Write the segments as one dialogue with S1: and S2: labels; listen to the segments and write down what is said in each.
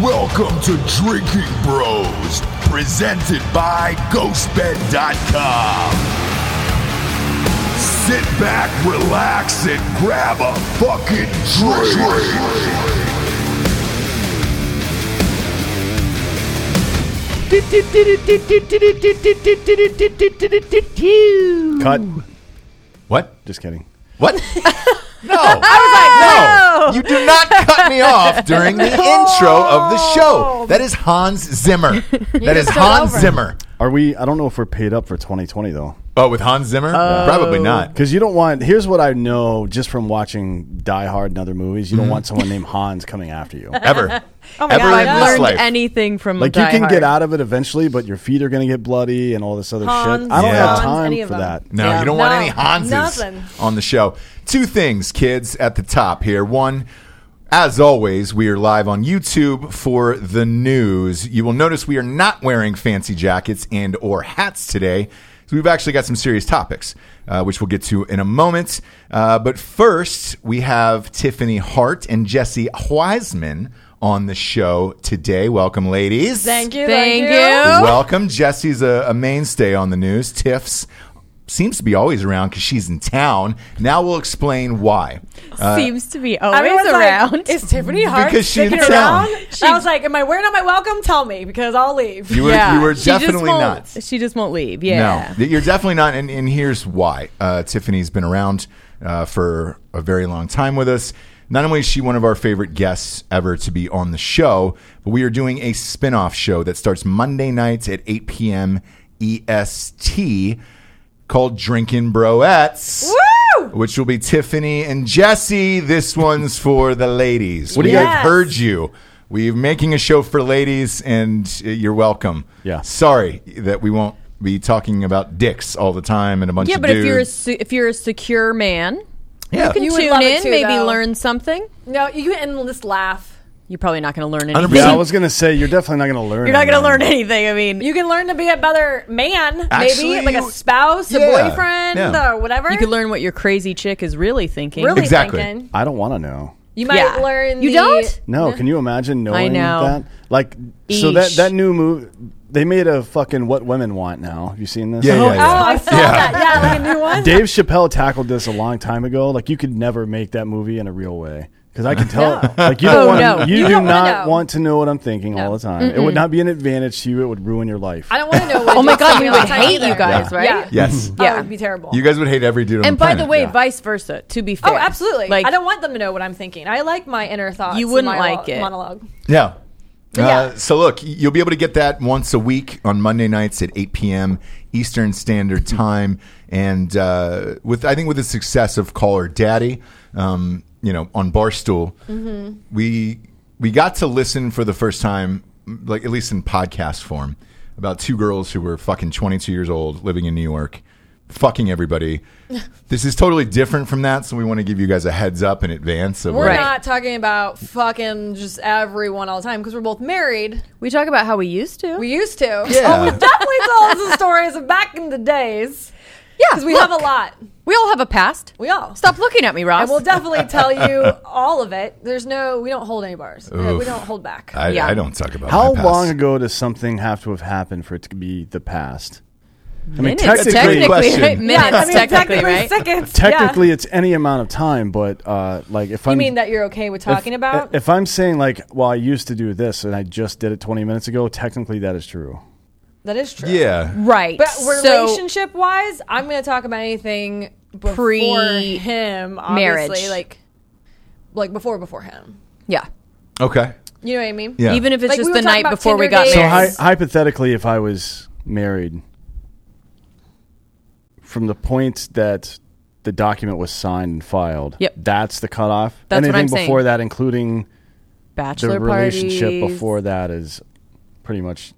S1: Welcome to Drinking Bros, presented by GhostBed.com. Sit back, relax, and grab a fucking drink.
S2: Cut.
S3: What?
S2: Just kidding.
S3: What? No. I was like, no. You do not cut me off during the intro of the show. That is Hans Zimmer. That is Hans Zimmer.
S2: Are we? I don't know if we're paid up for 2020 though,
S3: Oh, with Hans Zimmer? Probably not.
S2: because you don't want. Here's what I know just from watching Die Hard and other movies: you
S3: Mm-hmm.
S2: don't want someone named Hans coming after you.
S3: Ever.
S4: Oh my
S3: Ever
S4: God,
S3: in
S4: I've
S3: this
S5: learned
S3: life.
S5: anything from
S2: Like
S5: Die
S2: you can
S5: Hard.
S2: get out of it eventually, but your feet are going to get bloody and all this other
S4: Hans,
S2: shit. I don't
S3: Yeah.
S2: have
S3: Hans,
S2: time
S4: any of
S2: for
S4: them.
S2: that.
S3: No,
S4: Yeah.
S3: you don't want
S4: No,
S3: any Hanses
S4: nothing.
S3: on the show. Two things, kids, at the top here. One, as always, we are live on YouTube for the news. You will notice we are not wearing fancy jackets and or hats today. So we've actually got some serious topics, uh, which we'll get to in a moment. Uh, but first, we have Tiffany Hart and Jesse Wiseman on the show today. Welcome, ladies.
S4: Thank you.
S5: Thank you.
S3: Welcome. Jesse's a, a mainstay on the news. Tiff's seems to be always around because she's in town. Now we'll explain why.
S5: Seems to be
S4: I
S5: always
S4: was
S5: around.
S4: Like, is Tiffany Hart
S3: Because she
S4: sticking
S3: didn't tell.
S4: around? And I was like, am I wearing out my welcome? Tell me because I'll leave.
S3: You were, you were
S5: She just
S3: definitely
S5: won't-
S3: not.
S5: She just won't leave. Yeah.
S3: No, you're definitely not. And, and here's why. Uh, Tiffany's been around uh, for a very long time with us. Not only is she one of our favorite guests ever to be on the show, but we are doing a spin off show that starts Monday nights at 8 p.m. EST E called Drinkin' Broettes.
S4: Woo!
S3: Which will be Tiffany and Jesse. This one's for the ladies. What
S2: do
S3: we
S2: you
S3: have
S2: guys-
S3: heard you. We're making a show for ladies, and uh, you're welcome.
S2: Yeah.
S3: Sorry that we won't be talking about dicks all the time and a bunch
S5: Yeah,
S3: of
S5: but if you're a
S3: dudes.
S5: se- if you're a secure man,
S3: yeah.
S4: You would
S5: tune
S4: love it
S5: in,
S4: too,
S5: maybe
S4: though.
S5: learn something.
S4: No, you and just laugh.
S5: You're probably not going to learn anything.
S3: 100%.
S2: Yeah, I was going to say you're definitely not going to learn.
S5: You're not going
S2: anything.
S5: to learn anything. I mean, you,
S4: You can learn to be a better man,
S3: Actually,
S4: maybe like a spouse, a
S3: yeah.
S4: boyfriend,
S3: Yeah.
S4: or whatever.
S5: can learn what your crazy chick is really thinking.
S4: really
S3: Exactly.
S4: thinking.
S2: I don't want to know.
S4: You might
S5: Yeah.
S4: learn.
S5: You
S4: the-
S5: don't?
S2: No, can you imagine knowing
S5: know.
S2: that? Like, so that
S5: Eesh.
S2: that new movie, they made a fucking "What Women Want" now. Have you seen this?
S3: Yeah, yeah,
S4: Oh, I saw
S3: Yeah.
S4: that. Yeah, like a new one.
S2: Dave Chappelle tackled this a long time ago. Like you could never make that movie in a real way because I can tell. Like you don't
S5: Oh,
S2: want.
S5: no.
S2: You,
S4: You
S2: do
S4: don't wanna
S2: not
S4: know.
S2: want to know what I'm thinking all the time. It would not be an advantage to you. It would ruin your life.
S4: I don't want to know. What
S5: Oh my
S4: it is
S5: God,
S4: to be
S5: we
S4: on
S5: would
S4: time
S5: hate you
S4: either.
S5: guys, right?
S4: Yeah.
S3: Yes.
S4: Oh,
S5: Yeah.
S4: it would be terrible.
S3: You guys would hate every dude on
S5: And
S3: the
S5: by
S3: planet.
S5: the way, vice versa. To be fair,
S4: Oh, absolutely.
S5: Like
S4: I don't want them to know what I'm thinking. I like my inner thoughts.
S5: You
S4: and
S5: wouldn't
S4: my
S5: like it.
S4: Monologue.
S3: Yeah.
S4: Yeah.
S3: Uh, so look, y- you'll be able to get that once a week on Monday nights at 8 p.m. Eastern Standard Time, and uh, with I think with the success of Caller Daddy, um, you know, on Barstool,
S4: Mm-hmm.
S3: we we got to listen for the first time, m- like at least in podcast form, about two girls who were fucking 22 years old living in New York, fucking everybody. this is totally different from that, so we want to give you guys a heads up in advance of
S4: We're
S3: what-
S5: Right.
S4: not talking about fucking just everyone all the time because we're both married.
S5: we talk about how we used to.
S4: We used to.
S3: Yeah.
S4: Oh, we definitely told the stories of back in the days
S5: yeah,
S4: because we
S5: look,
S4: have a lot.
S5: We all have a past.
S4: We all
S5: Stop looking at me, Ross.
S4: And we'll definitely tell you all of it. There's no, we don't hold any bars. No, We
S3: Oof.
S4: don't hold back.
S3: I,
S5: Yeah.
S3: I don't talk about
S2: How
S3: my past.
S2: long ago does something have to have happened for it to be the past? I mean,
S5: minutes,
S2: technically,
S3: technic-
S2: technically,
S3: question.
S5: right?
S4: Yeah,
S5: minutes,
S4: I mean,
S5: technically, right?
S4: Seconds.
S2: it's any amount of time, but uh, like if
S4: yeah.
S2: I'm
S4: you mean that you're okay with talking
S2: if,
S4: about?
S2: If I'm saying like, well, I used to do this and I just did it 20 minutes ago, technically that is true.
S4: that is true.
S3: Yeah.
S5: Right.
S4: But
S5: So-
S4: relationship wise, I'm going to talk about anything before
S5: Pre-
S4: him, obviously,
S5: marriage.
S4: like like before before him.
S5: yeah.
S3: Okay.
S4: You know what I mean?
S3: Yeah.
S5: Even if it's
S4: Like,
S5: just
S4: we
S5: the
S4: were talking
S5: night
S4: about
S5: before we
S4: Tinder
S5: got
S4: dates.
S2: So
S5: married.
S2: hy- hypothetically, if I was married, from the point that the document was signed and filed,
S5: Yep.
S2: that's the cutoff.
S5: That's what
S2: Anything
S5: I'm saying.
S2: before that, including the
S5: Bachelor
S2: relationship
S5: parties.
S2: before that, is pretty much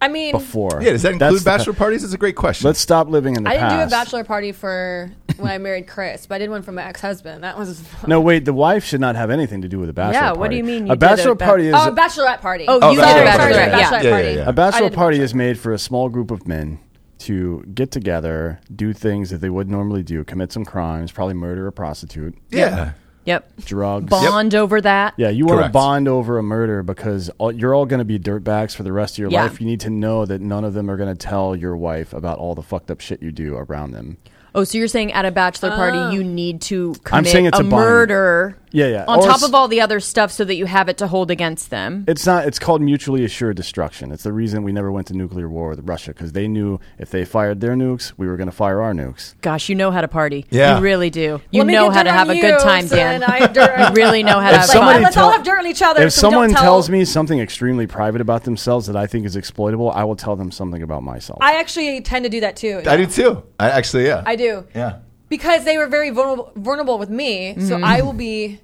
S4: I mean,
S2: before.
S3: Yeah, does that
S2: That's
S3: include
S2: the-
S3: bachelor parties? That's a great question.
S2: Let's stop living in the
S4: I didn't
S2: past.
S4: do a bachelor party for when I married Chris, but I did one for my ex husband. That was
S2: No, wait. The wife should not have anything to do with a bachelor
S5: Yeah,
S2: party.
S5: what do you mean you
S2: a
S5: did a
S2: bachelor
S5: ba-
S2: party is
S4: oh, a bachelorette party.
S5: Oh, you
S3: did a
S4: Sorry,
S3: bachelorette
S4: sorry,
S3: party.
S4: bachelorette
S3: Yeah.
S4: party.
S3: Yeah, yeah, yeah.
S2: A
S4: I
S2: bachelor
S4: did a
S2: party is made for a small group of men to get together, do things that they would normally do, commit some crimes, probably murder a prostitute.
S3: yeah.
S5: Yep.
S2: drugs.
S5: Bond over that.
S2: Yeah, you want to
S3: Correct.
S2: bond over a murder because all, you're all going to be dirtbags for the rest of your
S5: Yeah.
S2: life. You need to know that none of them are going to tell your wife about all the fucked up shit you do around them.
S5: Oh, so you're saying at a bachelor party you need to commit
S2: I'm saying it's a
S5: a
S2: bond.
S5: murder
S2: Yeah, yeah.
S5: on
S2: Or
S5: top
S2: it's-
S5: of all the other stuff so that you have it to hold against them.
S2: It's not. It's called mutually assured destruction. It's the reason we never went to nuclear war with Russia because they knew if they fired their nukes, we were going to fire our nukes.
S5: Gosh, you know how to party.
S3: Yeah.
S5: You really do. You
S4: Let me
S5: know
S4: get
S5: how
S4: dirt
S5: to have
S4: on
S5: a good
S4: you,
S5: time,
S4: so
S5: Dan.
S4: then I dirt-
S5: You really know how to
S2: If
S5: have
S2: somebody
S5: fun.
S4: Let's all
S2: tell-
S4: have dirt on each other.
S2: If
S4: so we
S2: someone
S4: don't tell-
S2: tells me something extremely private about themselves that I think is exploitable, I will tell them something about myself.
S4: I actually tend to do that too.
S3: I do too. I actually, yeah.
S4: I do.
S3: Yeah.
S4: Because they were very vulnerable, vulnerable with me, so
S5: Mm-hmm.
S4: I will be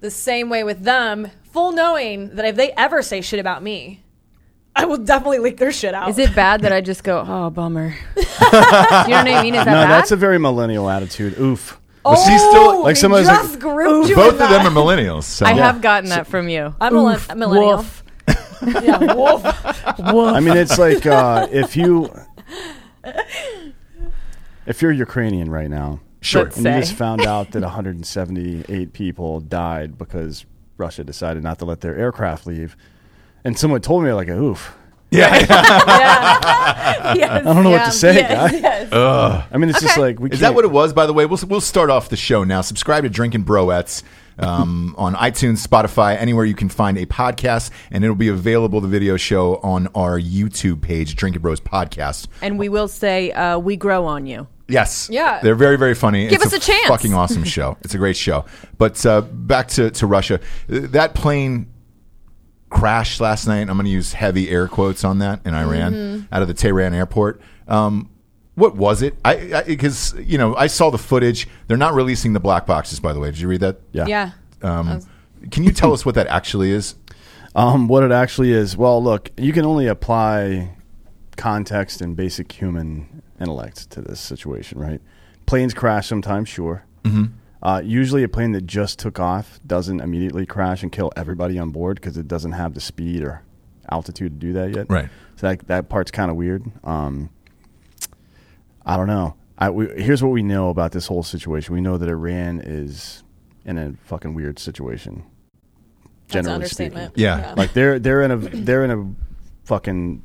S4: the same way with them, full knowing that if they ever say shit about me, I will definitely leak their shit out.
S5: Is it bad that I just go, oh, bummer? you know what I mean? Is that
S2: no,
S5: bad?
S2: that's a very millennial attitude. Oof.
S4: Oh.
S3: Was she still-
S2: Like
S4: they
S2: somebody's like,
S4: just grouped you
S3: Both
S4: in
S3: of them
S4: that.
S3: are millennials. So.
S5: I have gotten that from you.
S4: I'm a
S5: Oof,
S4: millen- millennial.
S5: woof,
S4: Yeah, wolf.
S5: woof.
S2: I mean, it's like uh, if you if you're Ukrainian right now,
S3: Sure.
S5: Let's
S2: and you just
S5: say.
S2: found out that 178 people died because Russia decided not to let their aircraft leave, and someone told me like, "Oof."
S3: Yeah.
S2: I
S4: Yes,
S2: don't know
S4: yeah.
S2: what to say,
S4: Yes,
S2: guy.
S4: yes.
S2: I mean, it's just like we
S3: Is
S2: can't-
S3: that what it was? By the way, we'll we'll start off the show now. Subscribe to Drinking Broettes um, on iTunes, Spotify, anywhere you can find a podcast, and it'll be available the video show on our YouTube page, Drinking Bros Podcast.
S5: and we will say, uh, we grow on you.
S3: Yes,
S4: Yeah.
S3: they're very very funny.
S5: Give
S3: It's
S5: us a chance.
S3: Fucking awesome show. It's a great show. But uh, back to to Russia. Uh, That plane crashed last night. I'm going to use heavy air quotes on that in Iran
S5: Mm-hmm.
S3: out of the Tehran airport. Um, what was it? I because you know I saw the footage. They're not releasing the black boxes, by the way. Did you read that?
S2: Yeah.
S4: Yeah.
S5: Oh.
S3: Um, can you tell us what that actually is?
S2: Um, what it actually is, well, look, you can only apply context and basic human intellect to this situation, right? Planes crash sometimes, sure. Mm-hmm. Uh, usually, a plane that just took off doesn't immediately crash and kill everybody on board because it doesn't have the speed or altitude to do that yet.
S3: Right.
S2: So that that part's kind of weird. Um, I don't know. I, we, here's what we know about this whole situation. We know that Iran is in a fucking weird situation.
S4: That's an
S2: Generally speaking,
S4: understatement.
S3: Yeah.
S2: like they're they're in a they're in a fucking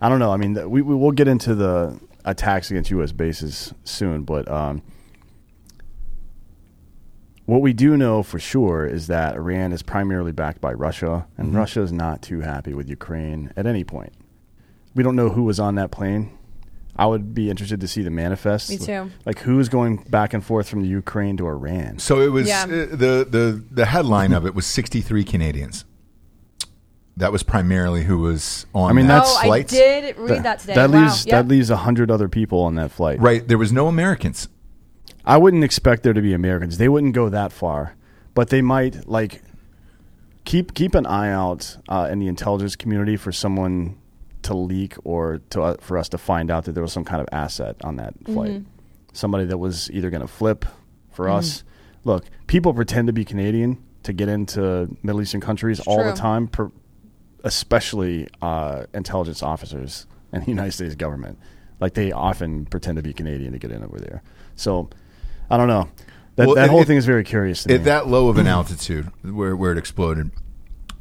S2: I don't know. I mean, th- we we will get into the attacks against U.S. bases soon, but um, what we do know for sure is that Iran is primarily backed by Russia, and Russia is not too happy with Ukraine at any point. We don't know who was on that plane. I would be interested to see the manifest.
S4: Me too.
S2: Like who's going back and forth from Ukraine to Iran?
S3: So it was
S4: Yeah.
S3: uh, the the the headline of it was 63 Canadians. That was primarily who was on.
S2: I mean,
S3: that
S2: that's-
S4: oh,
S3: flight.
S4: I did read that today.
S2: That
S4: wow.
S2: leaves
S4: yeah.
S2: that leaves a hundred other people on that flight.
S3: Right. There was no Americans.
S2: I wouldn't expect there to be Americans. They wouldn't go that far, but they might like keep keep an eye out uh, in the intelligence community for someone to leak or to uh, for us to find out that there was some kind of asset on that flight. Somebody that was either going to flip for us. Look, people pretend to be Canadian to get into Middle Eastern countries all the
S4: true.
S2: time, per, especially uh, intelligence officers in the United States government. Like they often pretend to be Canadian to get in over there. So I don't know. That,
S3: Well,
S2: that
S3: it-
S2: whole
S3: it-
S2: thing is very curious to me.
S3: At that low of an altitude, where where it exploded,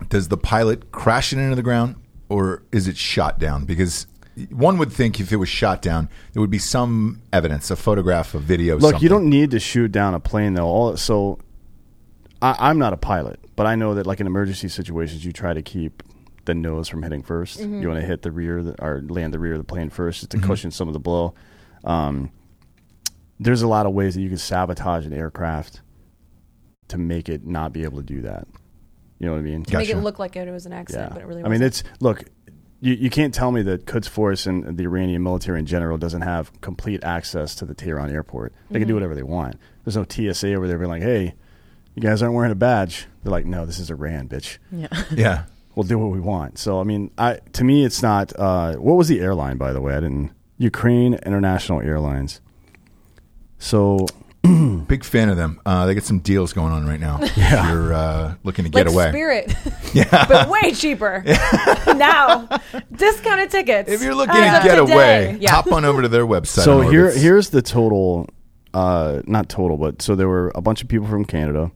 S3: does the pilot crash it into the ground, or is it shot down? Because one would think if it was shot down, there would be some evidence, a photograph, a video.
S2: Look,
S3: something.
S2: you don't need to shoot down a plane though. All, so I, I'm not a pilot, but I know that like in emergency situations, you try to keep the nose from hitting 1st You want to hit the rear of the, or land the rear of the plane first just to cushion some of the blow. Um, there's a lot of ways that you can sabotage an aircraft to make it not be able to do that. You know what I mean?
S3: Gotcha.
S4: Make it look like it was an accident, but it really
S2: I mean,
S4: wasn't.
S2: it's look. You, you can't tell me that Quds Force and the Iranian military in general doesn't have complete access to the Tehran airport. They
S4: Mm-hmm.
S2: can do whatever they want. There's no TSA over there being like, "Hey, you guys aren't wearing a badge." They're like, "No, this is Iran, bitch.
S4: Mm-hmm.
S5: Yeah.
S3: Yeah.
S2: We'll do what we want." So, I mean, I to me, it's not. Uh, what was the airline, by the way? I didn't. Ukraine International Airlines. So
S3: Big fan of them. Uh, they get some deals going on right now. If you're uh, looking to get
S4: like
S3: away.
S4: Spirit, but way cheaper now. Discounted tickets.
S3: If you're looking
S4: As
S3: to
S4: of
S3: get
S4: today.
S3: away,
S5: Yeah.
S3: hop on over to their website.
S2: So
S3: on
S2: here,
S3: Orbitz.
S2: here's the total uh, not total, but so there were a bunch of people from Canada,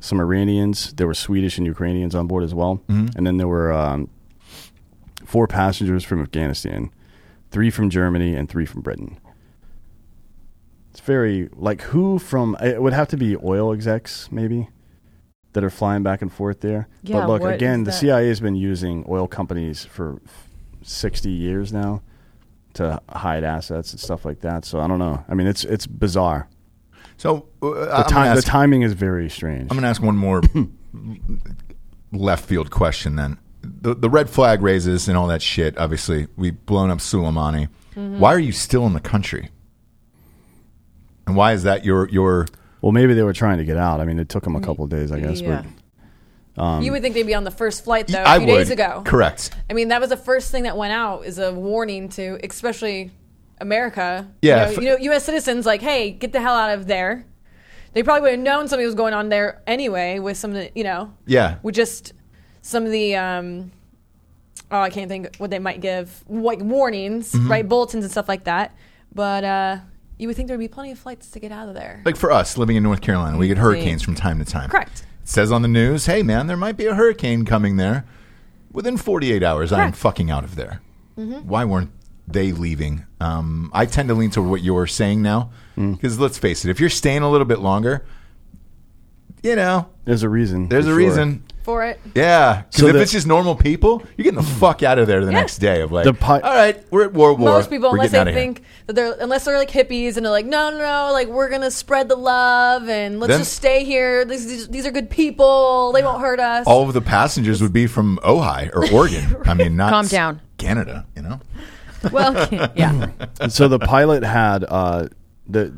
S2: some Iranians, there were Swedish and Ukrainians on board as well, and then there were um, four passengers from Afghanistan, three from Germany, and three from Britain. It's very like who from it would have to be oil execs maybe that are flying back and forth there.
S5: Yeah,
S2: but look
S5: what
S2: again,
S5: is
S2: the
S5: that?
S2: CIA has been using oil companies for sixty years now to hide assets and stuff like that. So I don't know. I mean, it's it's bizarre.
S3: So uh,
S2: The,
S3: I'm,
S2: ti-
S3: gonna
S2: the
S3: ask,
S2: timing is very strange.
S3: I'm gonna ask one more left field question. Then the the red flag raises and all that shit. Obviously, we've blown up Soleimani.
S4: Mm-hmm.
S3: Why are you still in the country? And why is that your your?
S2: well, maybe they were trying to get out. I mean, it took them a couple of days, I guess.
S5: yeah.
S4: you would think they'd be on the first flight though.
S3: I
S4: a few
S3: would
S4: days ago.
S3: correct.
S4: I mean, that was the first thing that went out is a warning to, especially America.
S3: Yeah,
S4: you
S3: if-
S4: know, you know, U.S. citizens like, hey, get the hell out of there. They probably would have known something was going on there anyway with some, of the- you know,
S3: Yeah,
S4: with just some of the, um, oh, I can't think what they might give, like warnings,
S3: Mm-hmm.
S4: right, bulletins and stuff like that. But uh, you would think there would be plenty of flights to get out of there.
S3: like for us living in North Carolina, we get hurricanes from time to time.
S4: Correct.
S3: It says on the news, "Hey man, there might be a hurricane coming there." Within 48 hours, I am
S4: Correct. Mm-hmm.
S3: fucking out of there. Why weren't they leaving? Um, I tend to lean toward what you're saying now,
S2: Mm.
S3: because let's face it, if you're staying a little bit longer, you know,
S2: There's a reason.
S3: there's
S2: for
S3: a
S2: sure.
S3: reason.
S4: For it,
S3: Yeah, because
S2: So
S3: if
S2: the- Mm.
S3: it's just normal people, you're getting the fuck out of there the next day. Of like,
S2: The pi-
S3: all right, we're at war. War.
S4: most people,
S3: We're
S4: unless
S3: getting
S4: they
S3: out of here."
S4: think that they're, unless they're like hippies and they're like, no, no, no, like we're gonna spread the love and let's
S3: Then-
S4: just stay here. These, these, these are good people. They won't hurt us.
S3: all of the passengers would be from Ojai or Oregon. I mean, not
S5: Calm down.
S3: Canada. You know,
S5: Well, yeah.
S2: And so the pilot had uh, the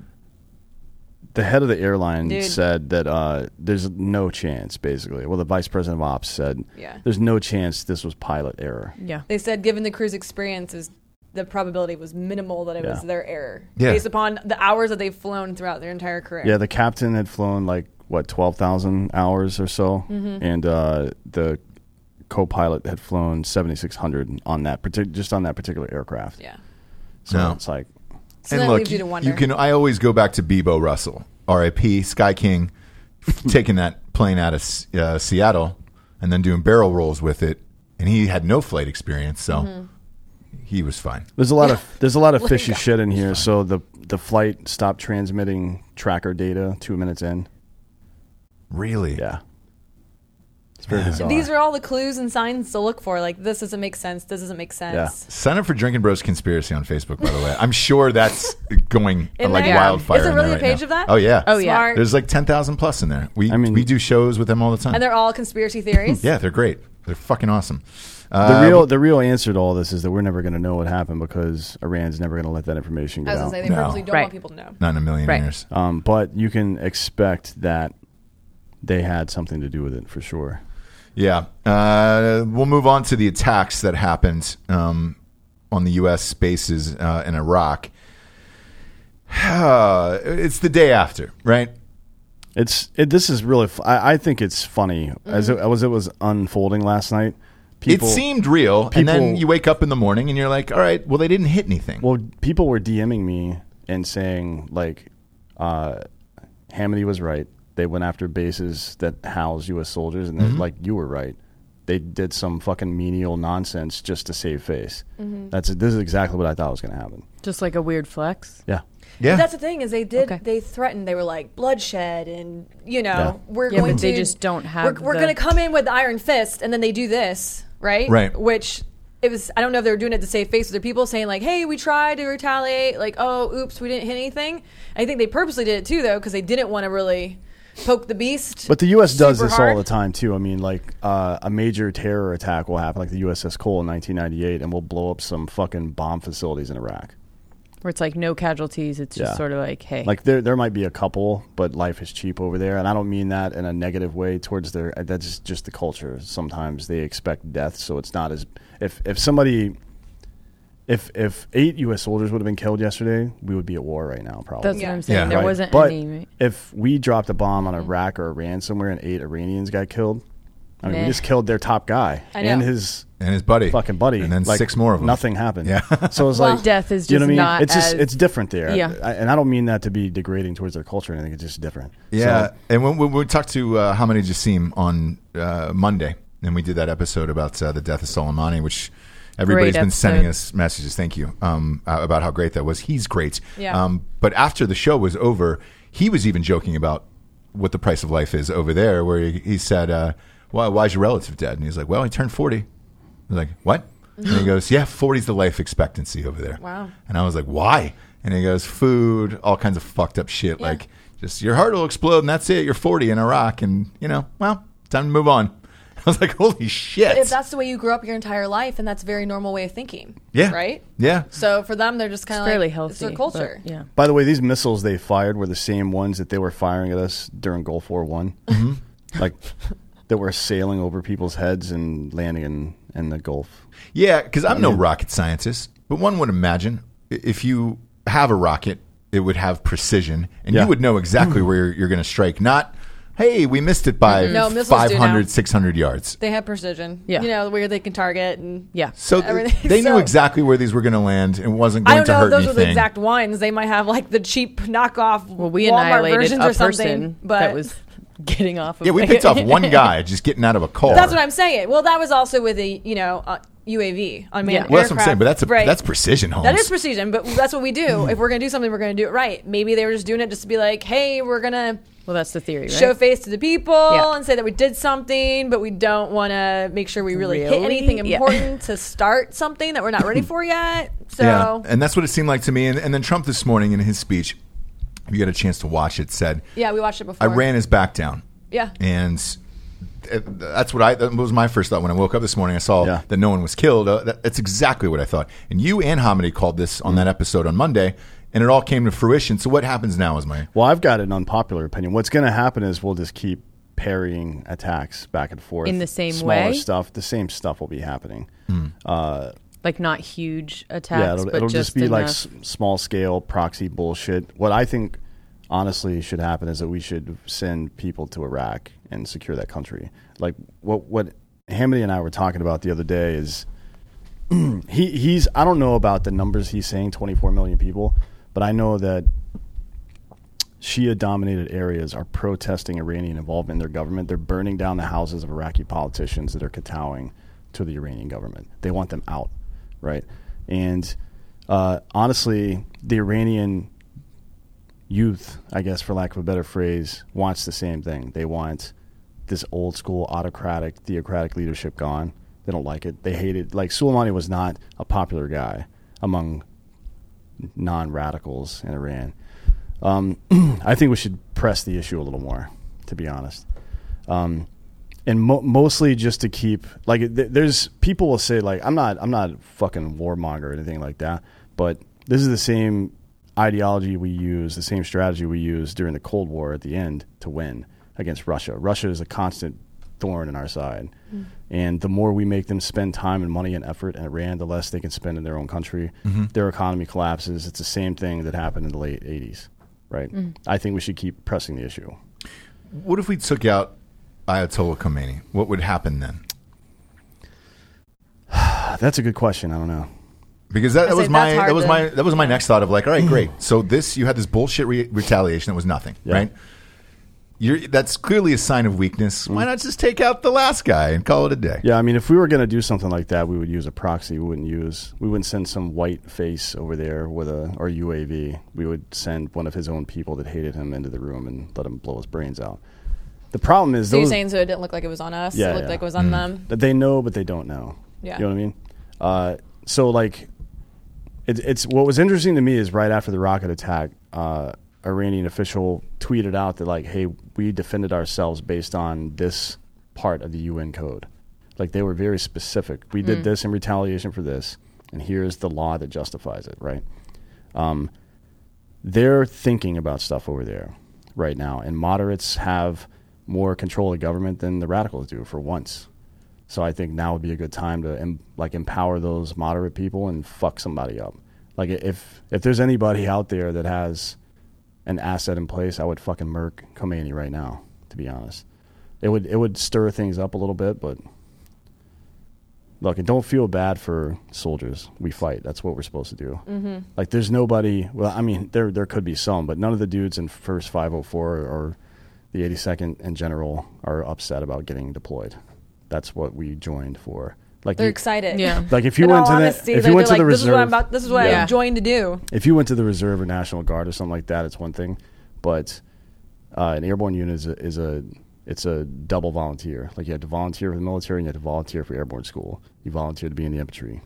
S2: the head of the airline
S4: Dude.
S2: said that uh, there's no chance, basically. Well, the vice president of ops said,
S4: Yeah.
S2: there's no chance this was pilot error.
S5: Yeah.
S4: They said, given the crew's experiences, the probability was minimal that it was
S2: Yeah.
S4: their error,
S3: Yeah.
S4: based upon the hours that they've flown throughout their entire career.
S2: Yeah, the captain had flown like what twelve thousand hours or so,
S4: Mm-hmm.
S2: and uh, the co-pilot had flown seventy six hundred on that partic- just on that particular aircraft.
S4: yeah.
S2: So
S3: No.
S2: it's like
S4: So that leaves you to wonder.
S3: can. I always go back to Bebo Russell, R.I.P. Sky King, taking that plane out of S- uh, Seattle and then doing barrel rolls with it, and he had no flight experience, so
S4: Mm-hmm.
S3: he was fine.
S2: There's a lot of there's a lot of fishy shit in here. So the the flight stopped transmitting tracker data two minutes in.
S3: Really?
S2: Yeah, it's very bizarre.
S4: These are all the clues and signs to look for. Like this doesn't make sense. This doesn't make sense.
S3: Sign up for Drinking Bros Conspiracy on Facebook, by the way. I'm sure that's going uh,
S4: In
S3: like
S4: there?
S3: wildfire.
S4: Is there
S3: in
S4: really a
S3: right now.
S4: page of that?
S3: Oh yeah.
S5: Oh, yeah.
S4: Smart.
S3: There's like ten thousand plus in there. We
S2: I mean-
S3: we do shows with them all the time.
S4: And they're all conspiracy theories.
S3: Yeah, they're great. They're fucking awesome. Uh,
S2: the
S4: Um,
S2: real the real answer to all this is that we're never going to know what happened because Iran's never going to let that information get
S4: I was gonna
S2: out.
S4: say they
S3: No.
S4: purposely don't
S5: Right.
S4: want people to know.
S3: not in a million
S5: Right.
S3: years.
S2: um, but you can expect that they had something to do with it for sure.
S3: Yeah. Uh, we'll move on to the attacks that happened um, on the U.S. spaces uh, in Iraq. it's the day after, right?
S2: It's it, this is really f- I, I think it's funny as
S4: Mm-hmm.
S2: it, as it was unfolding last night. People,
S3: it seemed real, and then
S2: people-
S3: you wake up in the morning and you're like, "All right, well, they didn't hit anything."
S2: Well, people were DMing me and saying like, uh, Hamady was right. They went after bases that house U.S. soldiers, and they're like, you were right. They did some fucking menial nonsense just to save face.
S4: Mm-hmm.
S2: That's this is exactly what I thought was going to happen.
S5: Just like a weird flex.
S2: Yeah,
S3: yeah,
S4: But that's the thing is they did
S5: Okay.
S4: they threatened they were like bloodshed and you know
S2: Yeah.
S4: we're
S5: Yeah,
S4: going
S5: but
S4: to
S5: they just don't have
S4: we're, we're
S5: the-
S4: going to come in with the iron fist and then they do this right
S3: Right.
S4: which it was I don't know if they were doing it to save face with their people saying like hey we tried to retaliate like oh oops we didn't hit anything I think they purposely did it too though because they didn't want to really poke the beast
S2: but the U.S. does
S4: super
S2: this all
S4: hard.
S2: the time too. I mean, like uh, a major terror attack will happen, like the USS Cole in 1998, and we'll blow up some fucking bomb facilities in Iraq.
S5: Where it's like no casualties. It's just
S2: Yeah.
S5: sort of like, hey.
S2: Like there, there might be a couple, but life is cheap over there, and I don't mean that in a negative way towards their. That's just, just the culture. Sometimes they expect death, so it's not as if if somebody, if if eight U.S. soldiers would have been killed yesterday, we would be at war right now, probably.
S5: that's
S4: Yeah.
S5: what I'm saying.
S3: Yeah.
S5: There
S2: Right.
S5: wasn't
S2: but
S5: any. Right? Mm-hmm.
S2: if we dropped a bomb on Iraq or Iran somewhere and eight Iranians got killed, I mean,
S5: Meh.
S2: we just killed their top guy
S4: I
S2: and
S4: know.
S2: his
S3: and his buddy,
S2: fucking buddy.
S3: and then
S2: like,
S3: six more of them.
S2: Nothing happened.
S3: Yeah.
S2: So it's
S4: Well,
S2: like
S5: death is
S2: you know what
S5: just
S2: I mean?
S5: not
S2: It's just
S5: as-
S2: it's different there.
S5: Yeah.
S2: I- and I don't mean that to be degrading towards their culture or anything. It's just different.
S3: Yeah,
S2: So,
S3: and when, when we talked to uh, Hamid Jassim on uh, Monday, and we did that episode about uh, the death of Soleimani, which everybody's
S5: Great
S3: been sending
S5: episode.
S3: us messages. Thank you um, uh, about how great that was. He's great.
S4: Yeah.
S3: Um, but after the show was over, he was even joking about what the price of life is over there, where he, he said, uh, "Why? Why's your relative dead?" And he's like, "Well, he turned 40. I was like, what? And he goes, yeah, 40's the life expectancy over there.
S4: Wow.
S3: And I was like, why? And he goes, food, all kinds of fucked up shit.
S4: Yeah.
S3: Like, just your heart will explode and that's it. You're 40 in Iraq and, you know, well, time to move on. I was like, holy shit.
S4: If that's the way you grew up your entire life, and that's a very normal way of thinking.
S3: yeah.
S4: Right?
S3: Yeah.
S4: So for them, they're just kind
S5: It's
S4: of
S5: fairly
S4: like,
S5: healthy.
S4: It's their
S5: but
S4: culture.
S5: yeah.
S2: by the way, these missiles they fired were the same ones that they were firing at us during Gulf War One,
S3: Mm-hmm.
S2: like that were sailing over people's heads and landing in, in the Gulf.
S3: Yeah, because I'm no rocket scientist, but one would imagine i- if you have a rocket, it would have precision, and
S2: Yeah.
S3: you would know exactly where you're, you're going to strike. Not, hey, we missed it by
S4: No, missiles do now.
S3: 500, 600 yards.
S4: They have precision.
S5: Yeah.
S4: You know, where they can target and
S5: Yeah.
S3: So th-
S4: Everything-
S3: they knew
S4: so-
S3: exactly where these were going to land and wasn't
S4: I
S3: going
S4: don't
S3: to
S4: know
S3: hurt
S4: if those
S3: anything.
S4: are the exact ones. They might have like the cheap knockoff
S5: Well, we
S4: Walmart
S5: annihilated
S4: versions
S5: a
S4: or something.
S5: person
S4: but
S5: that was getting off. Of
S3: yeah, we picked off one guy just getting out of a car.
S4: that's what I'm saying. Well, that was also with a you know uh, UAV unmanned
S5: Yeah.
S4: aircraft.
S3: Well, that's what I'm saying, but that's a,
S4: right.
S3: that's precision, Holmes.
S4: That is precision, but that's what we do. if we're gonna do something, we're gonna do it right. Maybe they were just doing it just to be like, hey, we're gonna
S5: Well, that's the theory, right?
S4: show face to the people
S5: Yeah.
S4: and say that we did something, but we don't want to make sure we really, hit
S5: Really?
S4: anything
S5: Yeah.
S4: important to start something that we're not ready for yet. So
S3: Yeah, and that's what it seemed like to me. And, and then Trump this morning in his speech, if you got a chance to watch it, said,
S4: Yeah, we watched it before.
S3: Iran is back down.
S4: Yeah.
S3: and th- that's what I that was my first thought when I woke up this morning. I saw
S2: Yeah.
S3: that no one was killed. Uh, that, that's exactly what I thought. And you and Hamidi called this on that episode on Monday, and it all came to fruition. So what happens now is my
S2: Well, I've got an unpopular opinion. What's going to happen is we'll just keep parrying attacks back and forth
S5: In the same
S2: Smaller
S5: way?
S2: Stuff. The same stuff will be happening.
S5: like not huge attacks,
S2: Yeah, it'll,
S5: but
S2: it'll
S5: just,
S2: just, be like
S5: enough.
S2: s- small scale proxy bullshit. What I think honestly should happen is that we should send people to Iraq and secure that country. Like what what Hamidi and I were talking about the other day is he he's I don't know about the numbers he's saying 24 million people, but I know that Shia dominated areas are protesting Iranian involvement in their government. They're burning down the houses of Iraqi politicians that are kowtowing to the Iranian government. They want them out, right? And uh, honestly, the Iranian youth, I guess, for lack of a better phrase, wants the same thing. They want this old school autocratic, theocratic leadership gone. They don't like it. They hate it. Like Soleimani was not a popular guy among non radicals in Iran. Um, I think we should press the issue a little more, to be honest. Um, and mo- mostly just to keep like th- there's people will say like I'm not I'm not fucking warmonger or anything like that, but this is the same ideology we use, the same strategy we used during the Cold War at the end to win against Russia. Russia is a constant thorn in our side. And the more we make them spend time and money and effort in Iran, the less they can spend in their own country. Their economy collapses. It's the same thing that happened in the late 80s, right? I think we should keep pressing the issue.
S3: what if we took out Ayatollah Khomeini? What would happen then?
S2: Uh, That's a good question. I don't know.
S3: Because that,
S4: I
S3: that was
S4: say
S3: my
S4: that's hard
S3: that was
S4: to-
S3: my that was my next thought of like, all right, great. So this you had this bullshit re- retaliation that was nothing,
S2: Yeah.
S3: right? You're, that's clearly a sign of weakness.
S2: Mm.
S3: Why not just take out the last guy and call it a day?
S2: Yeah, I mean, if we were going to do something like that, we would use a proxy. We wouldn't use, we wouldn't send some white face over there with a or UAV. We would send one of his own people that hated him into the room and let him blow his brains out. The problem is
S4: so you're
S2: those
S4: saying so it didn't look like it was on us.
S2: Yeah,
S4: it looked
S2: yeah. Mm.
S4: like it was on them.
S2: that they know, but they don't know.
S4: Yeah.
S2: you know what I mean. Uh, so like, it, it's what was interesting to me is right after the rocket attack, uh, Iranian official tweeted out that like, hey, we defended ourselves based on this part of the UN code. Like they were very specific. We did this in retaliation for this, and here's the law that justifies it. Right they're thinking about stuff over there right now, and moderates have more control of government than the radicals do for once. So I think now would be a good time to em- like empower those moderate people and fuck somebody up. Like i- if if there's anybody out there that has an asset in place, I would fucking murk Khomeini right now. To be honest, it would it would stir things up a little bit, but look and don't feel bad for soldiers. We fight. That's what we're supposed to do.
S4: Mm-hmm.
S2: Like there's nobody. Well, I mean there there could be some, but none of the dudes in First 504 or the 82nd in general are upset about getting deployed. That's what we joined for. Like
S4: They're
S2: you-
S4: excited.
S5: Yeah.
S2: Like if you
S4: In all
S2: went to
S4: honesty,
S2: the if
S4: they're-
S2: you went
S4: they're
S2: to the
S4: like, This is
S2: reserve,
S4: what I'm about. This is what
S5: Yeah.
S4: I'm joined to do.
S2: if you went to the reserve or national guard or something like that, it's one thing, but uh, an airborne unit is a, is a it's a double volunteer. Like you have to volunteer for the military and you have to volunteer for airborne school. You volunteer to be in the infantry.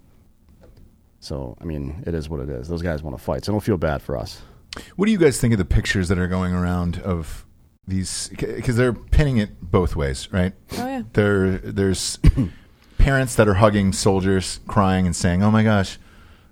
S2: So I mean, it is what it is. Those guys want to fight, so don't feel bad for us.
S3: What do you guys think of the pictures that are going around of these? Because they're pinning it both ways, right?
S4: Oh, yeah.
S3: There, there's parents that are hugging soldiers, crying and saying, "Oh my gosh,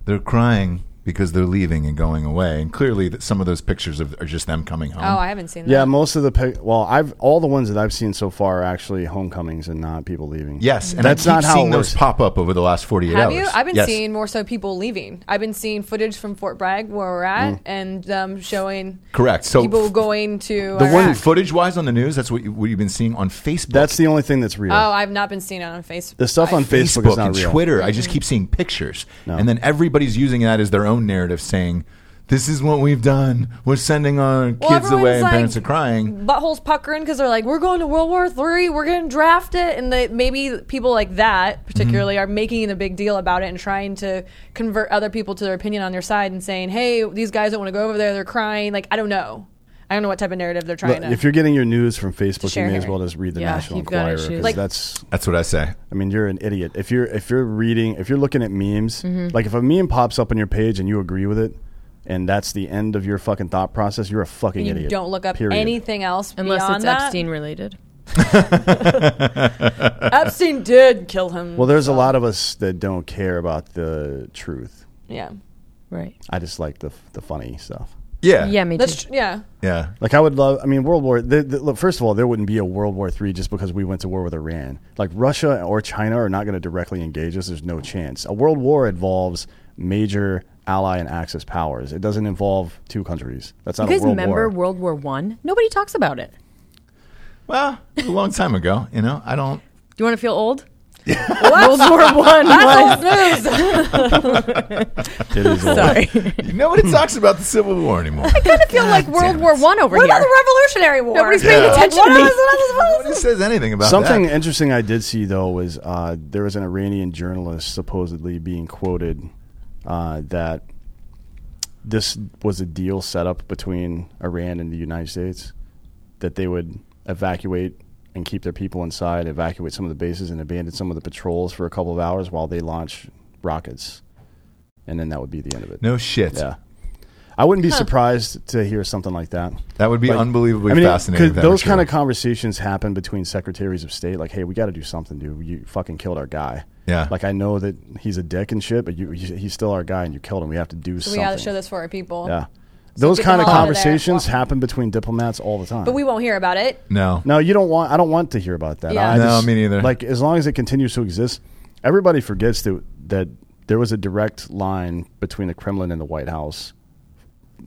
S3: they're crying because they're leaving and going away." And clearly, that some of those pictures of, are just them coming home.
S4: Oh, I haven't seen that.
S2: Yeah, most of the pic- well, I've all the ones that I've seen so far are actually homecomings and not people leaving.
S3: yes, and
S2: that's
S3: I keep
S2: not how
S3: seeing
S2: it
S3: those
S2: works.
S3: pop up over the last 48
S4: Have
S3: hours.
S4: you? I've been
S3: Yes.
S4: seeing more so people leaving. I've been seeing footage from Fort Bragg where we're
S2: Mm.
S4: at and um, showing
S3: correct. So
S4: people
S3: f-
S4: going to
S3: the one
S4: Iraq.
S3: footage-wise on the news, that's what, you, what you've been seeing on Facebook.
S2: that's the only thing that's real.
S4: Oh, I've not been seeing it on Facebook.
S2: the stuff on Facebook, is
S3: Facebook
S2: not
S3: and
S2: real.
S3: Twitter. I just keep seeing pictures, and then everybody's using that as their own narrative, saying, "This is what we've done. We're sending our kids
S4: everyone's
S3: away, and
S4: like-
S3: parents are crying."
S4: buttholes puckering because they're like, we're going to World War Three, we're going to draft it, and they, maybe people like that particularly are making a big deal about it and trying to convert other people to their opinion on their side and saying, hey, these guys don't want to go over there, they're crying. Like I don't know, I don't know what type of narrative they're trying
S2: Look,
S4: to.
S2: if you're getting your news from Facebook, you
S4: share
S2: may as
S4: here.
S2: well just read the
S5: Yeah,
S2: National
S5: you've got
S2: Enquirer
S5: issues.
S2: because
S4: Like-
S2: that's
S3: That's what I say.
S2: I mean, you're an idiot. If you're if you're reading, if you're looking at memes,
S4: Mm-hmm.
S2: like if a meme pops up on your page and you agree with it, and that's the end of your fucking thought process, you're a fucking
S4: you
S2: idiot.
S4: don't look up
S2: Period.
S4: anything else
S5: Unless
S4: beyond
S5: it's
S4: that.
S5: Epstein related.
S4: Epstein did kill him.
S2: Well, there's a lot of us that don't care about the truth.
S4: yeah,
S5: Right.
S2: I just like the the funny stuff.
S3: Yeah,
S5: Yeah, me too.
S4: that's tr- yeah.
S3: yeah.
S2: Like I would love. I mean, World War. The, the, look, first of all, there wouldn't be a World War Three just because we went to war with Iran. Like Russia or China are not going to directly engage us. There's no chance. A world war involves major ally and axis powers. It doesn't involve two countries. That's not
S5: you guys
S2: a world
S5: remember
S2: war.
S5: World War One? Nobody talks about it.
S3: Well, it was a long time ago. You know, I don't.
S5: Do you want to feel old? World War One. was-
S2: It is a-
S5: Sorry.
S2: Hmm.
S3: Nobody talks about the Civil War anymore.
S5: I feel like World
S3: damn
S5: War
S3: it.
S5: One over
S4: What
S5: here.
S4: about the Revolutionary War?
S5: Nobody's paying
S3: Yeah.
S5: attention to me.
S3: Nobody says anything about
S2: Something
S3: that.
S2: interesting I did see though was uh, there was an Iranian journalist supposedly being quoted uh, that this was a deal set up between Iran and the United States that they would evacuate and keep their people inside, evacuate some of the bases, and abandon some of the patrols for a couple of hours while they launch rockets, and then that would be the end of it.
S3: No shit.
S2: Yeah. I wouldn't be surprised to hear something like that.
S3: That would be
S2: Like,
S3: unbelievably
S2: it-
S3: fascinating.
S2: 'cause
S3: if that
S2: Those
S3: were true.
S2: kind of conversations happen between secretaries of state. Like, hey, we got to do something, dude. You fucking killed our guy.
S3: Yeah.
S2: Like, I know that he's a dick and shit, but you, you- he's still our guy, and you killed him. We have to do
S4: So we
S2: something.
S4: got to show this for our people.
S2: Yeah. Those
S4: get
S2: kind of
S4: them all out of there.
S2: conversations
S4: Well-
S2: happen between diplomats all the time.
S4: But we won't hear about it.
S3: no.
S2: No, you don't want. I don't want to hear about that.
S4: Yeah.
S2: I
S3: No, me neither.
S2: Like as long as it continues to exist, everybody forgets that that there was a direct line between the Kremlin and the White House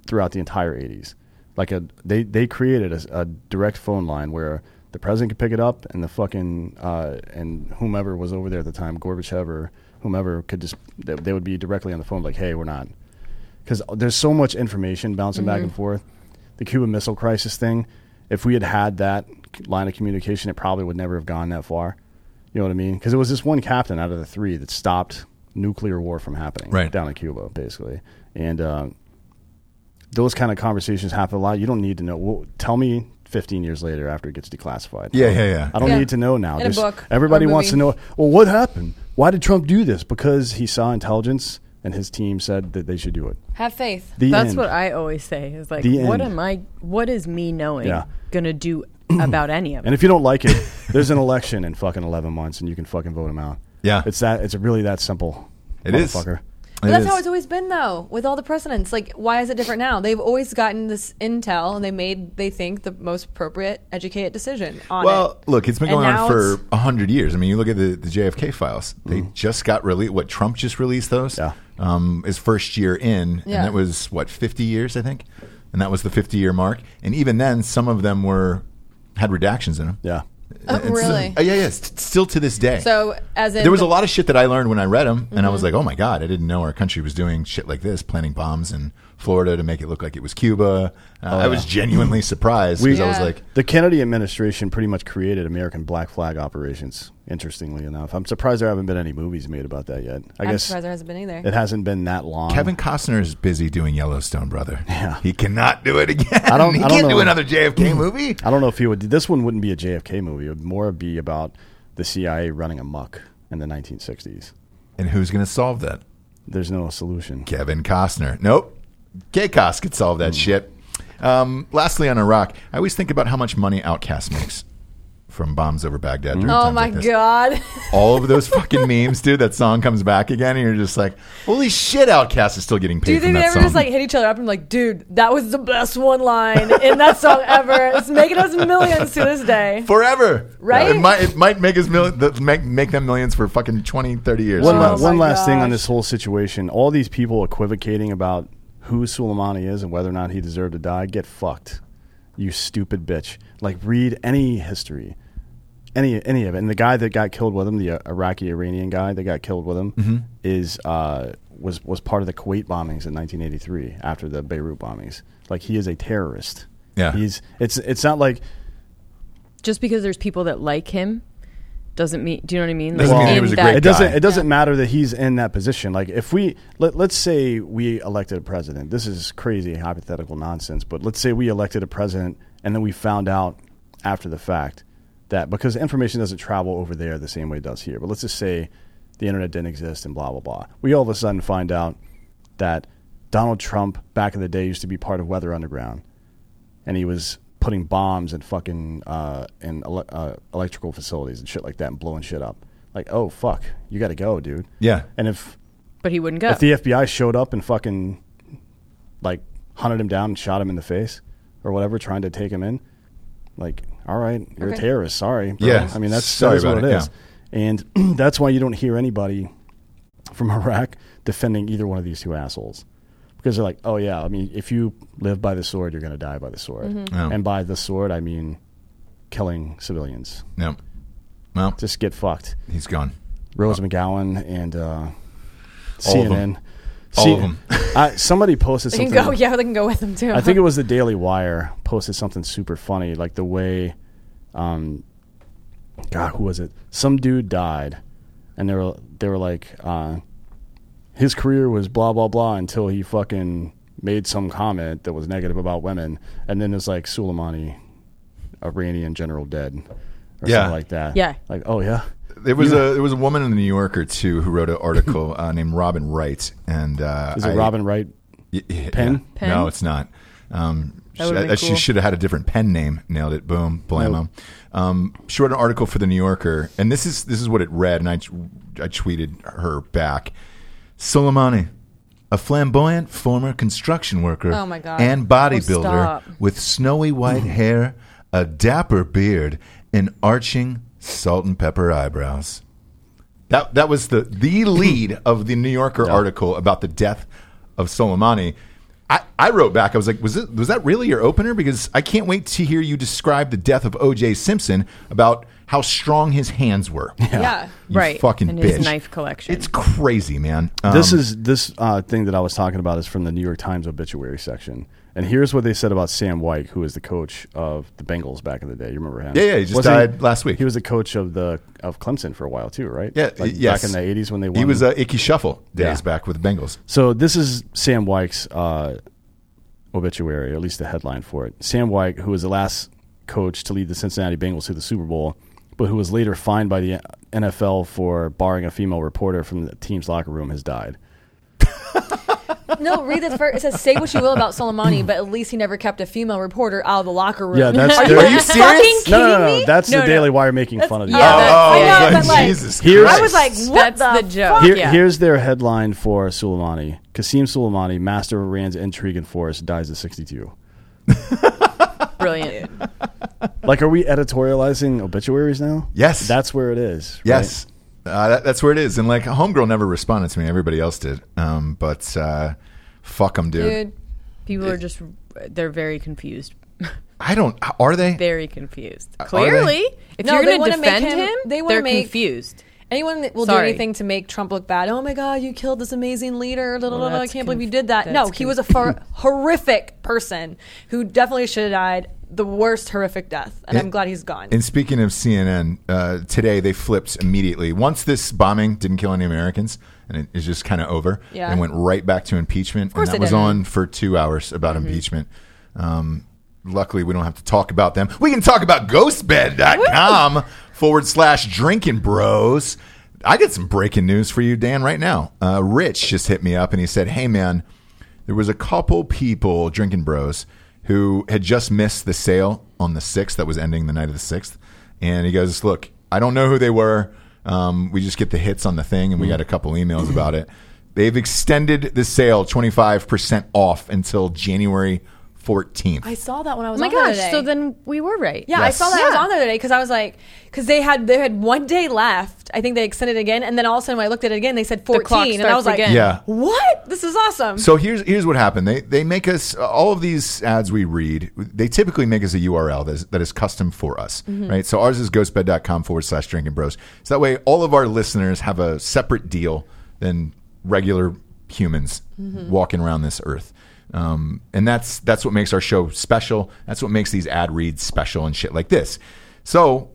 S2: throughout the entire '80s. Like a they they created a, a direct phone line where the president could pick it up and the fucking uh, and whomever was over there at the time, Gorbachev or whomever, could just they, they would be directly on the phone like, hey, we're not because there's so much information bouncing back
S4: Mm-hmm.
S2: and forth. The Cuban Missile Crisis thing, if we had had that line of communication, it probably would never have gone that far. You know what I mean? Because it was this one captain out of the three that stopped nuclear war from happening
S3: Right.
S2: down in Cuba, basically. And uh, those kind of conversations happen a lot. You don't need to know. Well, tell me 15 years later after it gets declassified.
S3: Yeah,
S2: I don't-
S3: yeah, yeah.
S2: I don't
S4: Yeah.
S2: need to know now.
S4: In a
S2: There's-
S4: book or
S2: Everybody wants to
S4: movie.
S2: know. Well, what happened? Why did Trump do this? Because he saw intelligence and his team said that they should do it.
S4: Have faith.
S2: The
S5: That's
S2: end.
S5: what I always say. Is like,
S2: The
S5: what
S2: end.
S5: am I? What is me knowing
S2: Yeah.
S5: gonna do about any of it?
S2: And if you don't like it, there's an election in fucking 11 months and you can fucking vote him out.
S3: Yeah.
S2: It's that it's really that simple.
S3: It is.
S2: motherfucker.
S4: But
S3: It
S4: that's
S3: is.
S4: how it's always been, though, with all the precedents. Like, why is it different now? They've always gotten this intel, and they made they think the most appropriate, educated decision on
S3: Well,
S4: it.
S3: look, it's been
S4: And
S3: going on
S4: now
S3: for
S4: it's-
S3: a hundred years. I mean, you look at the, the JFK files; they just got released. What Trump just released those?
S2: Mm-hmm. Yeah.
S3: Um, his first year in,
S4: Yeah.
S3: and that was what fifty years, I think, and that was the fifty-year mark. And even then, some of them were had redactions in them.
S2: Yeah.
S4: Oh,
S3: It's-
S4: really?
S3: uh, yeah, yeah. s- still to this day.
S4: So Mm-hmm. as in
S3: there was a lot of shit that I learned when I read them, and I was like, "Oh my god, I didn't know our country was doing shit like this, planting bombs in Florida to make it look like it was Cuba."
S2: Oh,
S3: Uh, I was genuinely surprised because I was
S4: Yeah.
S3: like,
S2: The Kennedy administration pretty much created American black flag operations. Interestingly enough, I'm surprised there haven't been any movies made about that yet. I
S4: I'm
S2: guess
S4: surprised there hasn't been either.
S2: it hasn't been that long.
S3: "Kevin Costner is busy doing Yellowstone, brother.
S2: Yeah.
S3: He cannot do it again.
S2: I don't-
S3: He
S2: I don't
S3: can't do
S2: know.
S3: another JFK movie."
S2: I don't know if he would. This one wouldn't be a JFK movie. It would more be about the CIA running amok in the 1960s.
S3: And who's going to solve that?
S2: There's no solution.
S3: Kevin Costner. Nope. Kekos could solve
S2: Hmm.
S3: that shit. Um, lastly, on Iraq, I always think about how much money Outcast makes from bombs over
S2: Hmm.
S3: Baghdad. during
S4: Oh
S3: times
S4: my
S3: like this.
S4: god.
S3: All of those fucking memes, dude. That song comes back again, and you're just like, "Holy shit!" Outcast is still getting paid.
S4: Do you think
S3: from
S4: they
S3: that
S4: ever
S3: song.
S4: just like hit each other up and like, dude, that was the best one line in that song ever. It's making us millions to this day.
S3: forever?
S4: Right?
S3: It might, it might make us mil- th- make make them millions for fucking 20, 30 years.
S2: One,
S3: Who
S2: la-
S3: knows?
S2: one
S4: Oh my
S2: last thing on
S4: gosh.
S2: this whole situation. All these people equivocating about who Soleimani is and whether or not he deserved to die. Get fucked, you stupid bitch. Like read any history, any any of it. And the guy that got killed with him, the uh, Iraqi Iranian guy that got killed with him,
S3: Mm-hmm.
S2: is uh, was was part of the Kuwait bombings in 1983 after the Beirut bombings. Like he is a terrorist.
S3: Yeah.
S2: he's it's it's not like
S5: Just because there's people that like him doesn't mean. Do you know what I mean?
S3: Doesn't
S5: Like,
S3: mean he
S5: in
S3: was a
S5: that-
S3: great
S2: it
S3: guy.
S2: doesn't it doesn't matter that he's in that position like if we let, let's say we elected a president this is crazy hypothetical nonsense but let's say we elected a president and then we found out after the fact that because information doesn't travel over there the same way it does here but let's just say the internet didn't exist and blah blah blah we all of a sudden find out that donald trump back in the day used to be part of weather underground and he was putting bombs in fucking uh, in ele- uh, electrical facilities and shit like that and blowing shit up. Like, oh fuck, you got to go, dude.
S3: Yeah.
S2: And if
S5: But he wouldn't go.
S2: if the FBI showed up and fucking like hunted him down and shot him in the face or whatever, trying to take him in, like, all right, you're a
S4: Okay.
S2: terrorist. Sorry. bro.
S3: Yeah,
S2: I mean, that's
S3: sorry
S2: that is
S3: about
S2: what
S3: it,
S2: it is. And that's why you don't hear anybody from Iraq defending either one of these two assholes. Because they're like, oh, yeah, I mean, if you live by the sword, you're going to die by the sword.
S3: Yeah.
S2: And by the sword, I mean killing civilians.
S3: No. Well,
S2: Just get fucked.
S3: he's gone.
S2: Rose McGowan and uh,
S3: All of
S2: CNN.
S3: them. All of
S2: See-
S3: them.
S2: I, somebody posted
S4: They can
S2: something.
S4: go, yeah, they can go with them too.
S2: I think it was the Daily Wire posted something super funny, like the way, um, God, who was it? Some dude died, and they were they were like, uh, his career was blah blah blah until he fucking made some comment that was negative about women, and then it's like Soleimani, Iranian general dead, or
S3: Yeah.
S2: something like that.
S5: Yeah.
S2: like oh yeah,
S3: There was a there was a woman in the New Yorker too who wrote an article uh, named Robin Wright, and uh,
S2: is it
S3: I-
S2: Robin Wright?
S3: Y- y-
S2: Pen?
S3: yeah.
S5: Pen?
S3: No, it's not. Um, she,
S5: That would've been
S3: uh, she
S5: cool.
S3: should have had a different pen name. Nailed it. Boom. Blammo. Um, she wrote an article for the New Yorker, and this is this is what it read, and I t- I tweeted her back. Soleimani, a flamboyant former construction worker
S4: Oh my God.
S3: and
S5: Oh,
S3: bodybuilder
S5: stop.
S3: with snowy white hair, a dapper beard, and arching salt and pepper eyebrows. That that was the the lead of the New Yorker article about the death of Soleimani. I, I wrote back. I was like, was it was that really your opener? Because I can't wait to hear you describe the death of O.J. Simpson about how strong his hands were.
S4: yeah.
S3: You
S5: right.
S3: fucking
S5: and
S3: bitch.
S5: his knife collection.
S3: It's crazy, man. Um,
S2: This is this uh, thing that I was talking about is from the New York Times obituary section, and here's what they said about Sam White, who was the coach of the Bengals back in the day. You remember him?
S3: Yeah, yeah, he just
S2: Wasn't
S3: died last week.
S2: He was the coach of the of Clemson for a while too, right?
S3: yeah,
S2: like
S3: yes.
S2: back in the '80s when they won.
S3: he was uh, Icky Shuffle days
S2: Yeah.
S3: back with the Bengals.
S2: So this is Sam Weich's uh, obituary, or at least the headline for it. Sam Weich, who was the last coach to lead the Cincinnati Bengals to the Super Bowl, but who was later fined by the NFL for barring a female reporter from the team's locker room, has died.
S4: No, read this first. It says, say what you will about Soleimani, but at least he never kept a female reporter out of the locker room.
S2: Yeah, that's-
S4: Are you,
S2: Are
S3: you
S4: fucking
S3: serious?
S4: kidding
S2: No, no, no,
S4: me?
S2: no. That's
S5: No,
S2: the
S5: no.
S2: Daily Wire making fun of you.
S4: yeah, that's-
S5: yeah,
S4: I know,
S5: yeah.
S4: but like,
S3: Oh, Jesus
S2: Here's-
S4: I was like,
S3: Christ.
S4: what
S5: That's
S4: the
S5: the joke.
S4: fuck?
S2: Uh, Here,
S5: Yeah.
S2: Here's their headline for Soleimani: Qasim Soleimani, master of Iran's intrigue and force, dies at 62.
S5: brilliant.
S2: Like, are we editorializing obituaries now?
S3: Yes.
S2: that's where it is. right?
S3: Yes, uh, that, that's where it is. And like, Homegirl never responded to me. Everybody else did. Um, but uh, fuck them,
S4: Dude,
S5: People are just. They're very confused
S3: I don't. Are they?
S5: Very confused.
S3: are they?
S5: Clearly, if
S4: No,
S5: you're
S4: they
S5: going
S4: wanna
S5: to
S4: make
S5: defend
S4: him-
S5: him,
S4: they
S5: they
S4: wanna
S5: are
S4: make-
S5: confused.
S4: Anyone that will
S5: Sorry.
S4: do anything to make Trump look bad. Oh my God, you killed this amazing leader. Da, da, da, da, I
S5: Oh, that's
S4: can't believe you
S5: conf-
S4: did that. No,
S5: that's
S4: he was a for- horrific person who definitely should have died the worst horrific death. And I'm glad he's gone.
S3: And speaking of CNN, uh, today they flipped immediately. Once this bombing didn't kill any Americans, and it is just kind of over,
S4: Yeah.
S3: and went right back to impeachment.
S4: course
S3: and that
S4: it
S3: was
S4: did.
S3: on for two hours about impeachment. Um, luckily, we don't have to talk about them. We can talk about ghostbed.com forward slash drinking bros. I got some breaking news for you, Dan, right now. Uh, Rich just hit me up and he said, Hey, man, there was a couple people, drinking bros, who had just missed the sale on the 6th that was ending the night of the 6th. And he goes, Look, I don't know who they were. Um, we just get the hits on the thing, and we got a couple emails about it. They've extended the sale 25% off until January 14th.
S4: I saw that when I
S5: Oh
S4: was
S5: my
S4: on there
S5: gosh!
S4: today.
S5: So then we were right.
S4: Yeah,
S3: Yes.
S4: I saw that I was
S5: Yeah.
S4: on there today because I was like, because they had they had one day left. I think they extended it again, and then all of a sudden when I looked at it again, they said
S5: clock
S4: fourteen, and I was
S5: starts
S4: like,
S5: again.
S3: Yeah.
S4: what? This is awesome.
S3: So here's here's what happened. They they make us all of these ads we read. They typically make us a URL that is, that is custom for us, right? So ours is ghostbed.com forward slash drinking bros. So that way, all of our listeners have a separate deal than regular humans walking around this earth. Um, and that's that's what makes our show special. That's what makes these ad reads special and shit like this. So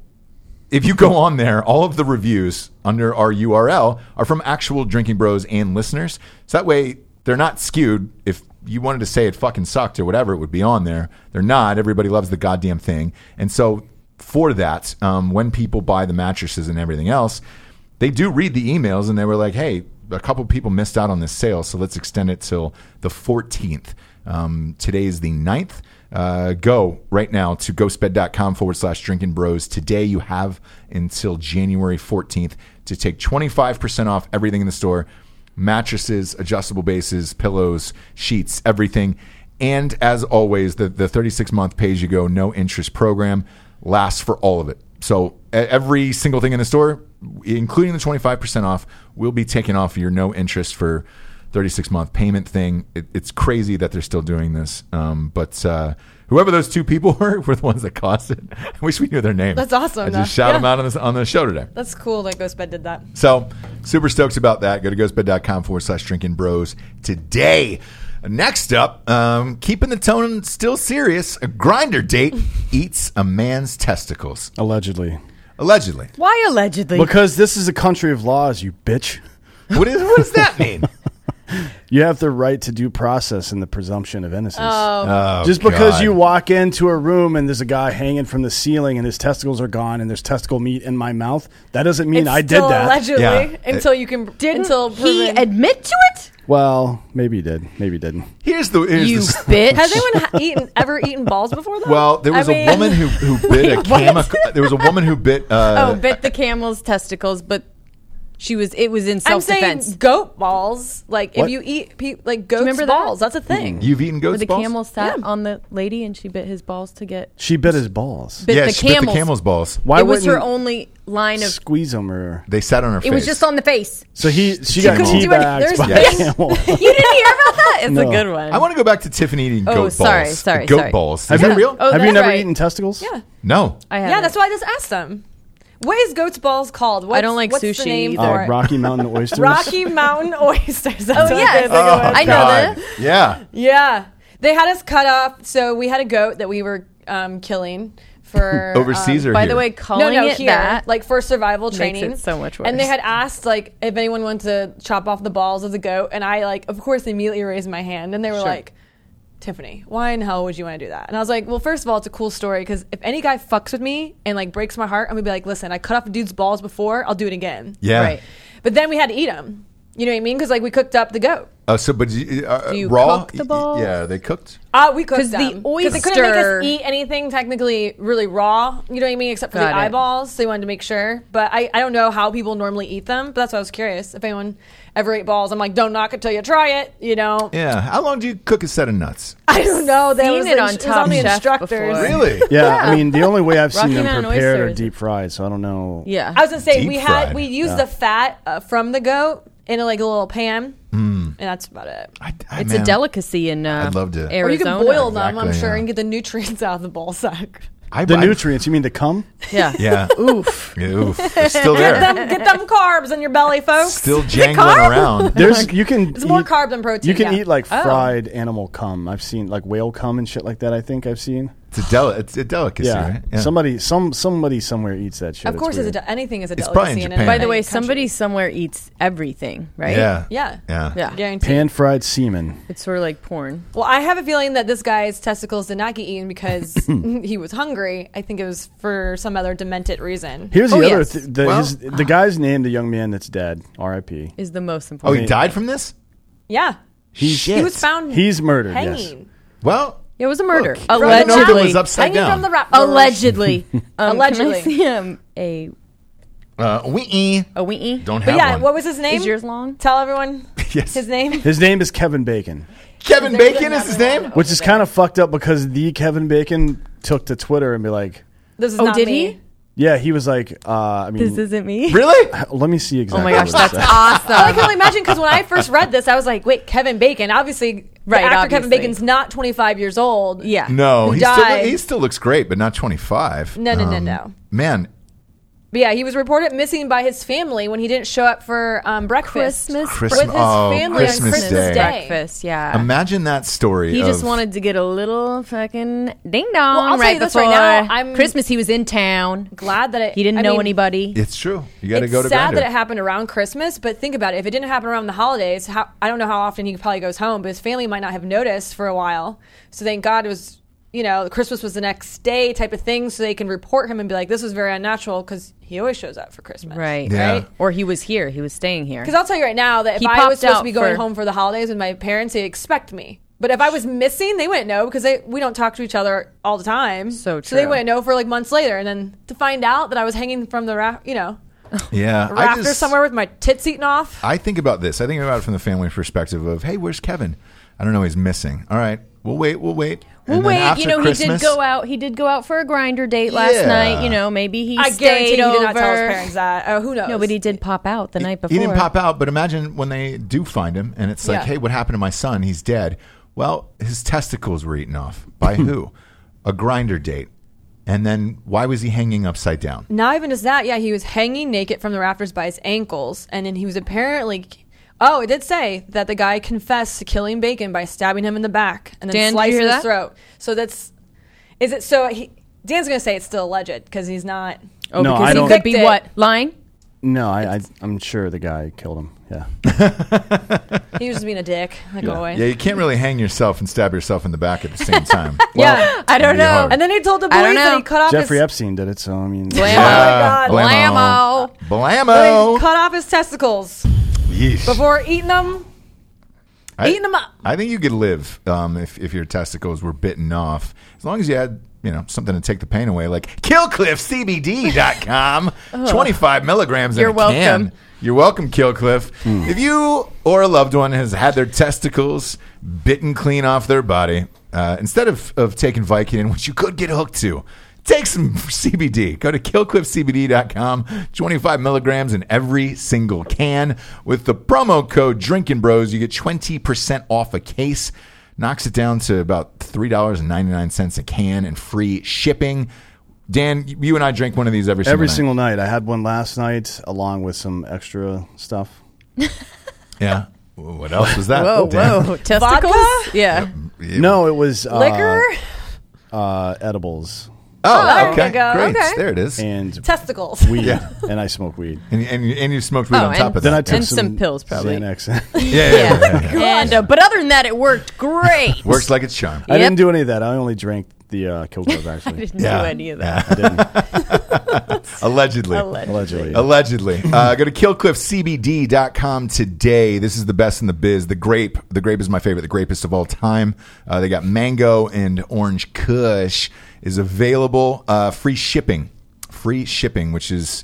S3: if you go on there, all of the reviews under our URL are from actual drinking bros and listeners. So that way they're not skewed. If you wanted to say it fucking sucked or whatever, it would be on there. They're not. Everybody loves the goddamn thing. And so for that, um, when people buy the mattresses and everything else, they do read the emails and they were like, hey, a couple people missed out on this sale, so let's extend it till the 14th. Um, today is the 9th. Uh, go right now to ghostbed.com forward slash drinking bros. Today you have until January 14th to take 25% off everything in the store mattresses, adjustable bases, pillows, sheets, everything. And as always, the, the 36 month pay as you go, no interest program lasts for all of it. So e- every single thing in the store, including the 25% off, will be taken off your no interest for 36 month payment thing. It, it's crazy that they're still doing this. Um, but uh, whoever those two people were, were the ones that caused it. I wish we knew their name.
S4: That's awesome,
S3: I
S4: though.
S3: just shout
S4: Yeah.
S3: them out on, this, on the show today.
S4: That's cool that Ghostbed did that.
S3: So, super stoked about that. Go to ghostbed.com forward slash drinking bros today. Next up, um, keeping the tone still serious, a grinder date eats a man's testicles.
S2: Allegedly.
S3: Allegedly.
S5: Why allegedly?
S2: Because this is a country of laws, you bitch.
S3: What, is, what does that mean?
S2: You have the right to due process and the presumption of innocence.
S3: Oh,
S2: Just because
S3: God.
S2: you walk into a room and there's a guy hanging from the ceiling and his testicles are gone and there's testicle meat in my mouth, that doesn't mean
S4: It's
S2: I did
S4: still
S2: that.
S4: allegedly
S3: Yeah.
S4: until you can
S5: didn't
S4: until
S5: he
S4: proven.
S5: admit to it?
S2: Well, maybe he did. Maybe he didn't.
S3: Here's the. Here's
S5: You
S3: the s-
S5: bitch!
S4: Has anyone ha- eaten ever eaten balls before though?
S3: well, there
S4: I
S3: was
S4: mean-
S3: a woman who, who bit a camel. There was a woman who bit.
S5: oh,
S3: Uh,
S5: bit the camel's testicles, but she was. It was in
S4: I'm
S5: self
S4: saying
S5: defense.
S4: goat balls. Like
S2: What?
S4: if you eat pe- like goats
S5: remember that?
S4: balls, that's a thing.
S3: You've eaten
S5: Where
S3: goat's
S5: the
S3: balls?
S5: camel sat on the lady and she bit his balls to get.
S2: She bit his balls.
S5: Bit
S3: yeah,
S5: the
S3: she bit the camel's balls.
S2: Why
S5: it was her
S2: wouldn't
S5: only line of.
S2: squeeze him or
S3: They sat on her
S5: It
S3: face.
S5: was just on the face.
S2: so he she
S3: couldn't
S2: got
S3: do any-
S2: teabagged
S4: there's-
S2: by
S4: Yes.
S2: a camel.
S5: you didn't hear about that? It's
S2: No.
S5: a good one.
S3: I want to go back to Tiffany eating
S5: Oh,
S3: goat
S5: sorry,
S3: balls.
S5: sorry,
S3: Goat
S5: sorry.
S3: balls. Is
S2: Have
S3: that
S2: you,
S3: real?
S5: Oh,
S2: have you
S5: that's
S2: never
S5: right.
S2: eaten testicles?
S3: Mm-hmm.
S4: Yeah.
S3: no.
S5: I
S4: Yeah,
S5: haven't.
S4: that's why I just asked them. What is goat's balls called? What's,
S5: I don't like
S4: what's The
S5: sushi
S4: name
S5: either.
S4: for
S2: Uh,
S4: it?
S2: Rocky Mountain oysters.
S4: Rocky Mountain oysters. That's
S5: Oh,
S4: what
S5: yes.
S4: they think of it.
S5: I know
S3: God.
S5: that.
S3: Yeah.
S4: Yeah, they had us cut off. So we had a goat that we were um, killing for
S3: Overseas
S4: um,
S3: or
S5: By
S3: here?
S5: the way,
S4: no,
S5: calling
S4: no,
S5: it
S4: here,
S5: that,
S4: like for survival
S5: it
S4: training,
S5: so much
S4: And they
S5: worse.
S4: had asked like if anyone wanted to chop off the balls of the goat, and I like, of course, immediately raised my hand, and they were
S5: Sure.
S4: like. Tiffany, why in hell would you want to do that? And I was like, well, first of all, it's a cool story because if any guy fucks with me and like breaks my heart, I'm gonna be like, listen, I cut off a dude's balls before, I'll do it again.
S3: Yeah.
S5: Right.
S4: But then we had to eat them. You know what I mean? Because like we cooked up the goat.
S3: Uh, so, but you- uh,
S5: Do you
S3: raw?
S5: cook the balls?
S3: Yeah, they cooked.
S4: Uh, we cooked
S5: 'Cause the
S4: them. they couldn't make
S5: oyster-
S4: us eat anything technically really raw, you know what I mean, except for the
S5: Got it.
S4: eyeballs. So they wanted to make sure. But I, I don't know how people normally eat them, but that's why I was curious. If anyone ever ate balls, I'm like, don't knock it till you try it, you know?
S3: Yeah. How long do you cook a set of nuts?
S4: I don't know. That
S5: Seen
S4: was,
S5: it on
S4: it was
S5: Top
S4: on the
S5: Chef
S4: instructors.
S5: before.
S3: Really?
S2: Yeah, I mean the only way I've seen
S5: Rocky
S2: them
S5: Mountain
S2: prepared
S5: oysters.
S2: are deep fried, so I don't know.
S5: yeah.
S4: I was gonna say
S3: Deep
S4: we
S3: fried. Hmm.
S4: had we used the fat uh, from the goat in a, like a little pan, and that's about it.
S3: I, I-
S5: It's
S3: man,
S5: a delicacy in uh,
S3: I'd love to- Or you
S5: Arizona.
S4: Or you can boil them, I'm
S3: Exactly,
S4: sure,
S3: yeah.
S4: and get the nutrients out of the ball sack.
S3: I-
S2: The
S3: I-
S2: nutrients, you mean the cum?
S5: Yeah.
S3: Yeah.
S5: Oof.
S3: Yeah, oof. They're still
S4: Get
S3: there.
S4: them, get them carbs in your belly, folks.
S3: Still jangling around.
S2: There's you can
S4: It's more carb than protein,
S2: You can
S4: yeah.
S2: eat like
S5: Oh.
S2: fried animal cum. I've seen like whale cum and shit like that. I think I've seen.
S3: It's a, deli- it's a delicacy,
S2: Yeah,
S3: right? Yeah.
S2: somebody some somebody somewhere eats that shit.
S4: of course, it's
S2: weird.
S4: a de- anything is a
S3: It's
S4: delicacy.
S3: probably in
S4: and
S3: Japan.
S5: By the
S4: any
S5: way,
S4: country.
S5: somebody somewhere eats everything, right?
S3: Yeah.
S4: Yeah.
S3: Yeah.
S5: Yeah.
S4: Guaranteed.
S2: pan fried semen.
S5: It's sort of like porn.
S4: Well, I have a feeling that this guy's testicles did not get eaten because he was hungry. I think it was for some other demented reason.
S2: Here's the
S5: Oh,
S2: other
S5: yes.
S2: th- the,
S3: Well-
S2: his, the guy's name, the young man that's dead, R.I.P.
S5: Is the most
S3: Oh,
S5: important.
S3: he died from this?
S4: Yeah.
S3: Shit.
S4: He was found
S2: He's murdered. Yes.
S4: hanging.
S3: Well,
S5: Yeah, it was a murder.
S3: Look, I didn't know that
S5: Allegedly.
S3: was upside
S4: Hanging from
S3: down.
S4: the rap
S5: Allegedly. Um, Can
S4: Allegedly.
S5: I see um, a,
S3: uh, we
S5: a wee
S3: don't have
S4: But yeah,
S3: one.
S4: what was his name?
S5: Is yours long?
S4: Tell everyone
S3: Yes.
S4: his name.
S2: His name is Kevin Bacon,
S3: Kevin Bacon is his name?
S2: which is kind of fucked up because the Kevin Bacon took to Twitter and be like,
S4: This is
S5: Oh,
S4: not
S5: did
S4: me.
S5: he?
S2: yeah, he was like, uh, I mean,
S5: This isn't me.
S3: Really?
S2: let me see exactly.
S5: Oh my gosh,
S2: what it
S5: that's
S2: said.
S4: I
S5: awesome.
S4: can only imagine because when I first read this, I was like, "Wait, Kevin Bacon? Obviously,
S5: Right,
S4: right? After Kevin
S5: obviously.
S4: Bacon's not 25 years old.
S5: Yeah.
S3: No,
S4: Who
S3: he still,
S4: died.
S3: he still looks great, but not 25.
S4: No, no, no, no.
S3: Man,
S4: But yeah, he was reported missing by his family when he didn't show up for um, breakfast.
S5: Christmas
S3: Christmas-
S4: with his
S3: oh,
S4: family
S3: Christmas
S4: on Christmas
S3: Day.
S4: Day.
S5: breakfast. Yeah.
S3: imagine that story.
S5: He just
S3: of-
S5: wanted to get a little fucking ding dong
S4: Well, I'll tell
S5: right
S4: you this
S5: before
S4: right now, I'm-
S5: Christmas. He was in town.
S4: Glad that it,
S5: He didn't
S4: I
S5: know
S4: mean,
S5: anybody.
S3: It's true. You got to
S4: it's
S3: go to
S4: sad
S3: Grindr.
S4: that it happened around Christmas, but think about it. If it didn't happen around the holidays, how, I don't know how often he probably goes home, but his family might not have noticed for a while. So thank God it was, you know, Christmas was the next day type of thing, so they can report him and be like, this was very unnatural because he always shows up for Christmas.
S5: Right.
S3: Yeah.
S5: Right. Or he was here. He was staying here.
S4: Because I'll tell you right now that if
S5: He
S4: I
S5: popped
S4: was supposed
S5: out
S4: to be going
S5: for-
S4: home for the holidays with my parents, they expect me. But if I was missing, they wouldn't know because they, we don't talk to each other all the time.
S5: So
S4: So they
S5: true.
S4: wouldn't know for like months later. And then to find out that I was hanging from the raft, you know,
S3: yeah, I
S4: rafter
S3: just,
S4: somewhere with my tits eaten off.
S3: I think about this. I think about it from the family perspective of, hey, where's Kevin? I don't know. He's missing. All right, we'll wait. We'll wait.
S5: well,
S3: And then
S5: wait.
S3: after
S5: You know,
S3: Christmas-
S5: he did go out. He did go out for a grinder date last
S3: Yeah.
S5: night. You know, maybe he
S4: I guarantee
S5: stayed
S4: he
S5: over.
S4: did not tell his parents that. Oh, who knows?
S5: No, but he did pop out the night before.
S3: He didn't pop out, but imagine when they do find him, and it's like,
S4: Yeah.
S3: hey, what happened to my son? He's dead. Well, his testicles were eaten off by who? A grinder date. And then why was he hanging upside down?
S4: Not even just that. Yeah, he was hanging naked from the rafters by his ankles, and then he was apparently. Oh, it did say that the guy confessed to killing Bacon by stabbing him in the back and then
S5: Dan, did you
S4: slicing
S5: hear
S4: his
S5: that?
S4: throat. So that's. Is it so? He, Dan's gonna say it's still alleged because he's not.
S5: Oh,
S2: No,
S5: because
S2: I
S5: he
S2: don't-
S5: could be
S4: Convicted.
S5: what lying.
S2: No, I, I, I'm sure the guy killed him. Yeah,
S4: He was just being a dick, like always.
S3: Yeah, you can't really hang yourself and stab yourself in the back at the same time.
S4: Yeah.
S5: I
S3: It'd
S5: don't
S3: be
S5: know.
S3: hard.
S4: And then he told the
S5: I don't
S4: police that he
S5: know.
S4: cut off
S2: Jeffrey
S4: his.
S2: Epstein did it. So I mean,
S5: Blam-
S3: Yeah,
S4: Oh my
S5: God.
S3: Blammo.
S4: Cut off his testicles
S3: Yeesh.
S4: before eating them.
S3: I-
S4: eating them up.
S3: I think you could live um, if, if your testicles were bitten off, as long as you had you know something to take the pain away, like KillcliffCBD.com, twenty five milligrams. in
S5: You're
S3: a can.
S5: welcome.
S3: You're welcome, Killcliff. If you or a loved one has had their testicles bitten clean off their body, uh, instead of of taking Vicodin, which you could get hooked to. Take some CBD. Go to killcliffcbd.com. 25 milligrams in every single can. With the promo code Drinking Bros, you get 20% off a case knocks it down to about three dollars and ninety nine cents a can and free shipping. Dan, you and I drink one of these every single
S2: every
S3: night.
S2: single night. I had one last night along with some extra stuff.
S3: yeah. What else was that?
S5: Whoa,
S3: Dan?
S5: whoa, testicles.
S4: Vodka?
S5: Yeah.
S2: No, it was uh,
S4: Liquor?
S2: uh, edibles
S3: Oh,
S4: there
S3: okay,
S4: you go.
S3: great.
S4: Okay.
S3: There it is. And
S2: and
S4: testicles.
S2: weed,
S3: Yeah.
S2: and I smoke weed.
S3: and, and you smoked weed
S5: Oh,
S3: on top
S5: and-
S3: of that.
S2: Then I took
S5: And some pills, probably.
S2: Xanax.
S3: yeah, yeah, yeah, yeah.
S5: And uh, but other than that, it worked great.
S3: Works like a charm.
S2: I
S5: Yep.
S2: didn't do any of that. I only drank the uh, Kill Club, actually.
S5: Didn't
S3: Yeah.
S5: do any of
S2: I
S5: that.
S2: didn't,
S3: Allegedly.
S2: allegedly.
S3: Allegedly. Uh, go to killcliffcbd.com today. This is the best in the biz. The grape. The grape is my favorite, the grapest of all time. Uh, they got mango and orange kush is available. Uh, free shipping. Free shipping, which is,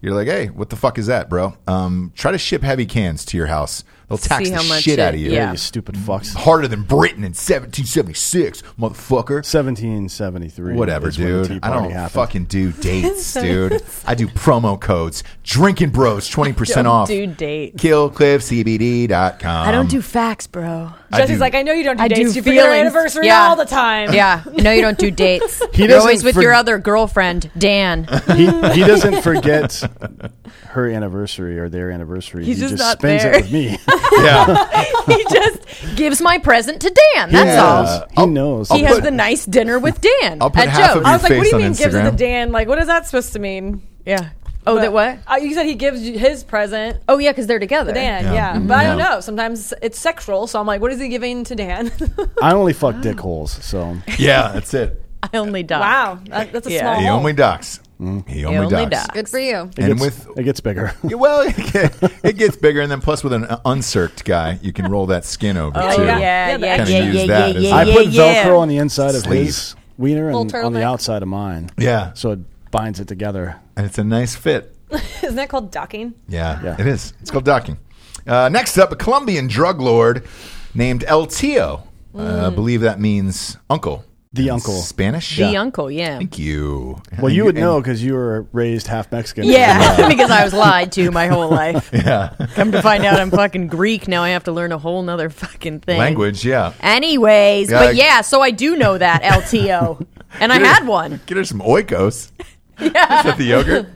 S3: you're like, hey, what the fuck is that, bro? Um, try to ship heavy cans to your house. They'll tax
S5: See
S3: the
S5: how much
S3: shit
S5: it-
S3: out of you.
S5: yeah.
S2: You stupid fucks.
S3: Harder than Britain in 1776, motherfucker.
S2: 1773.
S3: Whatever,
S2: is when the
S3: dude.
S2: Tea
S3: I don't
S2: Party happened.
S3: fucking do dates, dude. I do promo codes. Drinking Bros, 20% off. Um,
S5: do date.
S3: KillCliffCBD.com.
S5: I don't do facts, bro.
S3: I
S4: Jesse's
S3: do-
S4: like, I know you don't do
S5: I
S4: dates.
S5: do
S4: you feel your
S5: feelings.
S4: anniversary
S5: Yeah.
S4: all the time.
S5: Yeah, no, you don't do dates.
S2: He
S5: You're always
S2: doesn't
S5: with
S2: for-
S5: your other girlfriend, Dan.
S2: he, he doesn't forget her anniversary or their anniversary.
S5: He's
S2: he
S5: just
S2: just
S5: not
S2: spends
S5: there.
S2: it with me.
S3: Yeah.
S5: he just gives my present to Dan. That's
S2: Yeah.
S5: all.
S2: He knows.
S5: He has the nice dinner with Dan
S3: I'll put
S5: at
S3: half of
S5: Joe's.
S4: I was like, what
S3: Face
S4: do you
S3: on
S4: mean gives it
S3: Instagram.
S4: to Dan? Like, what is that supposed to mean?
S5: yeah. Oh, that what?
S4: Uh, you said he gives you his present.
S5: Oh, yeah, because they're together.
S4: Dan,
S3: Yeah.
S4: yeah.
S3: Mhm.
S4: But I don't
S3: Yeah.
S4: know. Sometimes it's sexual, so I'm like, what is he giving to Dan?
S2: I only fuck dick holes, so
S3: yeah, that's it.
S5: I only die.
S4: wow, that, that's a
S5: Yeah.
S4: small.
S3: He
S4: hole.
S3: only ducks. He only,
S5: only
S3: ducks.
S5: ducks.
S4: Good for you.
S2: it,
S3: And
S2: gets,
S3: with-
S2: it gets bigger.
S3: Yeah, Well, it get- it gets bigger, and then plus with an uncirked guy, you can roll that skin over too.
S5: Oh, yeah,
S4: Yeah,
S5: yeah,
S4: the
S5: yeah,
S4: extra-
S5: yeah,
S3: Kinda
S5: yeah,
S3: use
S5: yeah,
S3: that as a-
S5: yeah.
S2: I put
S5: yeah.
S2: Velcro on the inside of
S3: Sleeve.
S2: his wiener and
S4: Little
S2: on the
S4: turtleneck.
S2: outside of mine.
S3: Yeah.
S2: So it binds it together.
S3: and it's a nice fit.
S4: Isn't that called docking?
S3: Yeah,
S2: Yeah.
S3: it is. It's called docking. Uh, next up, a Colombian drug lord named El Tio. Uh, I believe that means uncle.
S2: The
S3: in
S2: uncle.
S3: Spanish.
S5: The uncle, yeah.
S3: Thank you.
S2: Well, you would
S3: And-
S2: know because you were raised half Mexican. uh,
S5: Yeah, because I was lied to my whole life.
S3: Yeah.
S5: Come to find out I'm fucking Greek. Now I have to learn a whole nother fucking thing.
S3: Language, yeah.
S5: Anyways,
S3: Yeah, I-
S5: but yeah, so I do know that LTO. and I had one.
S3: Get her some oikos. Yeah. Is that the yogurt?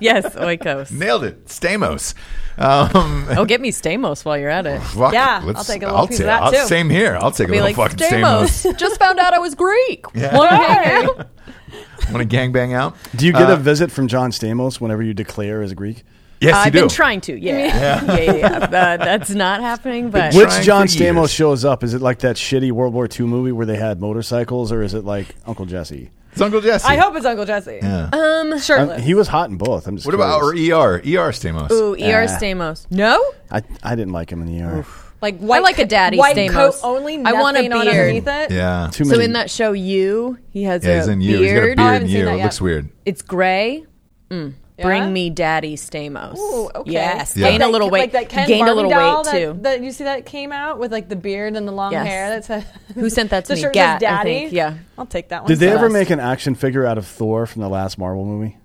S5: Yes, Oikos.
S3: Nailed it. Stamos. Um,
S5: Oh, get me Stamos while you're at it.
S3: fuck,
S4: Yeah,
S3: let's-
S4: I'll take a little
S3: I'll
S4: piece
S3: ta-
S4: of that,
S3: I'll-
S4: too.
S3: Same here. I'll take a
S5: Be
S3: little
S5: like,
S3: fucking Stamos.
S5: Stamos, just found out I was Greek.
S3: Yeah.
S5: Wanna hang out?
S3: Want to gangbang out?
S2: Do you get
S3: Uh,
S2: a visit from John Stamos whenever you declare as Greek?
S3: Yes, you
S5: I've
S3: do.
S5: been trying to, yeah. Yeah, yeah, yeah. Uh, that's not happening, but
S3: Been
S2: Which
S3: trying
S2: John
S3: for
S2: Stamos
S3: years.
S2: shows up? Is it like that shitty World War II movie where they had motorcycles, or is it like Uncle Jesse?
S3: It's Uncle Jesse.
S4: I hope it's Uncle Jesse.
S3: Yeah.
S5: um
S2: I-
S4: Shirtless.
S2: he was hot in both. I'm just
S3: What about or
S2: curious.
S3: ER? ER Stamos.
S5: Ooh, ER Stamos. No?
S2: I, I didn't like him in the ER.
S4: Like white,
S5: I like a daddy
S4: white
S5: Stamos.
S4: coat only.
S5: I want a
S4: nothing on
S5: beard.
S4: underneath it.
S3: Yeah.
S2: Too many.
S5: So in that show you, he has
S3: Yeah,
S5: a
S3: he's in you. He's got a
S5: beard.
S3: beard
S4: Oh, I
S3: in
S4: haven't seen
S3: you.
S4: that
S3: It
S4: yet.
S3: looks weird.
S5: It's gray. Mm.
S4: Yeah?
S5: Bring me daddy Stamos.
S4: Ooh, okay.
S5: Yes.
S3: Yeah.
S5: Gain a little
S4: Like
S5: weight.
S4: that Ken
S5: Gain a
S4: Barbie
S5: little
S4: doll
S5: weight
S4: that,
S5: too.
S4: That you see that came out with like the beard and the long
S5: Yes.
S4: hair. That's a,
S5: Who sent that to
S4: the
S5: me?
S4: Shirt
S5: Gat, I
S4: says daddy.
S5: think. Yeah.
S4: I'll take that one.
S2: Did they
S4: So-
S2: ever make an action figure out of Thor from the last Marvel movie?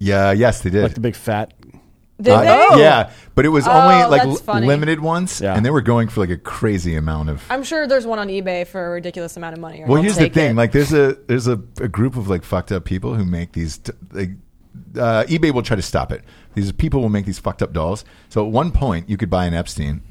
S3: Yeah, yes, they did.
S2: Like the big fat.
S4: Did
S3: Uh,
S4: they?
S3: Yeah, but it was
S4: Oh,
S3: only like
S4: that's
S3: l-
S4: funny.
S3: limited ones,
S2: Yeah.
S3: and they were going for like a crazy amount of.
S4: I'm sure there's one on eBay for a ridiculous amount of money. Right?
S3: well, here's the
S5: take
S3: thing:
S5: it.
S3: like, there's a there's a, a group of like fucked up people who make these. T- like, uh, eBay will try to stop it. These people will make these fucked up dolls. So at one point, you could buy an Epstein.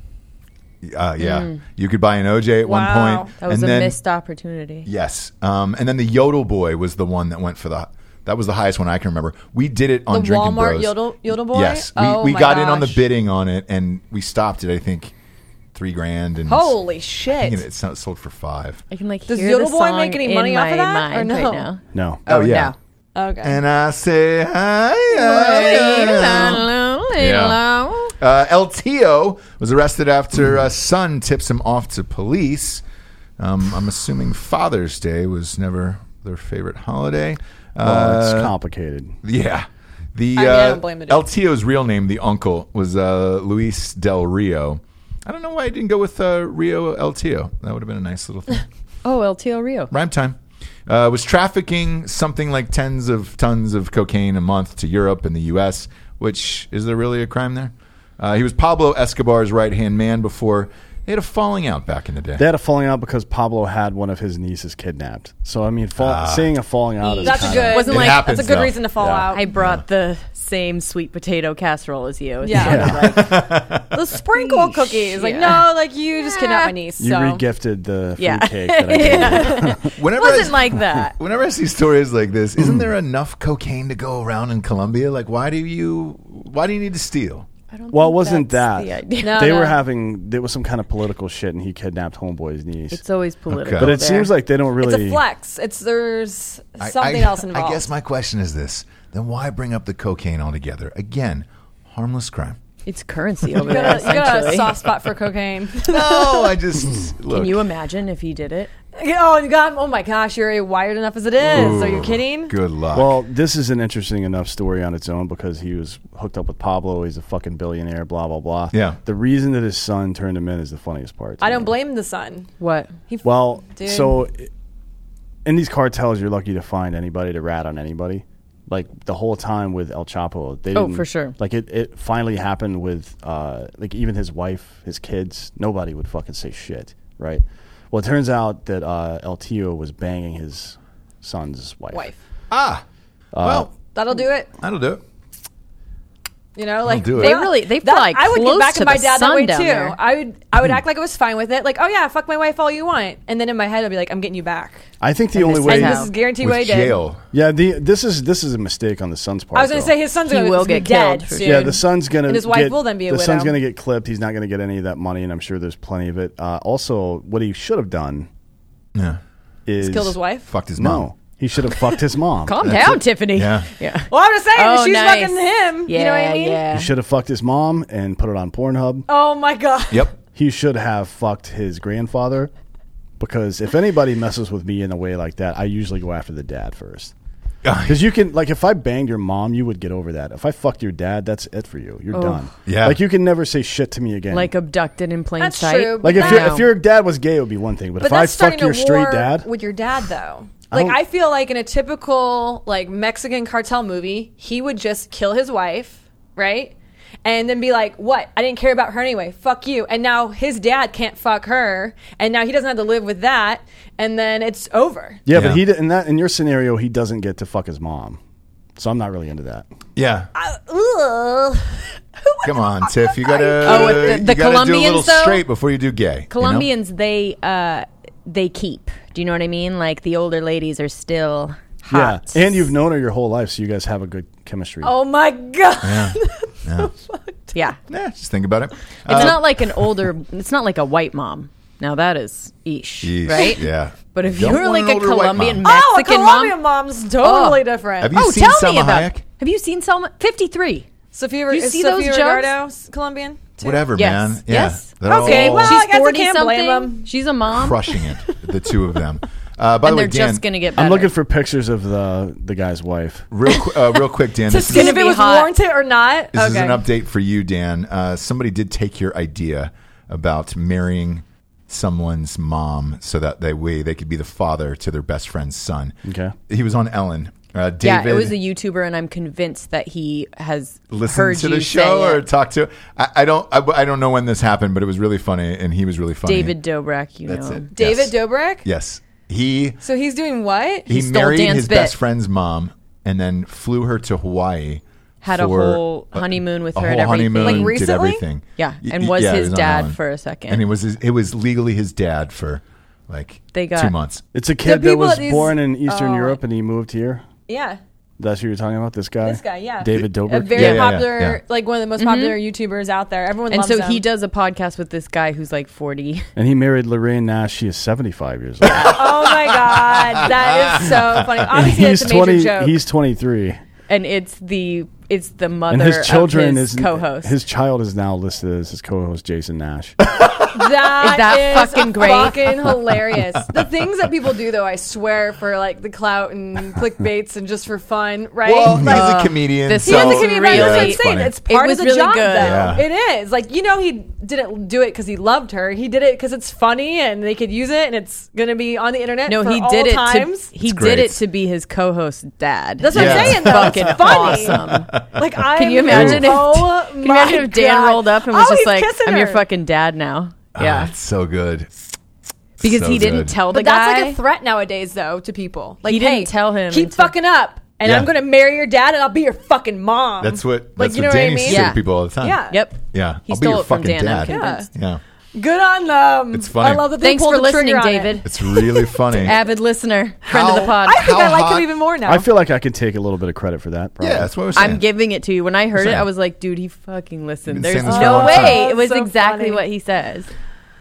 S3: Uh, yeah, you could buy an OJ at
S4: Mm. Wow.
S3: one point.
S5: That was
S3: and
S5: a
S3: then,
S5: missed opportunity.
S3: Yes, um, and then the Yodel Boy was the one that went for the. That was the highest one I can remember. We did it on
S4: The
S3: Drinking
S4: Walmart
S3: Bros.
S4: Yodel- Yodel Boy?
S3: Yes, we,
S4: Oh
S3: we
S4: my
S3: got in on the
S4: gosh.
S3: bidding on it, and we stopped it. I think three grand and
S4: Holy
S3: I
S4: shit!
S3: think it sold- sold for five.
S5: I can like
S4: Does
S5: hear
S4: Yodel
S5: the
S4: Boy
S5: song
S4: make any
S5: in
S4: money off
S5: my
S4: of that,
S5: mind
S4: or no?
S5: right now.
S2: No.
S3: Oh, yeah.
S4: Okay.
S3: And I say hi. Yeah. Uh, LTO was arrested after uh, son tips him off to police. Um, I'm assuming Father's Day was never their favorite holiday.
S2: Well, Oh, it's
S3: Uh,
S2: complicated.
S3: Yeah. The
S4: I mean, I
S3: uh,
S4: don't blame the dude.
S3: LTO's real name, the uncle, was uh, Luis Del Rio. I don't know why I didn't go with uh, Rio LTO. That would have been a nice little thing.
S5: Oh, LTL Rio.
S3: Rhyme time. Uh, was trafficking something like tens of tons of cocaine a month to Europe and the U.S., which is there really a crime there? Uh, he was Pablo Escobar's right hand man before they had a falling out back in the day.
S2: They had a falling out because Pablo had one of his nieces kidnapped. So I mean, fall,
S3: Ah.
S2: seeing a falling out is
S4: that's a
S2: kinda-
S4: good.
S5: Wasn't
S3: It
S5: like-
S3: happens,
S4: that's a good
S3: though.
S4: reason to fall
S2: Yeah.
S4: out.
S5: I brought the same sweet potato casserole as you. It's
S4: Yeah.
S5: sort of like-
S4: the sprinkle cookies. Like
S5: Yeah.
S4: no, like you just kidnapped my niece.
S2: You
S4: so.
S2: regifted the free
S5: Yeah.
S2: cake. That I gave you.
S3: Whenever I-
S5: wasn't like that.
S3: Whenever I see stories like this, isn't there enough cocaine to go around in Colombia? Like, why do you why do you need to steal?
S2: Well, it wasn't
S5: That's
S2: that.
S5: the idea.
S4: No,
S2: they
S4: no.
S2: were having there was some kind of political shit, and he kidnapped homeboy's niece.
S5: It's always political.
S3: Okay.
S2: but
S3: all
S2: it
S5: there.
S2: seems like they don't
S4: it's
S2: really.
S4: a flex. It's there's
S3: I-
S4: something
S3: I,
S4: else involved.
S3: I guess my question is this: Then why bring up the cocaine altogether? Again, harmless crime.
S5: it's currency over
S4: you
S5: there.
S4: got, a, you got a
S5: essentially.
S4: soft spot for cocaine.
S3: No, I just look.
S5: Can you imagine if he did it?
S4: Oh, you got. Oh my gosh, you're already wired enough as it is. Are you kidding?
S3: Good luck.
S2: Well, this is an interesting enough story on its own because he was hooked up with Pablo. He's a fucking billionaire. Blah blah blah.
S3: Yeah.
S2: The reason that his son turned him in is the funniest part. to
S4: I
S2: me.
S4: don't blame the son.
S5: What?
S4: He f-
S2: Well,
S4: Dude.
S2: so in these cartels, you're lucky to find anybody to rat on anybody. Like the whole time with El Chapo, they
S5: Oh,
S2: didn't-
S5: for sure.
S2: Like it, it finally happened with uh, like even his wife, his kids. Nobody would fucking say shit, right? Well, it turns out that uh, El Tio was banging his son's wife.
S4: wife.
S3: ah, well,
S4: That'll do it.
S3: that'll do it.
S4: You know, like
S3: do it.
S5: They really- they fly
S4: I would
S5: close
S4: get back
S5: to
S4: at my
S5: the
S4: dad that
S5: sun
S4: way
S5: down
S4: too.
S5: there.
S4: I would I would act like I was fine with it. Like, oh yeah, fuck my wife all you want, and then in my head I'll be like, I'm getting you back.
S2: I think the only
S5: this
S2: way.
S5: is
S4: And
S5: how-
S4: this is guaranteed
S3: With
S4: way
S3: jail.
S2: Yeah, the this is this is a mistake on the son's part.
S4: I was going
S2: though.
S4: to say his son's
S5: He
S4: going
S5: will
S4: to be
S5: get
S4: dead.
S5: killed for
S4: soon.
S5: sure.
S2: Yeah, the son's gonna.
S4: And his wife
S2: get-
S4: will then be a
S2: the son's
S4: widow.
S2: gonna get clipped. He's not gonna get any of that money, and I'm sure there's plenty of it. Uh, also, what he should have done
S3: Yeah,
S2: is
S4: killed his wife.
S3: fucked his mom.
S2: No, he should have fucked his mom.
S5: Calm down, Tiffany.
S3: Yeah.
S5: Yeah.
S4: Well, I'm just saying,
S5: Oh,
S4: she's
S5: nice.
S4: fucking him.
S5: Yeah,
S4: you know what I mean?
S5: Yeah.
S2: He should have fucked his mom and put it on Pornhub.
S4: Oh my god.
S3: Yep.
S2: He should have fucked his grandfather because if anybody messes with me in a way like that, I usually go after the dad first.
S3: Ah,
S2: Because you can, like, if I banged your mom, you would get over that. If I fucked your dad, that's it for you. You're done.
S3: Yeah.
S2: Like, you can never say shit to me again.
S5: Like abducted in plain
S4: That's
S5: sight.
S4: true,
S2: Like
S4: but
S2: if,
S4: that-
S2: your
S5: No.
S2: if your dad was gay, it would be one thing. But, if I fuck
S4: starting
S2: your
S4: a
S2: straight
S4: war
S2: dad,
S4: with your dad though.
S2: I
S4: Like
S2: don't-
S4: I feel like in a typical like Mexican cartel movie, he would just kill his wife, right? And then be like, "What? I didn't care about her anyway. Fuck you." And now his dad can't fuck her, and now he doesn't have to live with that, and then it's over.
S2: yeah,
S3: Yeah.
S2: But he did- in that in your scenario, he doesn't get to fuck his mom. So I'm not really into that.
S3: Yeah.
S5: Uh,
S4: Ugh.
S3: Come on, Tiff. You gotta.
S5: Oh, with the-
S3: you
S5: the
S3: gotta do a little
S5: Colombians, though?
S3: straight before you do gay. you know?
S5: Colombians, they uh, they keep. Do you know what I mean? Like the older ladies are still hot.
S2: Yeah, and you've known her your whole life, so you guys have a good chemistry.
S4: Oh my god.
S5: yeah.
S3: Yeah, Uh, just think about it. Ah,
S5: It's not like an older. It's not like a white mom. Now that is ish,
S3: Jeez,
S5: right?
S3: Yeah.
S5: But if
S3: Don't
S5: you're
S3: want
S5: like
S3: an
S5: a
S3: older white
S5: Colombian
S3: mom.
S4: Oh, a
S5: Mexican
S4: Colombian
S5: mom.
S4: mom's totally
S5: Oh.
S4: different.
S3: Have you
S5: oh,
S3: seen
S5: tell
S3: Selma
S5: me about.
S3: Hayek?
S5: Have you seen Selma? Fifty three.
S4: Sophia,
S5: You
S4: is
S5: see those
S4: Sofia
S5: jokes?
S4: Vergara Colombian? too?
S3: Whatever,
S5: Yes.
S3: man. Yeah.
S5: Yes.
S3: They're
S4: Okay,
S3: all
S4: well, I
S5: She's
S4: guess I
S5: forty
S4: can't blame
S5: something.
S4: 'em.
S5: She's a mom,
S3: crushing it. The two of them. Uh, by
S5: and
S3: the
S5: they're
S3: way, Dan,
S5: just gonna get. Better.
S2: I'm looking for pictures of the the guy's wife.
S3: real qu- uh, real quick, Dan. this
S4: Just
S3: is,
S4: seeing
S5: gonna
S4: if it
S5: be
S4: was
S5: hot.
S4: warranted or not.
S3: this
S4: okay.
S3: is an update for you, Dan. Uh, somebody did take your idea about marrying someone's mom so that they way they could be the father to their best friend's son.
S2: Okay.
S3: He was on Ellen. Uh,
S5: Yeah,
S3: David
S5: it was a YouTuber, and I'm convinced that he has
S3: listen
S5: heard
S3: to
S5: you
S3: the
S5: say
S3: show or
S5: it.
S3: talk to. I, I don't. I, I don't know when this happened, but it was really funny, and he was really funny.
S5: David Dobrik. You
S3: that's
S5: know,
S3: it.
S4: David
S3: yes.
S4: Dobrik?
S3: Yes, he
S4: So he's doing what?
S3: he,
S5: stole
S3: married
S5: Dan's
S3: his
S5: bit.
S3: best friend's mom, and then flew her to Hawaii.
S5: had a
S3: for
S5: whole honeymoon with
S3: a
S5: her and
S3: whole
S5: everything.
S3: honeymoon.
S4: Like,
S3: did
S4: recently?
S3: everything.
S5: Yeah,
S3: Y-
S5: and
S3: y-
S5: was
S3: yeah, it
S5: his
S3: on
S5: dad
S3: Ellen.
S5: for a second.
S3: and it was his, it was legally his dad for like
S5: They got-
S3: two months.
S2: It's a kid that
S4: people
S2: was
S4: at these-
S2: born in Eastern
S4: oh.
S2: Europe and he moved here.
S4: Yeah.
S2: That's who you're talking about. This guy.
S4: This guy, yeah.
S2: David
S4: A
S2: Dobrik.
S4: very
S3: Yeah, yeah, yeah,
S4: popular,
S3: yeah.
S4: like one of the most popular YouTubers out there. Everyone
S5: Mm-hmm. and
S4: loves
S5: so
S4: him.
S5: he does a podcast with this guy who's like 40.
S2: and he married Lorraine Nash. She is 75 years old.
S4: Oh my God. That is so funny. Obviously,
S2: he's
S4: it's a major
S2: 20.
S4: joke.
S2: He's 23.
S5: and it's the it's the mother
S2: And his children
S5: of his
S2: is
S5: co-host.
S2: His child is now listed as his co-host Jason Nash.
S4: That
S5: Is that
S4: is
S5: fucking great?
S4: fucking hilarious. The things that people do, though, I swear, for like the clout and clickbaits and just for fun, right?
S3: Well,
S4: like,
S3: he's a comedian.
S5: uh, this
S4: he
S3: so
S4: has
S5: was
S4: a comedian really,
S5: really-
S4: that's
S3: it's
S4: insane.
S3: funny.
S4: It's part
S5: It was
S4: of the
S5: really
S4: job,
S5: good.
S4: though.
S5: Yeah.
S4: It is like you know he didn't do it because he loved her. He did it because it's funny and they could use it, and it's gonna be on the internet.
S5: no,
S4: for
S5: he
S4: all
S5: did it
S4: times.
S5: to he
S3: It's great.
S5: did it to be his co-host's dad.
S4: That's what
S3: Yeah.
S4: I'm saying, though.
S5: fucking
S4: It's funny.
S5: awesome.
S4: Like I
S5: Can you imagine if
S4: oh
S5: Can you imagine
S4: my
S5: if Dan
S4: God.
S5: rolled up and was
S4: Oh,
S5: just
S4: he's
S5: like,
S4: kissing
S5: "I'm your
S4: her."
S5: fucking dad now."
S3: yeah,
S5: Yeah,
S3: Ah, it's so good.
S5: because
S3: so
S5: he didn't
S3: good.
S5: tell the
S4: But
S5: guy.
S4: that's like a threat nowadays, though, to people. Like
S5: He didn't
S4: hey,
S5: tell him
S4: Keep
S5: until-
S4: fucking up, and
S3: Yeah.
S4: I'm gonna marry your dad, and I'll be your fucking mom.
S3: That's what
S4: Like
S3: that's
S4: you know
S3: what
S4: what I
S3: Danny
S4: mean?
S3: says
S5: Yeah.
S3: to people all the time.
S4: Yeah.
S5: Yep.
S3: Yeah.
S5: He
S3: I'll be
S5: stole
S3: your
S5: it from
S3: fucking
S5: Dan. I'm
S3: dad.
S5: convinced.
S3: Yeah.
S4: Good on them.
S3: It's funny.
S4: I love that they
S5: Thanks
S4: pulled
S5: for
S4: the
S5: listening,
S4: trigger on it.
S5: David.
S3: It's really funny.
S5: Avid listener, friend of
S3: How-
S5: the pod.
S4: I think
S3: How
S4: I like
S3: hot-
S4: him even more now.
S2: I feel like I could take a little bit of credit for that. Probably.
S3: yeah, that's what I was saying.
S5: I'm giving it to you. When I heard it,
S3: Saying.
S5: I was like, "Dude, he fucking listened."
S3: Been
S5: There's
S3: saying this for a
S5: no
S3: long
S5: way.
S4: time.
S5: It was
S4: So
S5: exactly
S4: funny.
S5: what he says.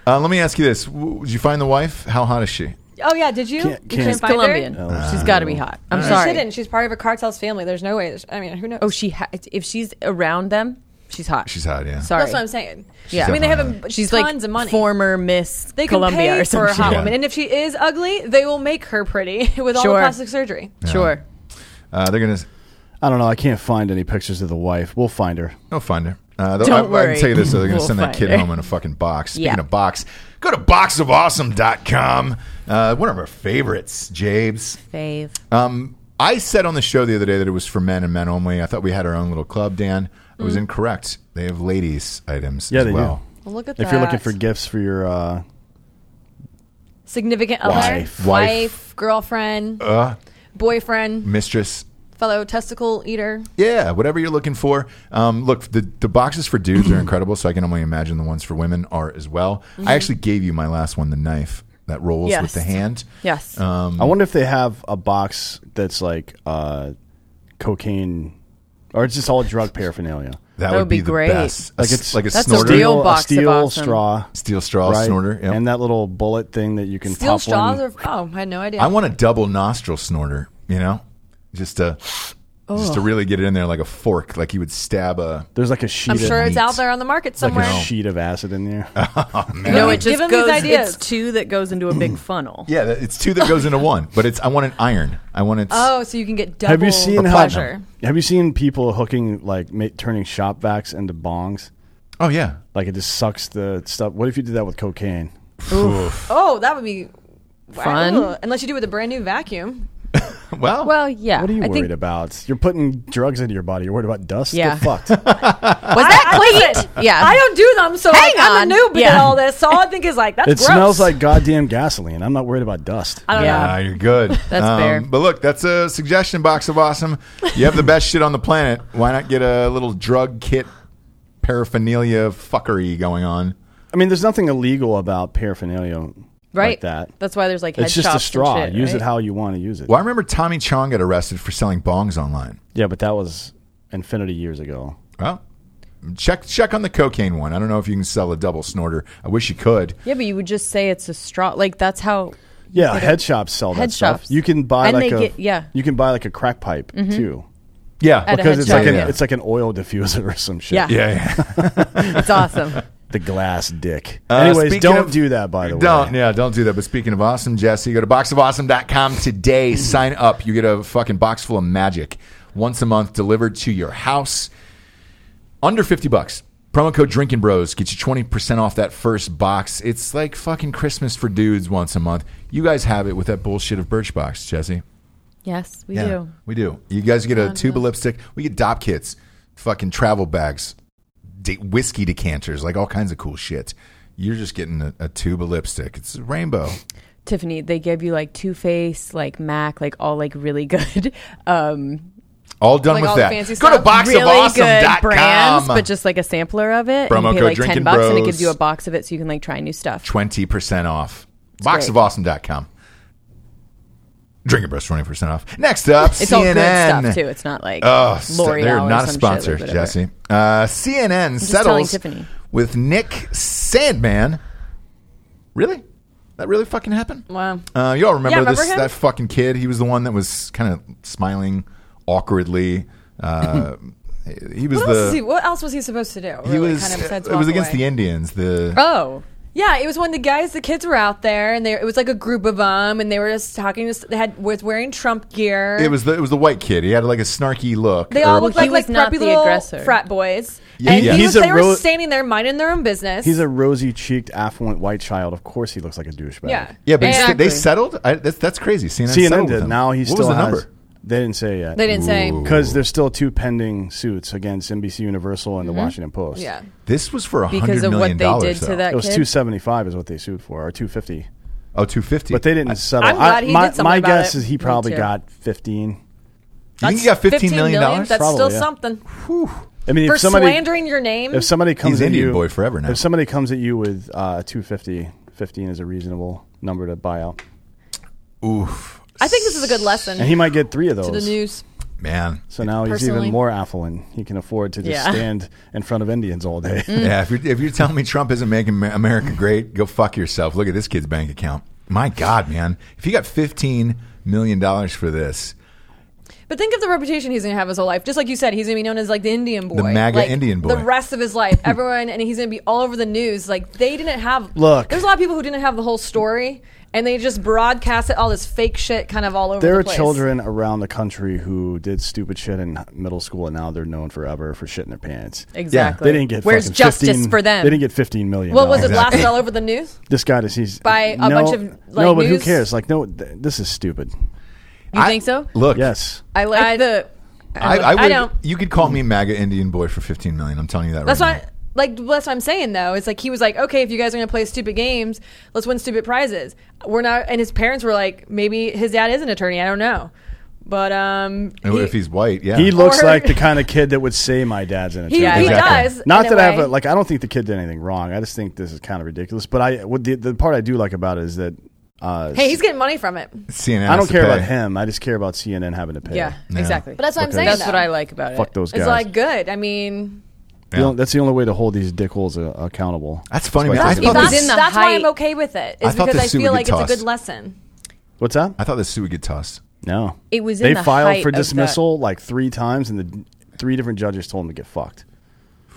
S3: Uh, let me ask you this: W- Did you find the wife? How hot is she?
S4: oh yeah, did you?
S2: Can't-
S4: You
S2: can't-
S4: couldn't
S5: She's
S4: find her?
S5: Colombian. She's got to be hot. I'm
S4: She
S5: sorry.
S4: shouldn't. She's part of a cartel's family. There's no way. There's, I mean, who knows?
S5: Oh, she ha- if she's around them, She's hot.
S3: She's hot, yeah.
S5: Sorry.
S4: That's what I'm saying.
S5: Yeah.
S4: I mean, they have a,
S5: She's
S4: tons
S5: like
S4: of money.
S5: former Miss
S4: they can
S5: Columbia
S4: pay
S5: or
S4: for a
S5: something.
S4: hot
S3: Yeah.
S4: woman, and if she is ugly, they will make her pretty with all
S5: Sure.
S4: the plastic surgery.
S5: Sure.
S3: Uh, they're gonna.
S2: I don't know. I can't find any pictures of the wife. We'll find her.
S3: They'll find her. Uh, they'll-
S5: Don't
S3: I- I,
S5: worry.
S3: can tell you this: though, they're gonna
S5: We'll
S3: send that
S5: find
S3: kid
S5: her.
S3: home in a fucking box. Speaking
S5: Yeah.
S3: of box, go to boxofawesome.com. Uh, one of our favorites, Jabe's.
S5: Fave.
S3: Um, I said on the show the other day that it was for men and men only. I thought we had our own little club, Dan. I
S5: Mm.
S3: was incorrect. They have ladies' items
S2: Yeah,
S3: as
S2: they do.
S3: well.
S4: Well, look at that.
S2: If you're looking for gifts for your, uh,
S4: significant other,
S2: Wife.
S4: wife,
S3: Wife.
S4: girlfriend,
S3: Uh,
S4: boyfriend,
S3: mistress.
S4: fellow testicle eater.
S3: Yeah, whatever you're looking for. Um, look, the, the boxes for dudes are incredible, so I can only imagine the ones for women are as well. I actually gave you my last one, the knife that rolls with
S5: Mm-hmm. Yes.
S3: the hand.
S5: Yes.
S3: um,
S2: I wonder if they have a box that's like uh, cocaine, or it's just all drug paraphernalia.
S3: That,
S5: That
S3: would
S5: would
S3: be,
S5: be
S3: the
S5: great.
S3: best. A
S2: Like
S3: s-
S2: it's-
S3: like a
S5: That's a
S3: snorter,
S5: real
S2: a
S5: box of
S2: steel
S5: awesome.
S2: straw,
S3: steel straw
S2: right?
S3: snorter. Yep.
S2: and that little bullet thing that you can
S4: Steel
S2: pop
S4: straws
S2: one.
S4: are. Oh, I had no idea.
S3: I want a double nostril snorter. You know, just to just to really get it in there like a fork, like you would stab a.
S2: There's like a sheet.
S4: I'm
S2: of,
S4: sure it's
S3: meat.
S4: out there on the market somewhere.
S2: a sheet of acid in there.
S5: no, it
S4: Give
S5: just
S4: him these
S5: goes.
S4: ideas.
S5: It's two that goes into a big funnel.
S3: Yeah, that- it's two that goes into one, but it's I want an iron. I want it.
S4: oh, so you can get double
S2: have you seen
S5: uh,
S2: how?
S4: pleasure.
S2: Have you seen people hooking like ma- turning shop vacs into bongs?
S3: oh yeah.
S2: Like it just sucks the stuff. What if you did that with cocaine?
S3: Oof.
S4: Oh, that would be
S5: Fun.
S4: Wow. Unless you do it with a brand new vacuum.
S3: Well,
S5: Well, yeah.
S2: What are you
S5: I
S2: worried
S5: think,
S2: about? You're putting drugs into your body. You're worried about dust.
S5: Yeah.
S2: Get fucked.
S5: Was that
S4: listen,
S5: clean? Yeah.
S4: I don't do them, so
S5: Hang
S4: like, I'm a
S5: on.
S4: noob at
S5: Yeah.
S4: all this. So all I think is like that's
S2: it
S4: gross.
S2: smells like goddamn gasoline. I'm not worried about dust.
S4: I don't
S5: Yeah.
S3: Ah, you're good.
S5: That's fair.
S3: But look, that's a suggestion box of awesome. You have the best shit on the planet. Why not get a little drug kit paraphernalia fuckery going on?
S2: I mean, there's nothing illegal about paraphernalia
S5: right.
S2: like that.
S5: That's why there's like head
S2: It's just a
S5: shops and
S2: straw.
S5: shit,
S2: Use
S5: right?
S2: it how you want to use it.
S3: Well, I remember Tommy Chong got arrested for selling bongs online.
S2: Yeah, but that was infinity years ago.
S3: Well, check check on the cocaine one. I don't know if you can sell a double snorter. I wish you could.
S5: Yeah, but you would just say it's a straw. Like that's how.
S2: Yeah, head shops sell that
S5: Head
S2: stuff.
S5: shops.
S2: You can buy
S5: And
S2: like
S5: they
S2: a
S5: get- yeah.
S2: you can buy like a crack pipe too
S3: Yeah,
S5: At a
S2: because
S5: head
S2: it's like
S3: shop.
S2: an
S3: Yeah.
S2: it's like an oil diffuser or some shit.
S5: Yeah.
S3: yeah. yeah.
S5: It's awesome.
S2: the glass dick.
S3: Uh,
S2: Anyways,
S3: speaking
S2: don't
S3: of-
S2: do that. By the way,
S3: Don't, yeah, don't do that. But speaking of awesome, Jesse, go to boxofawesome.com today. sign up. You get a fucking box full of magic once a month delivered to your house. Under 50 bucks. Promo code Drinking Bros gets you 20% off that first box. It's like fucking Christmas for dudes once a month. You guys have it with that bullshit of Birchbox, Jesse.
S5: Yes, we
S3: Yeah,
S5: do.
S3: we do. You guys get a tube of lipstick. We get dop kits, fucking travel bags, de- whiskey decanters, like all kinds of cool shit. You're just getting a, a tube of lipstick. It's a rainbow.
S5: Tiffany, they gave you like Too Faced, like Mac, like all like really good, um,
S3: All done
S4: Like
S3: with
S4: all the
S3: that.
S4: fancy
S3: Go to
S4: stuff?
S3: boxofawesome.com.
S5: really good brands, but just like a sampler of it.
S3: Promo
S5: and you
S3: code
S5: pay like
S3: Drinking
S5: ten bucks, and it
S3: Bros.
S5: gives you a box of it, so you can like try new stuff.
S3: 20% off. Boxofawesome.com. Drinking Bros 20% off. Next up,
S5: It's
S3: CNN.
S5: all good stuff too. It's not like
S3: Oh,
S5: L'Oreal
S3: they're
S5: or
S3: not a
S5: some shit,
S3: sponsor,
S5: like, whatever.
S3: Jesse. Uh, CNN
S5: telling
S3: settles
S5: Tiffany.
S3: with Nick Sandman. Really? That really fucking happened?
S4: Wow.
S3: Uh, you all remember,
S4: Yeah,
S3: this
S4: remember him?
S3: that fucking kid? He was the one that was kind of smiling awkwardly. Uh, he was
S4: What
S3: the
S4: else, is he, what else was he supposed to do?
S3: he
S4: really,
S3: was
S4: kind of besides
S3: it was
S4: walk
S3: against
S4: away?
S3: the Indians. The
S5: oh,
S4: Yeah, it was when the guys, the kids were out there, and they, it was like a group of them, and they were just talking. Just, they had was wearing Trump gear.
S3: it was the it was the white kid. He had like a snarky look.
S4: They
S3: Or-
S4: all looked
S5: Well, he
S4: like like
S5: was not
S4: preppy
S5: the
S4: little
S5: aggressor.
S4: frat boys.
S3: Yeah,
S4: and
S3: yeah.
S4: He
S2: He's
S4: was,
S2: a
S4: they
S2: ro-
S4: were standing there minding their own business.
S2: He's a rosy cheeked, affluent white child. Of course, he looks like a douchebag.
S4: yeah,
S3: yeah, but
S4: And-
S3: they settled. I, that's that's crazy. CNN,
S2: CNN
S3: settled with
S2: did.
S3: him.
S2: Now he
S3: what
S2: still
S3: was the
S2: has.
S3: number.
S2: They didn't say yet.
S4: they didn't say.
S3: Ooh.
S2: because there's still two pending suits against NBC Universal and the Washington Post.
S4: Mm-hmm. Yeah,
S3: This was for a hundred
S5: because
S3: million
S5: of what they
S3: dollars.
S5: did to
S3: though.
S5: that
S2: It was
S5: kid.
S2: 275 is what they sued for, or 250.
S3: Oh, 250.
S2: But they didn't settle.
S4: I'm glad
S2: I-
S4: he
S2: my
S4: did something
S2: my
S4: about
S2: guess
S4: it.
S2: is he
S4: Me
S2: probably
S4: too.
S2: got 15.
S3: You think he got $15 million?
S4: million? That's
S2: Probably,
S4: still
S2: yeah.
S4: something
S2: I mean,
S4: for
S2: if somebody
S4: slandering your name.
S2: if somebody comes
S3: He's
S2: at
S3: Indian
S2: you,
S3: boy forever now.
S2: If somebody comes at you with uh, 250, 15 is a reasonable number to buy out,
S3: Oof,
S4: I think this is a good lesson
S2: and he might get three of those.
S4: to the news.
S3: man.
S2: So now he's even
S4: Personally.
S2: more affluent. He can afford to just
S5: Yeah.
S2: stand in front of Indians all
S4: Mm,
S2: day.
S3: Yeah, if you're, if you're telling me Trump isn't making Ma- America great, go fuck yourself. Look at this kid's bank account. My God, man. If he got $15 million for this,
S4: But think of the reputation he's going to have his whole life. Just like you said, he's going to be known as like the Indian boy,
S3: MAGA
S4: like,
S3: Indian boy.
S4: the rest of his life. Everyone, and he's going to be all over the news. Like they didn't have.
S2: Look.
S4: there's a lot of people who didn't have the whole story, and they just broadcast it all this fake shit kind of all over.
S2: There
S4: the
S2: are
S4: place.
S2: children around the country who did stupid shit in middle school, and now they're known forever for shitting their pants.
S5: Exactly.
S2: They didn't get
S5: Where's
S2: fucking
S5: justice
S2: 15
S5: for them?
S2: They didn't get fifteen million.
S4: What was it
S2: dollars.
S4: blasted all over the news?
S2: This guy does he's
S4: By
S2: no-
S4: a bunch of, like,
S2: no, but who
S4: news?
S2: cares? Like no, th- this is stupid.
S5: You think so?
S3: Look,
S2: Yes,
S5: I like
S4: I-
S5: the.
S3: I, I, would,
S4: I don't.
S3: You could call me MAGA Indian boy for fifteen million. I'm telling you that.
S4: That's
S3: right
S4: what, like, that's what I'm saying though. It's like he was like, okay, if you guys are gonna play stupid games, let's win stupid prizes. We're not, and his parents were like, maybe his dad is an attorney. I don't know, but um,
S3: now.
S4: he,
S3: if he's white, yeah.
S2: he looks
S4: Or-
S2: like the kind of kid that would say my dad's in a
S4: he,
S2: tube.
S4: he
S3: Exactly.
S4: does.
S2: Not
S4: in
S2: that
S4: a
S2: I have
S4: way.
S2: a, like I don't think the kid did anything wrong. I just think this is kind of ridiculous. But I what the, the part I do like about it is that uh,
S4: Hey, he's getting money from it.
S3: CNN.
S2: I
S3: has
S2: don't
S3: to
S2: care
S3: pay.
S2: about him. I just care about CNN having to pay.
S5: Yeah, exactly.
S4: But that's what I'm saying.
S5: That's
S4: though.
S5: what I like about
S2: fuck
S5: it.
S2: those guys.
S4: It's like good. I mean,
S2: The only- that's the only way to hold these dickholes uh, accountable.
S3: That's funny,
S2: That's
S3: man.
S2: why
S3: I
S2: I
S3: thought,
S2: think
S4: that's,
S5: was in
S3: this,
S5: the
S4: that's why I'm
S5: height.
S4: okay with it.
S3: I
S4: Is
S3: thought
S4: because
S3: the
S4: I
S3: suit
S4: feel
S3: would
S4: like
S3: get
S4: it's a good
S3: tossed.
S4: lesson.
S2: What's that?
S3: I thought this suit would get tossed.
S2: No,
S5: It was in
S2: They
S5: the
S2: filed
S5: height
S2: for
S5: of the-
S2: dismissal like three times, and the three different judges told them to get fucked.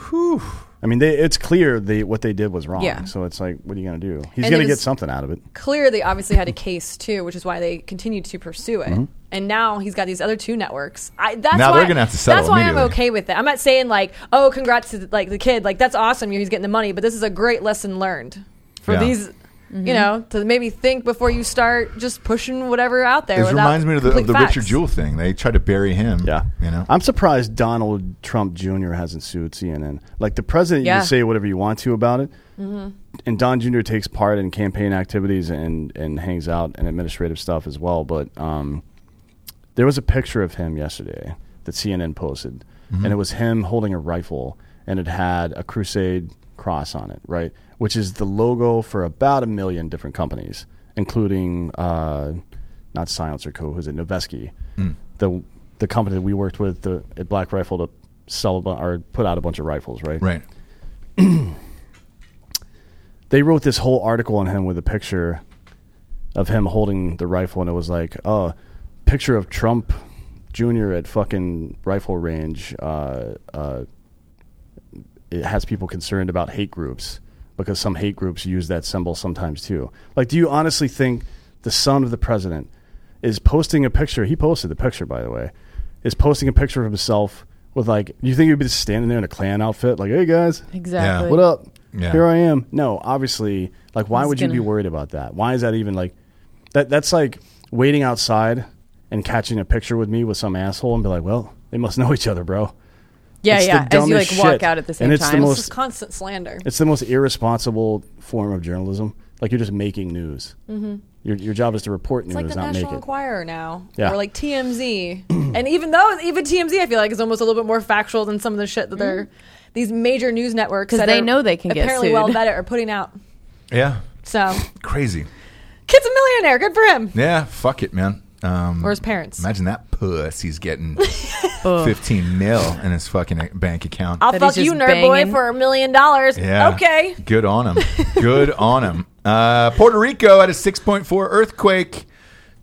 S2: I mean, they, it's clear they what they did was wrong.
S5: Yeah.
S2: So it's like, what are you going to do? He's
S4: And
S2: going
S4: it
S2: to get
S4: is-
S2: something out of it.
S4: Clear, they obviously had a case too, which is why they continued to pursue it. And now he's got these other two networks. I, that's
S3: Mm-hmm. Now
S4: why,
S3: they're gonna have to settle
S4: That's why I'm
S3: immediately.
S4: okay with it. I'm not saying like, oh, congrats to like the kid, like that's awesome. He's getting the money, but this is a great lesson learned for
S3: Yeah.
S4: these. You know, to maybe think before you start just pushing whatever out there.
S3: This
S4: without
S3: reminds me of the, of
S4: complete
S3: the
S4: facts.
S3: Richard Jewell thing. They tried to bury him.
S2: Yeah.
S3: You know.
S2: I'm surprised Donald Trump Jr. hasn't sued CNN. Like the president, you
S5: Yeah.
S2: can say whatever you want to about it. And Don Jr. takes part in campaign activities and, and hangs out and administrative stuff as well. But um, there was a picture of him yesterday that CNN posted, and it was him holding a rifle, and it had a Crusade cross on it, right? Which is the logo for about a million different companies, including uh, not Silencer Co. Who's it? Noveski, the the company that we worked with the, at Black Rifle to sell a bu- or put out a bunch of rifles, right?
S3: Right.
S2: they wrote this whole article on him with a picture of him holding the rifle, and it was like, oh, picture of Trump Jr. at fucking rifle range. Uh, uh, it has people concerned about hate groups because some hate groups use that symbol sometimes too. Like, do you honestly think the son of the president is posting a picture? He posted the picture, by the way, is posting a picture of himself with like, you think he'd be just standing there in a Klan outfit, like, hey guys,
S5: Exactly.
S2: what up?
S3: Yeah.
S2: Here I am. No, obviously, like, why
S5: He's
S2: would you
S5: gonna-
S2: be worried about that? Why is that even like that? That's like waiting outside and catching a picture with me with some asshole and be like, well, they must know each other, bro.
S5: Yeah,
S2: It's the
S5: yeah. As you like
S2: dumbest
S5: walk
S2: shit.
S5: out at the same
S2: And it's the
S5: time.
S2: most-
S4: This is constant slander.
S2: It's the most irresponsible form of journalism. Like, you're just making news. Your, your job is to report
S4: Mm-hmm. It's
S2: news,
S4: like the
S2: not
S4: National
S2: make it.
S4: Enquirer now,
S2: Yeah.
S4: or like TMZ. and even though even TMZ, I feel like is almost a little bit more factual than some of the shit that
S2: Mm.
S4: they're these major news networks
S5: 'Cause
S4: that
S5: they
S4: are
S5: know they can get
S4: apparently
S5: sued.
S4: well vetted are putting out.
S3: Yeah.
S4: So,
S3: Crazy.
S4: kid's a millionaire. Good for him.
S3: Yeah. Fuck it, man. Um,
S4: Or his parents.
S3: Imagine that puss. He's getting
S5: Ugh.
S3: fifteen mil in his fucking bank account.
S4: I'll
S5: That
S4: fuck
S5: he's
S4: you,
S5: just
S4: nerd boy,
S5: banging.
S4: for a million dollars.
S3: Yeah.
S4: Okay.
S3: Good on him. Good on him. Uh, Puerto Rico had a 6.4 earthquake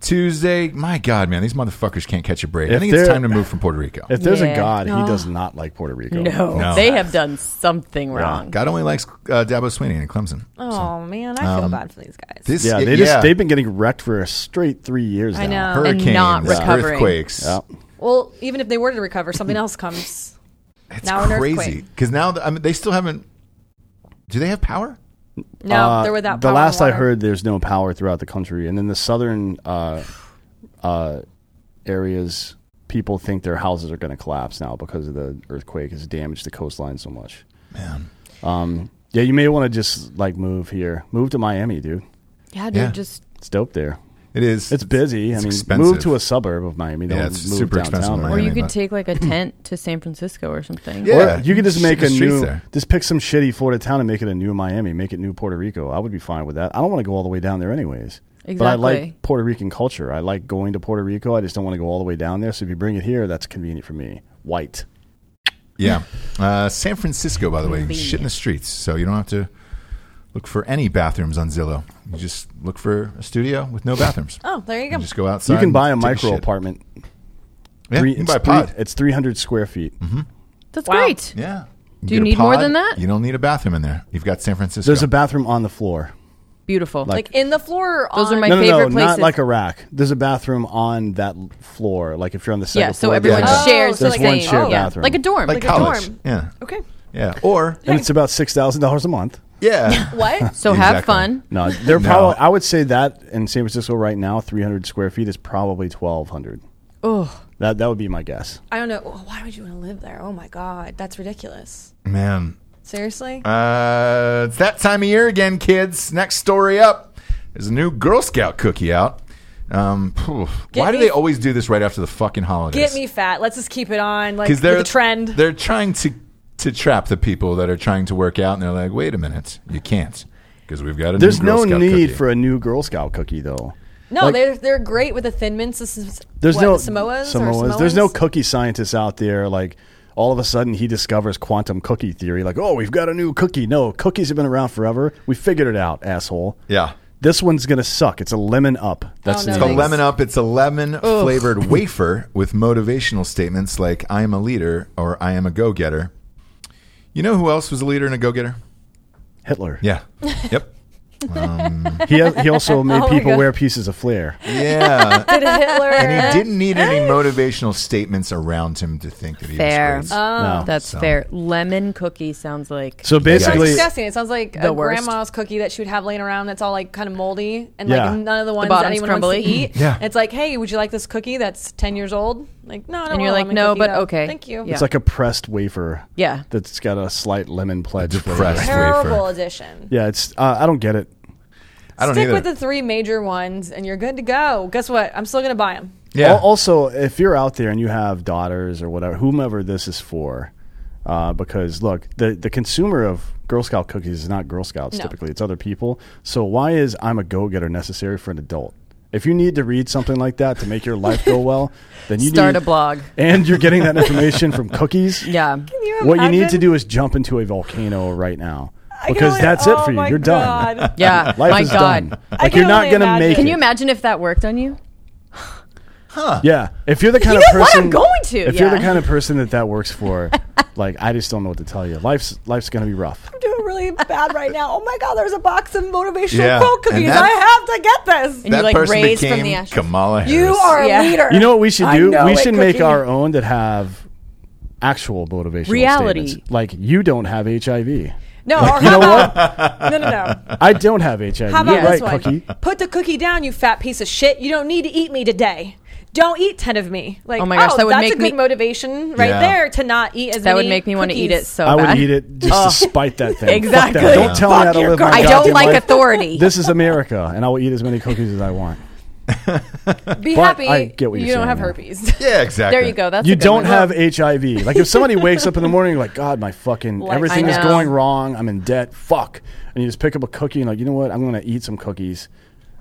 S3: Tuesday. My God, man, these motherfuckers can't catch a break. I
S2: If
S3: think it's
S2: they're-
S3: time to move from Puerto Rico.
S2: If there's a
S5: Yeah.
S2: God,
S4: No.
S2: he does not like Puerto Rico.
S5: No.
S3: No.
S5: They have done something wrong.
S3: God only likes uh, Dabo Sweeney and Clemson.
S4: Oh man, I
S2: um,
S4: feel bad for these guys.
S3: This,
S2: Yeah, they just they've been getting wrecked for a straight three years
S4: I
S2: now.
S4: know.
S3: hurricanes,
S5: And not recovering.
S3: earthquakes.
S2: Yeah.
S4: well, even if they were to recover, something else comes.
S3: It's
S4: Now an
S3: crazy
S4: earthquake.
S3: because now the, I mean, they still haven't. Do they have power?
S4: No,
S2: Uh,
S4: they're without.
S2: the
S4: power and
S2: last I
S4: water.
S2: heard, there's no power throughout the country, and in the southern uh, uh, areas, people think their houses are going to collapse now because of the earthquake has damaged the coastline so much.
S3: Man,
S2: Um, yeah, you may want to just like move here, move to Miami, dude.
S5: Yeah, dude.
S3: Yeah.
S5: Just
S2: It's dope there.
S3: it is.
S2: It's busy. I
S3: it's
S2: mean,
S3: expensive.
S2: move to a suburb of Miami. Don't
S3: Yeah, it's
S2: move
S3: super
S2: downtown.
S3: expensive in
S5: or
S3: Miami.
S5: you could
S3: but-
S5: take like a tent to San Francisco or something.
S3: Yeah.
S2: Or you could just
S3: Shit
S2: make
S3: the
S2: a
S3: streets
S2: new,
S3: there.
S2: just pick some shitty Florida town and make it a new Miami, make it new Puerto Rico. I would be fine with that. I don't want to go all the way down there anyways. But I
S5: Exactly.
S2: like Puerto Rican culture. I like going to Puerto Rico. I just don't want to go all the way down there. So if you bring it here, that's convenient for me. White.
S3: Yeah. Uh, San Francisco, by the way,
S5: Convenient.
S3: shit in the streets. So you don't have to look for any bathrooms on Zillow. You just look for a studio with no bathrooms.
S4: Oh, there you go.
S3: You just go outside.
S2: you can
S3: and
S2: buy a
S3: take
S2: micro
S3: shit.
S2: apartment.
S3: Yeah,
S2: Three,
S3: you can
S2: it's,
S3: buy a pod. Mm-hmm.
S2: three- it's 300 square feet.
S4: That's
S5: Wow.
S4: great.
S3: Yeah.
S4: Do
S3: get
S4: you
S3: a
S4: need more
S3: pod,
S4: than that?
S3: You don't need a bathroom in there. You've got San Francisco.
S2: There's a bathroom on the floor.
S5: Beautiful.
S4: Like, in the floor. Or
S5: Those are
S4: on-
S5: my
S2: No, no, no,
S5: favorite
S2: not
S5: places.
S2: like a rack. There's a bathroom on that l- floor. Like if you're on the second
S5: yeah, so
S2: floor,
S5: everyone
S3: yeah.
S2: there's-
S5: shares
S4: Oh,
S5: the
S2: there's
S4: so like
S5: same.
S2: one
S4: a-
S2: shared
S4: oh, yeah.
S2: bathroom,
S5: Like a dorm.
S3: like,
S4: a
S3: college.
S4: dorm.
S3: Yeah.
S4: Okay.
S3: Yeah. Or
S2: and it's about six thousand dollars a month.
S3: yeah.
S4: What?
S5: so have
S3: Exactly.
S5: fun.
S2: No, they're
S3: No.
S2: probably. I would say that in San Francisco right now, 300 square feet is probably 1,200.
S5: Oh,
S2: That that would be my guess.
S4: I don't know. Oh, Why would you want to live there? Oh my god, that's ridiculous.
S3: Man.
S4: Seriously?
S3: Uh, it's that time of year again, kids. Next story up. There's a new Girl Scout cookie out. Um, phew.
S4: Get
S3: why do
S4: me-
S3: they always do this right after the fucking holidays?
S4: Get me fat. Let's just keep it on. Like
S3: because
S4: with
S3: they're
S4: the trend.
S3: They're trying to to trap the people that are trying to work out, and they're like, "Wait a minute, you can't." Because we've got a
S2: There's
S3: new Girl
S2: no
S3: Scout
S2: need
S3: cookie.
S2: for a new Girl Scout cookie though.
S4: No,
S2: like-
S4: they're they're great with the thin mints. This is
S2: There's
S4: what,
S2: no Samoas.
S4: Samoas, Or Samoans.
S2: There's no cookie scientists out there. Like all of a sudden, he discovers quantum cookie theory. Like, oh, we've got a new cookie. No, cookies have been around forever. We figured it out, asshole.
S3: Yeah.
S2: This one's gonna suck. It's a lemon up. That's
S4: Oh,
S2: the
S4: no,
S3: It's
S2: name.
S3: called Lemon Up. It's a lemon flavored wafer with motivational statements like "I am a leader" or "I am a go-getter." You know who else was a leader and a go-getter?
S2: Hitler.
S3: Yeah. Yep.
S2: He he also made
S4: Oh my
S2: people
S4: God.
S2: wear pieces of flair.
S3: Yeah.
S4: Did Hitler.
S3: And he didn't need any motivational statements around him to think that he
S5: Fair. Uh,
S4: Um,
S3: was great.
S4: Oh.
S2: No.
S5: that's fair. Lemon cookie sounds like
S2: So basically,
S4: disgusting. It sounds like a
S5: The worst.
S4: grandma's cookie that she would have laying around that's all like kind of moldy and
S2: Yeah.
S4: like none of the ones that
S5: bottom's
S4: anyone wants to
S5: crumbly.
S4: eat.
S3: Yeah.
S4: It's like, hey, would you like this cookie that's ten years old? Like, no, I don't
S5: And
S4: want
S5: you're
S4: a
S5: like,
S4: lemon
S5: no,
S4: cookie,
S5: but
S4: though.
S5: okay.
S4: thank you.
S5: Yeah.
S2: it's like a pressed wafer.
S5: Yeah.
S2: That's got a slight lemon pledge. flavor.
S3: Depressed
S4: Terrible
S3: wafer.
S4: addition.
S2: Yeah, it's. Uh, I don't get it.
S3: I don't
S4: Stick
S3: either.
S4: with the three major ones, and you're good to go. Guess what? I'm still gonna buy them.
S3: yeah.
S2: Al- Also, if you're out there and you have daughters or whatever, whomever this is for, uh, because look, the the consumer of Girl Scout cookies is not Girl Scouts
S4: No.
S2: typically; it's other people. So why is "I'm a go-getter" necessary for an adult? If you need to read something like that to make your life go well, then you
S5: start
S2: need,
S5: a blog.
S2: and you're getting that information from cookies.
S5: Yeah.
S4: you
S2: What you need to
S4: imagine?
S2: do is jump into a volcano right now
S4: can
S2: because
S4: only-
S2: that's
S4: oh
S2: it for you.
S4: my
S2: You're done.
S4: God.
S5: Yeah.
S2: Life
S5: My
S2: is
S5: God.
S2: done.
S4: I
S2: Like
S4: can
S2: you're not
S4: only
S2: gonna
S4: imagine.
S2: make
S5: Can
S2: it.
S5: you imagine if that worked on you?
S2: Yeah, if you're the kind
S5: You
S2: of
S5: know what
S2: person
S5: I'm going to,
S2: if you're the
S5: yeah.
S2: kind of person that that works for, like I just don't know what to tell you. Life's life's gonna be rough.
S4: I'm doing really bad right now. Oh my god, there's a box of motivational
S3: Yeah.
S4: quote
S3: And
S4: cookies.
S3: that-
S4: I have to get this.
S5: And you like
S3: person
S5: raise
S3: became
S5: from the ashes.
S3: Kamala Harris.
S4: You are
S5: Yeah.
S4: a leader.
S2: You know what we should
S4: I
S2: do?
S4: know
S2: We
S4: it,
S2: should make
S4: cookie.
S2: our own that have actual motivational
S5: Reality.
S2: statements. Like you don't have HIV.
S4: No, or how
S2: You know
S4: about,
S2: what?
S4: no, no, no.
S2: I don't have HIV.
S4: How about
S2: You're
S4: this
S2: right,
S4: one?
S2: Cookie.
S4: Put the cookie down, you fat piece of shit. You don't need to eat me today. Don't eat ten of me. Like,
S5: Oh my gosh, that would
S4: that's
S5: make
S4: a
S5: me-
S4: good motivation right
S3: Yeah.
S4: there to not eat as
S5: That
S4: many.
S5: would make me want to eat it
S4: cookies.
S5: so
S2: I
S5: bad.
S2: would eat it just to spite that thing. Fuck that.
S5: Oh. Exactly.
S2: Don't tell me how to live my
S5: I
S2: goddamn
S5: don't like
S2: life.
S5: authority.
S2: This is America, and I will eat as many cookies as I want.
S4: Be
S2: But
S4: happy.
S2: I get what
S4: you
S2: you're
S4: don't
S2: saying
S4: have
S2: now.
S4: herpes.
S3: Yeah, exactly.
S5: There you go. That's
S2: you
S5: a good
S2: don't
S5: one.
S2: have HIV. Like if somebody wakes up in the morning, you're like God, my fucking
S4: Life
S2: everything is
S5: sucks.
S2: going wrong. I'm in debt. Fuck. And you just pick up a cookie and like, you know what? I'm gonna eat some cookies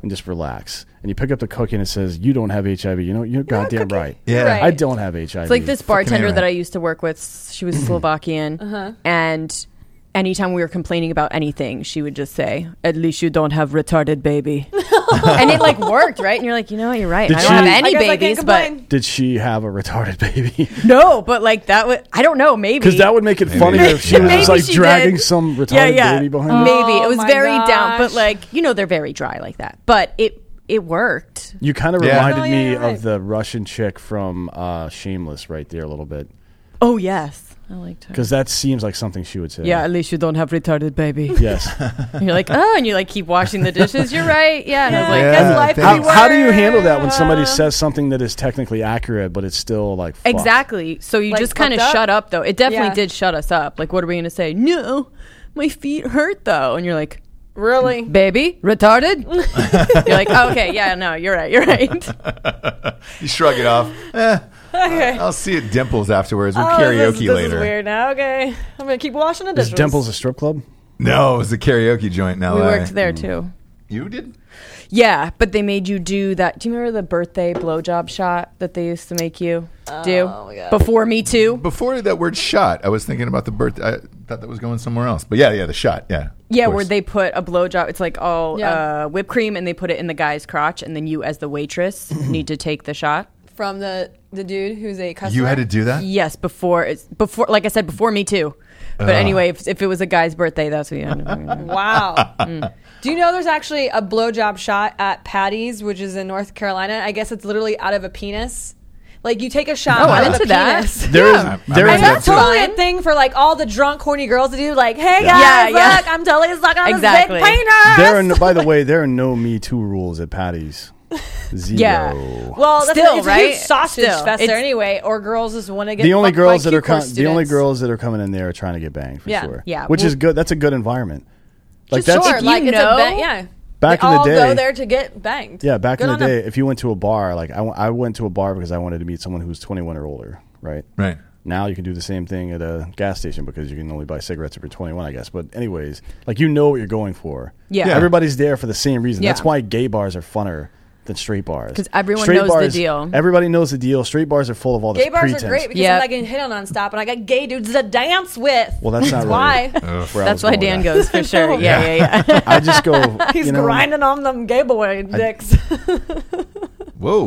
S2: and just relax. And you pick up the cookie and it says, "You don't have HIV." You know, you're goddamn
S4: cookie.
S2: right.
S3: Yeah.
S4: Right.
S2: I don't have HIV.
S5: It's like this bartender
S3: Fucking
S5: that I
S3: internet.
S5: used to work with. She was Slovakian,
S4: Uh-huh.
S5: and anytime we were complaining about anything, she would just say, "At least you don't have retarded baby," and it like worked, right? And you're like, you know what, you're right.
S2: Did
S5: I don't have
S2: she-
S5: any
S4: I guess I can't
S5: babies, but
S4: complain.
S2: Did she have a retarded baby?
S5: no, but like that would I don't know, maybe
S2: Because that would make it funnier if she
S5: Maybe
S2: was like
S5: she
S2: dragging
S5: did.
S2: some retarded
S5: yeah, yeah. Mm.
S2: baby behind. her.
S5: Maybe it
S4: Oh
S5: was
S4: my
S5: very down, but
S4: gosh.
S5: like you know, they're very dry like that. But it it worked.
S2: You kind of
S3: Yeah.
S2: reminded
S4: Oh, yeah,
S2: me
S4: you're right.
S2: of the Russian chick from uh, Shameless right there a little bit.
S5: Oh yes, I liked her.
S2: Because that seems like something she would say.
S5: Yeah, at least you don't have retarded baby.
S2: Yes.
S5: And you're like, oh, and you like keep washing the dishes. You're right. Yeah. And I was like,
S3: Yeah.
S4: Because life
S3: thanks.
S4: could
S2: how,
S4: be
S2: how do you handle that when
S4: worse.
S2: somebody says something that is technically accurate but it's still like fuck?
S5: Exactly. So you
S4: Like,
S5: just kind of
S4: fucked up?
S5: shut up, though. It definitely did
S4: Yeah.
S5: shut us up. Like, what are we going to say? No, my feet hurt, though. And you're like,
S4: Really?
S5: baby, retarded? you're like, oh, okay, yeah, no, you're right, you're right.
S3: You shrug it off. Eh,
S4: Okay.
S3: I'll see it dimples afterwards. We'll
S4: Oh,
S3: karaoke
S4: this, is- this
S3: later.
S4: is weird now. Okay, I'm gonna keep washing the
S2: Is
S4: dishes.
S2: Dimples a strip club?
S3: No, it was a karaoke joint in LA.
S5: We worked there, too.
S3: You did?
S5: Mm-hmm. Yeah, but they made you do that. Do you remember the birthday blowjob shot that they used to make you do
S4: Oh, my God.
S5: before Me Too?
S3: Before that word shot, I was thinking about the birth. I thought that was going somewhere else. But yeah, yeah, the shot. Yeah. of
S5: Yeah,
S3: course.
S5: where they put a blowjob. It's like all
S4: Yeah.
S5: uh, whipped cream, and they put it in the guy's crotch, and then you, as the waitress, need to take the shot.
S4: from the the dude who's a customer.
S3: You had to do that?
S5: Yes, before it's before. Like I said, before me too. But anyway, if, if it was a guy's birthday, that's what you ended up.
S4: Wow. Mm. Do you know there's actually a blowjob shot at Patty's, which is in North Carolina? I guess it's literally out of a penis. Like you take a shot
S5: Oh,
S4: out
S5: I'm
S4: of a
S5: into that.
S4: penis.
S2: There is
S3: Yeah.
S2: there
S3: I
S2: is
S4: And
S5: That's
S4: that's totally
S5: fun.
S4: a thing for like all the drunk, horny girls to do. Like, hey guys,
S5: Yeah, yeah.
S4: look, I'm totally sucking on
S5: Exactly.
S4: this big penis.
S2: there are no, by the way there are no Me Too rules at Patty's. Zero.
S5: Yeah.
S4: well, that's
S5: Still,
S4: it's a
S5: right?
S4: huge sausage
S5: Still.
S4: fester
S5: It's-
S4: anyway. Or girls just want to get
S2: The only
S4: fucked by
S2: girls that are
S4: Q-course
S2: com- the only
S4: students.
S2: girls that are coming in there are trying to get banged for
S4: Yeah.
S2: sure.
S5: Yeah.
S2: which is
S5: Well-
S2: good. That's a good environment. Like
S4: Sure,
S2: that's
S5: you
S4: like it's
S5: know-
S4: a ba- yeah.
S2: Back
S4: they
S2: in the
S4: all
S2: day-
S4: go there to get banged.
S2: Yeah, back in
S4: Good
S2: the
S4: on 'em.
S2: day, if you went to a bar, like I, w- I went to a bar because I wanted to meet someone who was 21 or older, right?
S3: Right.
S2: Now you can do the same thing at a gas station because you can only buy cigarettes if you're 21, I guess. But anyways, like you know what you're going for.
S5: Yeah. Yeah.
S2: Everybody's there for the same reason. That's
S5: Yeah.
S2: why gay bars are funner than straight bars.
S5: 'Cause everyone knows the deal.
S2: Everybody knows the deal. Straight bars are full of all this
S4: Gay bars
S2: pretense.
S4: are great because
S5: Yep.
S4: I'm like getting hit on nonstop, and I got gay dudes to dance with.
S2: Well, that's not
S4: That's
S2: really
S4: why.
S2: where I was
S5: That's why
S2: going with
S5: Dan
S2: that.
S5: goes for sure. Yeah, yeah, yeah.
S2: I just go.
S4: He's
S2: you know,
S4: grinding on them gay boy dicks.
S3: Whoa.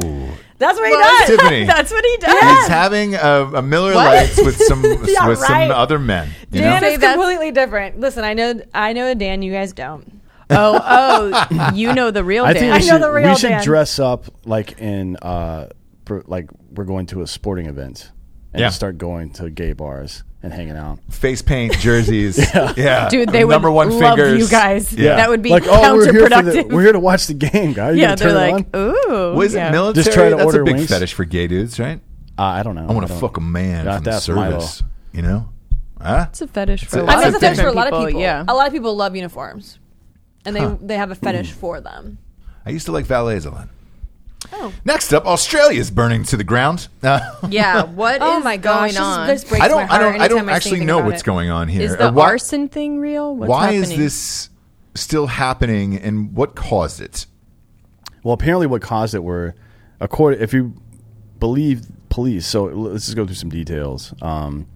S4: that's what he does.
S3: Tiffany.
S5: That's what he does.
S3: He's having a, a Miller Lights with some
S4: Yeah,
S3: with
S4: right.
S3: some other men. You
S4: Dan
S3: know?
S5: Say
S4: is
S5: that's-
S4: completely different. Listen, I know, I know, a Dan. You guys don't.
S5: Oh, oh, you know the real
S2: I
S5: Dan.
S2: think
S4: I
S2: we
S4: know
S2: should,
S4: the real
S2: we should
S4: Dan.
S2: dress up like in uh, pr- like we're going to a sporting event and
S3: Yeah.
S2: just start going to gay bars and hanging out.
S3: Face paint, jerseys. yeah.
S5: Dude, they would
S3: number one
S5: love
S3: fingers.
S5: you guys.
S3: Yeah.
S5: That would be
S2: like, oh, we're here, for the,
S5: counterproductive.
S2: we're here to watch the game, guy. Are you
S5: yeah,
S2: gonna turn
S5: they're
S2: it
S5: like,
S2: on?
S5: ooh.
S3: Was
S5: yeah.
S3: it military?
S2: Just try to
S3: That's
S2: order
S3: a big
S2: wings.
S3: fetish for gay dudes, right?
S2: Uh, I don't know.
S3: I want to
S2: don't-
S3: fuck a man
S2: I'll
S3: from
S2: have to
S3: the
S2: ask Milo.
S3: service. You know? Huh?
S5: It's a fetish for
S3: a-
S5: a
S3: I
S5: lot
S4: I
S3: think
S5: of
S4: think it's a fetish for a
S5: different
S4: lot of people.
S5: Yeah.
S4: A lot of people love uniforms, and they they have a fetish for them.
S3: I used to like valets a lot. Next up, Australia is burning to the ground. Uh,
S5: Oh. Yeah. What is
S4: Oh my gosh,
S5: going on?
S4: This, this breaks
S3: I don't.
S4: my heart
S3: I don't. I
S4: anytime
S3: don't
S4: see
S3: actually
S4: anything
S3: know
S4: about
S3: what's
S4: it.
S3: going on here.
S5: is
S3: Uh,
S5: the
S3: why-
S5: arson thing real? What's
S3: Why
S5: happening?
S3: is this still happening, and what caused it?
S2: Well, apparently, what caused it were, according if you believe police. So l- let's just go through some details. Um,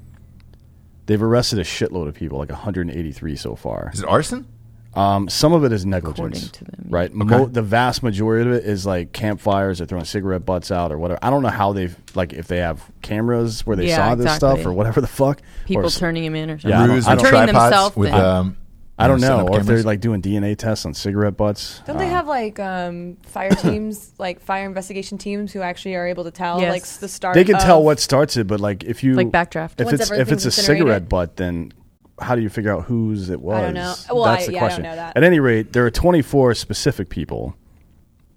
S2: they've arrested a shitload of people, like 183 so far.
S3: Is it arson?
S2: Um, some of it is negligence,
S5: According to them, yeah.
S2: right? Mo- the vast majority of it is like campfires or throwing cigarette butts out or whatever. I don't know how they've like if they have cameras where they
S5: Yeah,
S2: saw this stuff or
S5: exactly.
S2: whatever the fuck.
S5: People
S2: or, s-
S5: turning him in or something.
S2: Yeah, I don't-
S3: Ruse
S2: I
S3: and
S2: don't-
S5: Turning
S3: tripods
S5: themselves
S3: with.
S5: in.
S3: Um,
S2: I don't
S3: you
S2: know,
S3: set up
S2: or if they're
S3: cameras?
S2: like doing DNA tests on cigarette butts.
S4: Don't they have like um, fire teams, like fire investigation teams, who actually are able to tell
S5: Yes.
S4: like s- the start?
S2: They can
S4: of-
S2: tell what starts it, but like if you
S5: Like backdraft.
S2: if
S4: Once
S2: it's if it's
S4: everything's
S2: a
S4: incinerated.
S2: cigarette butt, then how do you figure out whose it was?
S4: don't know. Well,
S2: that's
S4: I-
S2: the
S4: yeah, I don't
S2: question.
S4: know that.
S2: At any rate, there are 24 specific people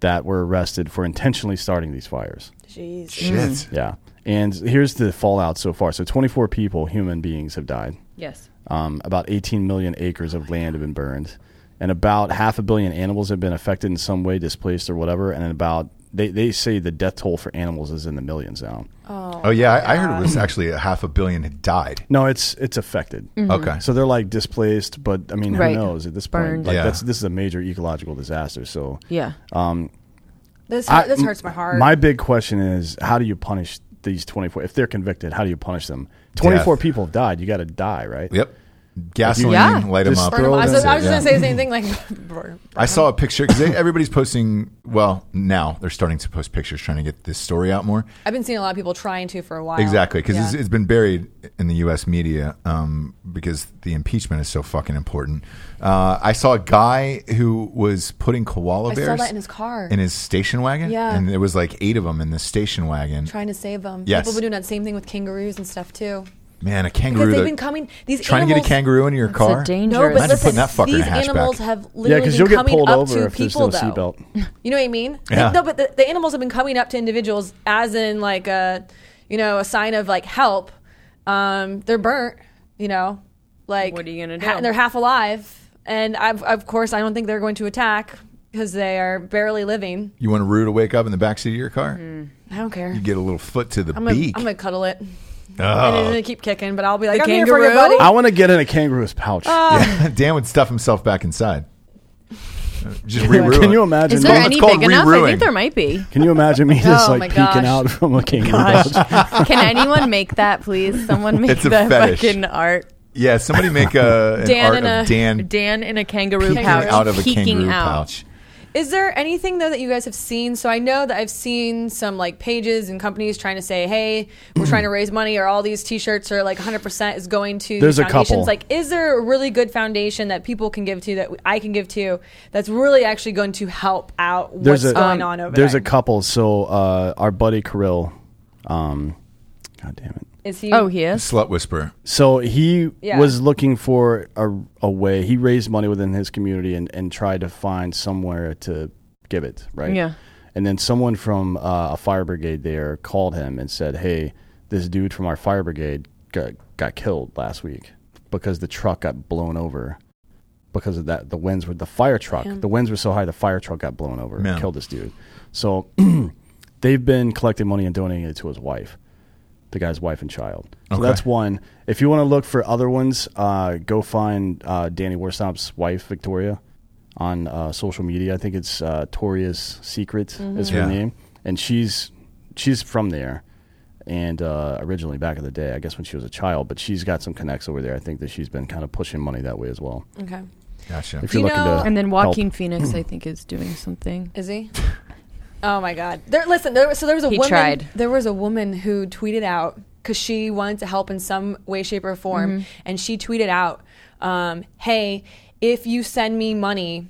S2: that were arrested for intentionally starting these fires.
S4: Jeez.
S3: Shit.
S2: Yeah. And here's the fallout so far. So 24 people, human beings, have died.
S5: Yes.
S2: Um, about 18 million acres of land have been burned. And about half a billion animals have been affected in some way, displaced or whatever. And about, they, they say the death toll for animals is in the millions now.
S3: Oh yeah, I, I heard it was actually a half a billion had died.
S2: No, it's it's affected.
S4: Mm-hmm.
S3: Okay.
S2: So they're like displaced, but I mean, who
S5: Right.
S2: knows at this point?
S5: Burned.
S2: Like
S3: Yeah.
S2: that's, this is a major ecological disaster. So
S5: Yeah.
S4: This,
S2: I-
S4: this hurts my heart.
S2: My big question is, how do you punish these 24? If they're convicted, how do you punish them? 24
S3: Death.
S2: people have died. You got to die, right?
S3: Yep. Gasoline,
S5: Yeah.
S3: light them
S2: Just
S3: up.
S4: Burn 'em. I was, I was
S3: Yeah.
S4: just gonna say the same thing. Like, burn-
S3: I saw a picture because everybody's posting. Well, now they're starting to post pictures trying to get this story out more.
S4: I've been seeing a lot of people trying to for a while.
S3: Exactly, because
S4: Um, Yeah.
S3: it's, it's been buried in the U.S. media um, because the impeachment is so fucking important. Uh, I saw a guy who was putting koala
S4: I
S3: bears
S4: saw that in his car.
S3: in his station wagon.
S4: Yeah.
S3: and there was like eight of them in the station wagon.
S4: trying to save them.
S3: Yes.
S4: People have been doing that same thing with kangaroos and stuff too.
S3: Man, a
S4: Because
S3: kangaroo.
S4: they've
S3: that-
S4: been coming. These
S3: trying
S4: animals,
S3: to get a kangaroo into your car.
S5: It's a dangerous.
S4: No, but
S3: Imagine
S4: listen,
S3: putting that fucker in
S4: these
S3: a hatchback.
S4: animals have
S2: Yeah,
S4: literally
S2: because
S4: been
S2: you'll get
S4: coming
S2: pulled
S4: up
S2: over
S4: to
S2: if there's no
S4: people though.
S2: seatbelt.
S4: You know what I mean? Like,
S3: Yeah.
S4: no, but the, the animals have been coming up to individuals as in like a, you know, a sign of like help. Um, they're burnt. You know, like
S5: What are you gonna do?
S4: they're half alive, and I've, of course I don't think they're going to attack because they are barely living.
S3: You want a roo to wake up in the backseat of your car?
S4: I don't care.
S3: You get a little foot to the
S4: I'm gonna,
S3: beak. Oh.
S4: I'm gonna cuddle it. And it's
S3: Ugh.
S4: gonna keep kicking, but I'll be like,
S5: The
S4: I'm here for you,
S5: kangaroo?
S4: buddy.
S2: I want to get in a kangaroo's pouch.
S4: Ah.
S3: Dan would stuff himself back inside. Uh, Just re
S2: Can you imagine?
S5: Is there
S3: called-
S5: any
S3: it's called
S5: big enough? I
S3: re-ruining.
S5: think there might be.
S2: Can you imagine me just
S4: Oh
S2: like
S4: my
S2: peeking
S4: gosh.
S2: out from a kangaroo
S5: Gosh.
S2: pouch?
S5: Can anyone make that, please? Someone make
S3: It's a
S5: that
S3: fetish.
S5: fucking art.
S3: Yeah, somebody make a an
S4: Dan
S3: art
S4: in
S3: of
S4: a-
S3: Dan
S5: Dan in a kangaroo
S3: peeking
S5: pouch.
S3: out of a
S5: peeking
S3: kangaroo
S5: out.
S3: pouch.
S4: Is there anything though that you guys have seen? So I know that I've seen some like pages and companies trying to say, "Hey, we're trying to raise money," or all these T-shirts are like 100 percent is going to
S2: There's a
S4: these foundations.
S2: couple.
S4: Like, is there a really good foundation that people can give to that I can give to that's really actually going to help out what's
S2: a-
S4: going
S2: um,
S4: on over
S2: There's
S4: there?
S2: a couple. So uh, our buddy Kirill, um, God damn it.
S4: is he?
S5: Oh, he is.
S3: Slut whisperer.
S2: So he
S4: Yeah.
S2: was looking for a, a way. He raised money within his community and, and tried to find somewhere to give it, right?
S5: Yeah.
S2: And then someone from uh, a fire brigade there called him and said, "Hey, this dude from our fire brigade got got killed last week because the truck got blown over because of that. The winds were the fire truck. The winds were so high, the fire truck got blown over,
S3: Yeah.
S2: and killed this dude. So they've been collecting money and donating it to his wife, the guy's wife and child. So
S3: Okay.
S2: that's one. If you want to look for other ones, uh, go find uh, Danny Warsop's wife, Victoria, on uh, social media. I think it's uh, Toria's Secret is her
S3: Yeah.
S2: name, and she's she's from there. And uh, originally back in the day, I guess when she was a child, but she's got some connects over there. I think that she's been kind of pushing money that way as well.
S4: okay.
S3: Gotcha.
S2: If you're
S4: You
S2: looking
S4: know-
S2: to
S5: And then
S2: help.
S5: Joaquin Phoenix, I think, is doing something.
S4: Is he? oh my God! There, listen, there was so there was a
S5: He
S4: woman.
S5: tried.
S4: There was a woman who tweeted out because she wanted to help in some way, shape, or form, and she tweeted out, um, "Hey, if you send me money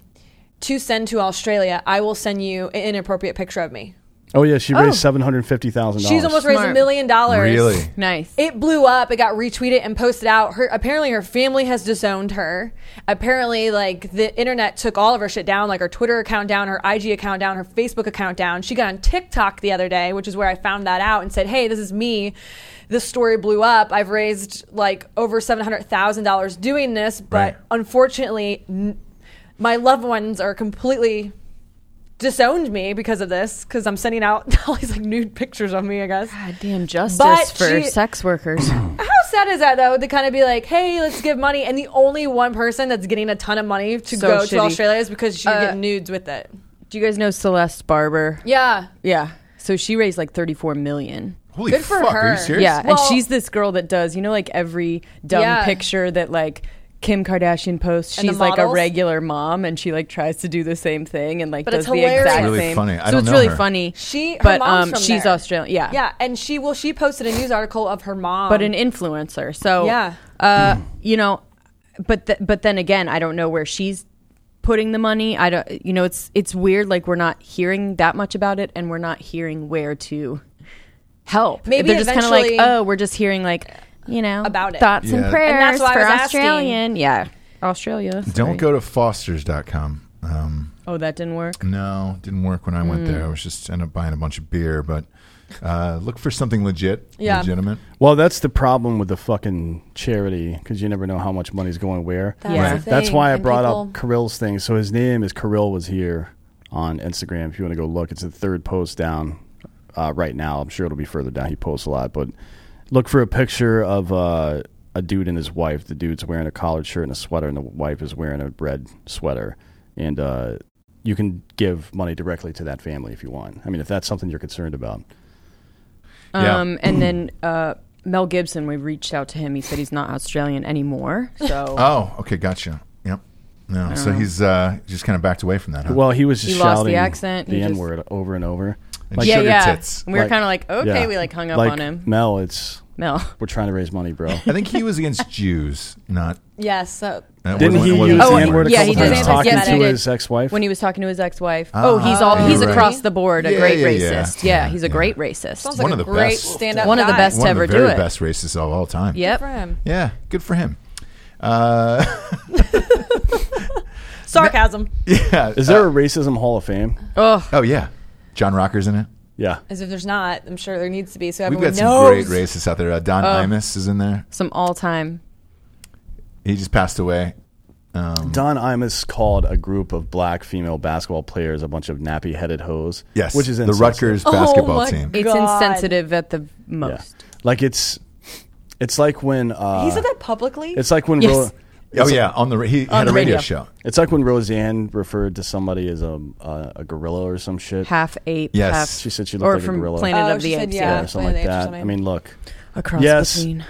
S4: to send to Australia, I will send you an inappropriate picture of me."
S2: Oh yeah, she raised seven hundred fifty thousand dollars.
S4: She's almost raised a
S5: Smart.
S4: million dollars.
S3: Really?
S5: Nice.
S4: It blew up. It got retweeted and posted out. Her apparently her family has disowned her. Apparently, like the internet took all of her shit down, like her Twitter account down, her IG account down, her Facebook account down. She got on TikTok the other day, which is where I found that out, and said, "Hey, this is me. This story blew up. I've raised like over seven hundred thousand dollars doing this, but
S3: Right.
S4: unfortunately, n- my loved ones are completely." Disowned me because of this, because I'm sending out all these like nude pictures of me. I guess
S5: God damn justice
S4: But
S5: for
S4: she-
S5: sex workers.
S4: how sad is that though to kind of be like, hey, let's give money, and the only one person that's getting a ton of money to
S5: So
S4: go to
S5: shitty.
S4: Australia is because she
S5: Uh,
S4: get nudes with it.
S5: Do you guys know Celeste Barber?
S4: Yeah,
S5: Yeah. So she raised like 34 million.
S3: Holy
S4: Good for
S3: fuck! Are
S4: her.
S3: you serious?
S5: Yeah, and
S4: Well-
S5: she's this girl that does, you know, like every dumb
S4: Yeah.
S5: picture that like Kim Kardashian posts.
S4: And the
S5: She's like a
S4: models?
S5: regular mom, and she like tries to do the same thing and like
S4: But
S5: does
S4: it's
S5: the
S4: hilarious.
S5: exact
S4: Really
S5: same.
S3: funny. I
S5: so
S3: don't
S5: it's
S3: know
S5: really
S3: her.
S5: funny.
S4: She- her
S5: but
S4: mom's
S5: um,
S4: from
S5: she's
S4: there.
S5: Australian. Yeah,
S4: yeah, and she well, she posted a news article of her mom,
S5: but an influencer. So
S4: Oh. Yeah.
S5: uh, you know, but th- but then again, I don't know where she's putting the money. I don't, you know, it's it's weird. Like we're not hearing that much about it, and we're not hearing where to help.
S4: Maybe
S5: they're just kind of like,
S4: eventually-
S5: oh, we're just hearing like, you know,
S4: About it.
S5: thoughts
S3: Yeah.
S5: and
S3: And
S5: prayers
S4: that's why I
S5: for
S4: was asking.
S5: Australian. Yeah, Australia. sorry.
S3: Don't go to Fosters.com. Um,
S5: Oh, that didn't work.
S3: no, didn't work when I went there. I was just ended up buying a bunch of beer, but uh, look for something legit,
S4: Yeah.
S3: legitimate.
S2: Well, that's the problem with the fucking charity because you never know how much money's going where.
S4: That's
S5: Yeah.
S4: the
S2: That's
S4: thing,
S2: why I
S4: and
S2: brought
S4: people-
S2: up Kirill's thing. So his name is Kirill was here on Instagram. If you want to go look, it's the third post down uh, right now. I'm sure it'll be further down. He posts a lot, but look for a picture of uh, a dude and his wife. The dude's wearing a collared shirt and a sweater, and the wife is wearing a red sweater. And uh, you can give money directly to that family if you want. I mean, if that's something you're concerned about.
S3: Yeah.
S5: Um, and then uh, Mel Gibson, we reached out to him. He said he's not Australian anymore. So
S3: Oh, okay, gotcha. Yep. No, so he's uh, just kind of backed away from that. Huh?
S2: Well, he was just
S5: He
S2: shouting
S5: lost the accent, he just-
S2: N word over and over.
S3: And
S2: Like,
S5: yeah,
S3: sugar
S5: yeah.
S3: tits.
S5: We were
S2: Like-
S5: kind of like, okay,
S2: yeah.
S5: we like hung up
S2: Like,
S5: on him.
S2: Mel, it's
S5: Mel.
S2: we're trying to raise money, bro.
S3: I think he was against Jews, not.
S4: Yes, so
S3: that
S2: Didn't
S3: wasn't-
S2: he
S3: wasn't
S2: use
S5: Oh,
S2: the
S5: and-
S2: N word a
S5: yeah,
S2: couple
S5: he did.
S2: times
S5: Yes,
S2: talking
S5: yes, he
S2: to
S5: did.
S2: his ex-wife?
S5: when he was talking to his ex-wife. oh, he's all
S3: Ah,
S5: he's
S3: right.
S5: across the board a
S3: Yeah,
S5: great
S3: yeah, yeah.
S5: racist. Yeah,
S3: Yeah,
S5: he's a
S3: yeah.
S5: great racist.
S4: sounds
S3: One
S4: like
S3: of
S4: a
S3: the
S4: great
S3: best.
S4: stand-up.
S5: One of the
S4: guy.
S5: best
S3: one
S5: ever
S3: of the very
S5: do it.
S3: best racists of all time.
S5: Yep.
S4: for him.
S3: Yeah, good for him. Uh,
S4: Sarcasm.
S3: yeah.
S2: Is there a racism Hall of Fame?
S5: Oh,
S3: Uh, Oh yeah, John Rocker's in it.
S2: Yeah.
S4: As if there's not, I'm sure there needs to be. So
S3: We've
S4: everyone
S3: got some
S4: knows.
S3: great racists out there. Uh, Don Imus is in there.
S5: some all-time.
S3: He just passed away.
S2: Don Imus called a group of black female basketball players a bunch of nappy-headed hoes.
S3: Yes,
S2: which is
S3: the
S2: insensitive.
S3: Rutgers
S4: Oh
S3: basketball
S4: my
S3: team.
S4: God.
S5: It's insensitive at the
S2: Yeah.
S5: most.
S2: Like it's, it's like when uh,
S4: He said that publicly.
S2: It's like when
S5: Yes.
S2: Ro-
S3: Oh yeah, on the ra- he had a
S5: the
S3: radio,
S5: radio.
S3: show.
S2: it's like when Roseanne referred to somebody as a a, a gorilla or some shit.
S5: Half ape.
S3: Yes.
S5: half,
S2: She said she looked
S5: or
S2: like a
S5: from
S2: gorilla.
S5: Planet
S4: Oh,
S5: of
S4: she
S5: the
S4: said
S5: Apes.
S4: yeah.
S5: Yeah.
S2: or something like
S4: Planet Apes or
S2: that.
S4: something.
S2: I mean, look,
S5: Across
S2: Yes.
S5: between.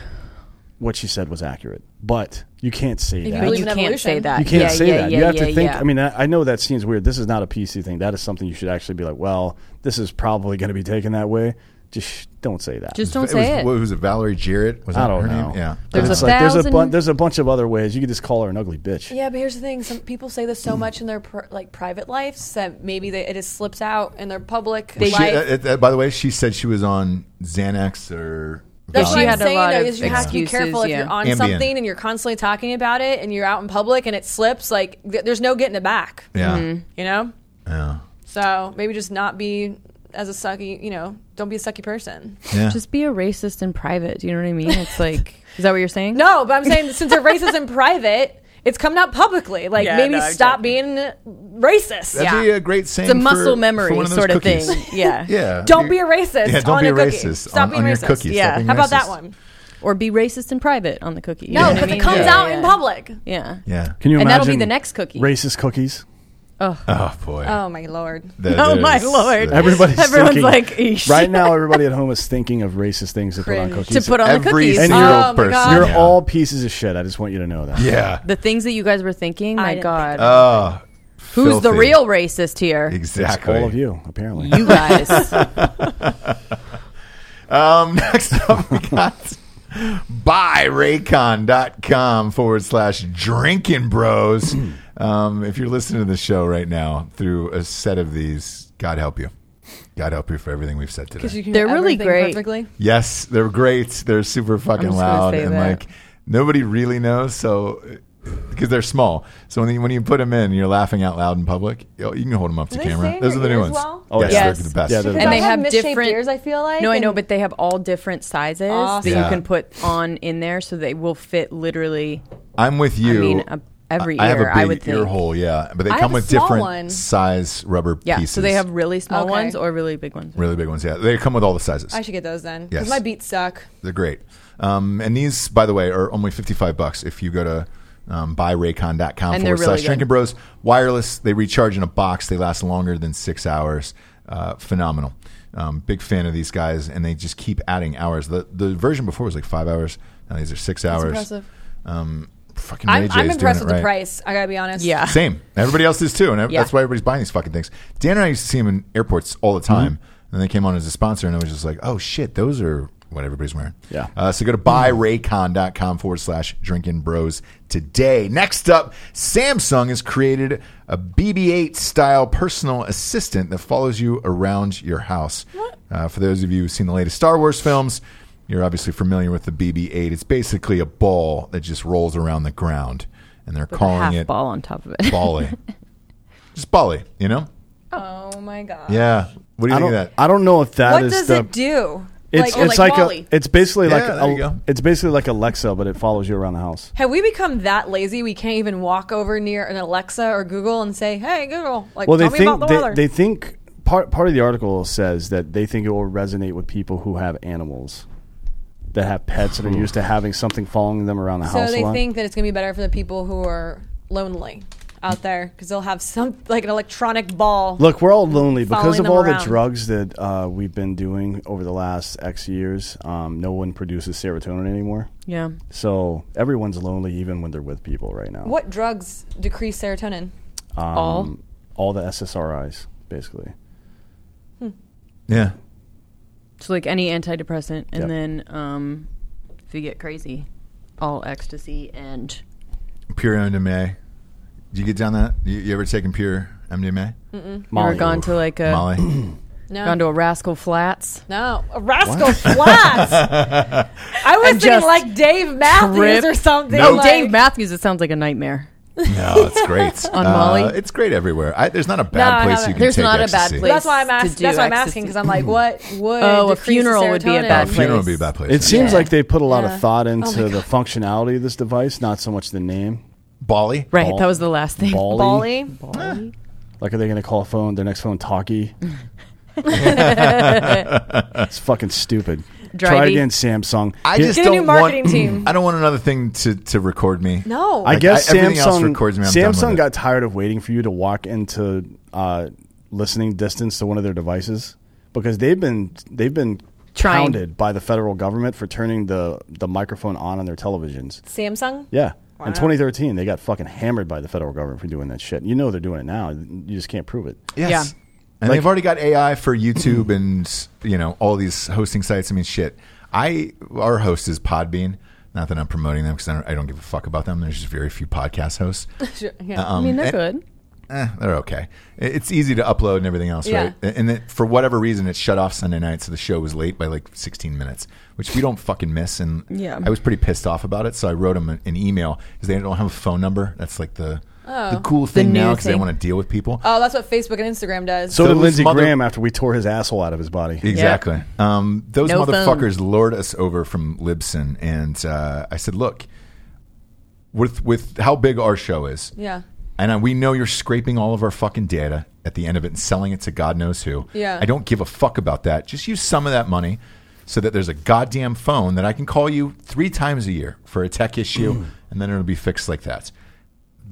S2: what she said was accurate, but you can't say
S4: You
S2: that.
S4: believe
S5: you
S4: in
S5: can't
S4: evolution.
S5: say that.
S2: You can't
S5: Yeah,
S2: say
S5: yeah,
S2: that.
S5: yeah,
S2: you have
S5: yeah,
S2: to think.
S5: yeah.
S2: I mean, I, I know that seems weird. This is not a PC thing. That is something you should actually be like, well, this is probably going to be taken that way. Just sh- don't say that.
S5: just don't
S3: it
S5: say
S3: was,
S5: it.
S3: What was it? Valerie Jarrett? Was that
S2: I don't
S3: her
S2: know.
S3: name? Yeah.
S4: There's
S2: It's
S4: a
S2: like, there's a bu-
S4: thousand-
S2: there's a bunch of other ways. You could just call her an ugly bitch.
S4: Yeah, but here's the thing: some people say this so much in their pr- like private lives that maybe they, it just slips out in their public
S3: She,
S4: life.
S3: uh, uh, by the way, she said she was on Xanax or.
S4: That's
S5: She
S4: what I'm
S5: had a
S4: saying.
S5: lot
S4: though,
S5: of
S4: is you have to be
S5: excuses,
S4: careful if
S5: yeah.
S4: you're on
S3: Ambien.
S4: something and you're constantly talking about it and you're out in public and it slips. Like th- there's no getting it back.
S3: Yeah.
S4: You know.
S3: Yeah.
S4: So maybe just not be as a sucky. You know, don't be a sucky person.
S3: Yeah.
S5: Just be a racist in private. Do you know what I mean? It's like, is that what you're saying?
S4: No, but I'm saying since they're racist in private, it's coming out publicly. Like
S5: Yeah,
S4: maybe
S5: no, I'm
S4: stop being racist.
S3: That'd
S5: yeah.
S3: be a great saying.
S5: It's a muscle
S3: for- for
S5: memory
S3: one of those
S5: sort of
S3: cookies.
S5: thing. Yeah.
S3: Yeah.
S4: Don't be a racist.
S3: Yeah, don't
S4: on
S3: be
S4: a
S3: a
S4: cookie.
S3: racist
S4: Stop
S3: on-
S4: being
S3: on your
S4: racist.
S3: cookies.
S5: Yeah.
S3: Stop being
S4: How about
S3: racist.
S4: that one?
S5: Or be racist in private on the cookie. You know
S4: No,
S5: what I
S4: because it
S5: mean?
S4: comes
S3: Yeah.
S4: out in public.
S5: Yeah.
S3: Yeah.
S2: Can you
S5: And
S2: imagine?
S5: that'll be the next cookie.
S2: Racist cookies.
S3: Oh boy.
S4: Oh my lord.
S3: That-
S5: Oh,
S3: that
S5: my
S3: is-
S5: Lord.
S3: that is-
S2: Everybody's
S5: Everyone's
S2: thinking-
S5: like, "Eesh."
S2: right now, everybody at home is thinking of racist things to put on
S4: Cringe.
S5: To
S2: cookies.
S5: put on the
S3: Every
S5: cookies. Uh,
S2: And
S3: single
S2: you're-
S4: Oh my
S3: person.
S4: God.
S2: You're
S3: yeah.
S2: all pieces of shit. I just want you to know that.
S3: Yeah.
S5: the things that you guys were thinking,
S4: I
S5: my
S4: didn't
S5: God.
S3: Oh.
S5: Who's the
S3: filthy.
S5: real racist here?
S2: It's
S3: Exactly.
S2: all of you, apparently.
S5: You guys.
S3: Um, next up, we got buyraycon.com forward slash drinking bros. Um, if you're listening to the show right now through a set of these, God help you. God help you for everything we've said today.
S5: They're really great.
S4: Perfectly.
S3: yes, they're great. They're super fucking
S5: just gonna
S3: loud.
S5: say
S3: And
S5: that.
S3: like, nobody really knows. So, because they're small. So when you, when you put them in, you're laughing out loud in public. You you can hold them up to
S4: Do they
S3: camera.
S4: stay in
S3: Those are
S4: your
S3: the new
S4: ears
S3: ones.
S4: well?
S2: Oh,
S3: yes,
S2: yeah.
S5: Yes.
S3: they're the best.
S2: Yeah, they're the
S5: And they
S2: best.
S5: have
S4: misshaped
S5: different-
S4: ears. I feel like.
S5: No, I know,
S4: and
S5: but they have all different sizes
S4: Awesome.
S5: that you
S3: Yeah.
S5: can put on in there so they will fit literally.
S3: I'm with you.
S5: I mean, a, every
S3: I
S5: ear.
S3: have a big
S5: I would think.
S3: ear hole, yeah. But they
S4: I have
S3: come
S4: a
S3: with
S4: small
S3: different
S4: one.
S3: size rubber
S5: Yeah,
S3: pieces.
S5: so they have really small
S4: Okay.
S5: ones or really big ones.
S3: really big ones. Yeah, they come with all the sizes.
S4: I should get those then because
S3: Yes.
S4: my beats suck.
S3: They're great. Um, and these, by the way, are only fifty-five bucks if you go to um, buyraycon.com
S5: And they're
S3: forward slash
S5: really
S3: Drinking
S5: good.
S3: Bros. Wireless. They recharge in a box. They last longer than six hours. Uh, phenomenal. Um, big fan of these guys, and they just keep adding hours. The the version before was like five hours. Now these are six hours.
S4: impressive.
S3: Um, fucking Ray
S4: I'm,
S3: J
S4: I'm
S3: is doing
S4: impressed
S3: it
S4: with
S3: right.
S4: the price. I gotta be honest.
S5: Yeah.
S3: Same. Everybody else is too, and ev-
S5: Yeah.
S3: that's why everybody's buying these fucking things. Dan and I used to see them in airports all the time,
S5: Mm-hmm.
S3: and they came on as a sponsor, and I was just like, oh shit, those are what everybody's wearing.
S2: Yeah.
S3: Uh, so go to buyraycon.com forward slash drinking bros today. Next up, Samsung has created a BB 8 style personal assistant that follows you around your house. Uh, for those of you who've seen the latest Star Wars films, you're obviously familiar with the BB 8. It's basically a ball that just rolls around the ground, and they're calling
S5: Half
S3: it
S5: ball on top of it.
S3: Bali. Just Bali, you know?
S4: Oh my god.
S3: Yeah. What do you
S2: I
S3: think
S2: don't.
S3: of that?
S2: I don't know if that
S4: What
S2: is
S4: does
S2: the.
S4: it do?
S2: It's
S4: like,
S2: it's like,
S5: Wall-E.
S2: a, it's basically
S3: Yeah,
S2: like
S3: there you
S2: a,
S3: go.
S2: it's basically like Alexa, but it follows you around the house.
S4: have we become that lazy we can't even walk over near an Alexa or Google and say, "Hey Google, like
S2: Well, they
S4: tell me
S2: think
S4: about the
S2: they,
S4: weather."
S2: they think part part of the article says that they think it will resonate with people who have animals that have pets that are used to having something following them around the
S4: so
S2: house. a
S4: they
S2: lot.
S4: think that it's gonna be better for the people who are lonely out there because they'll have some like an electronic ball.
S2: Look, we're all lonely because
S4: Following
S2: of
S4: them
S2: all
S4: around.
S2: the drugs that uh, we've been doing over the last X years. Um, no one produces serotonin anymore,
S5: yeah.
S2: so everyone's lonely, even when they're with people right now.
S4: What drugs decrease serotonin?
S2: Um,
S5: All?
S2: all the SSRIs, basically.
S3: yeah.
S5: So like any antidepressant, and
S2: Yep.
S5: then um, if you get crazy, all ecstasy and
S3: Pure MDMA. Do you get down that? You, you ever taken pure MDMA?
S5: or
S2: Molly.
S5: gone to like a
S3: Molly?
S4: No.
S5: gone to a Rascal Flats.
S4: No, a rascal flats. I was
S5: And
S4: thinking
S5: just
S4: like Dave Matthews
S5: trip.
S4: or something.
S3: No.
S4: like-
S5: Dave Matthews, it sounds like a nightmare.
S3: no, it's great. Uh,
S5: On Molly?
S3: It's great everywhere. I, there's not a bad
S4: I
S3: place
S4: haven't.
S3: you can
S5: There's
S3: take
S5: not a bad
S3: ecstasy.
S5: place.
S4: That's why I'm
S5: to
S4: asking.
S5: do
S4: That's why I'm
S5: ecstasy.
S4: asking because I'm like, what would
S5: Oh, a
S4: decrease the
S5: funeral would be a
S4: serotonin?
S5: bad
S3: A funeral
S5: place.
S3: would be a bad place.
S2: It seems
S4: Yeah.
S2: like they put a lot
S4: Yeah.
S2: of thought into
S4: my
S2: the functionality of this device, not so much the name.
S3: Bali?
S5: Right,
S2: Ball-
S5: that was the last thing.
S2: Bally.
S4: Bali.
S2: Like, are they going to call a phone their next phone talkie? it's fucking stupid. Try
S5: Drivey.
S2: again, Samsung.
S3: I
S2: Here-
S3: just
S4: Get a
S3: don't
S4: new marketing
S3: want,
S4: team.
S3: I don't want another thing to, to record me.
S4: No,
S2: I
S3: Like,
S2: guess
S3: I- everything else
S2: Samsung
S3: records me. I'm done with
S2: Samsung
S3: it.
S2: got tired of waiting for you to walk into uh, listening distance to one of their devices because they've been they've been
S5: Trying.
S2: pounded by the federal government for turning the, the microphone on on their televisions.
S4: Samsung.
S2: Yeah. In 2013, they got fucking hammered by the federal government for doing that shit. You know they're doing it now. You just can't prove it.
S3: Yes.
S5: Yeah.
S3: And they've already got AI for YouTube and you know all these hosting sites. I mean, shit. I our host is Podbean. Not that I'm promoting them because I don't, I don't give a fuck about them. There's just very few podcast hosts.
S4: Yeah.
S5: I mean,
S2: Um,
S5: they're
S3: and-
S5: good.
S3: Eh, they're okay. It- It's easy to upload and everything else,
S4: Yeah.
S3: right? And it, for whatever reason, it shut off Sunday night, so the show was late by like 16 minutes, which we don't fucking miss. And
S5: Yeah.
S3: I was pretty pissed off about it, so I wrote them an, an email because they don't have a phone number. That's like the the cool thing
S5: Oh. new
S3: now because they
S5: thing.
S3: want to deal with people.
S4: Oh, that's what Facebook and Instagram does.
S2: So,
S3: So
S2: did
S3: this
S2: Lindsey
S3: mother-
S2: Graham after we tore his asshole out of his body.
S3: Exactly. Um, those
S5: No
S3: motherfuckers lured us over from Libsyn, and uh, I said, "Look, with with how big our show is,
S4: yeah.
S3: and I, we know you're scraping all of our fucking data at the end of it and selling it to God knows who.
S4: Yeah.
S3: I don't give a fuck about that. Just use some of that money so that there's a goddamn phone that I can call you three times a year for a tech issue, and then it'll be fixed like that.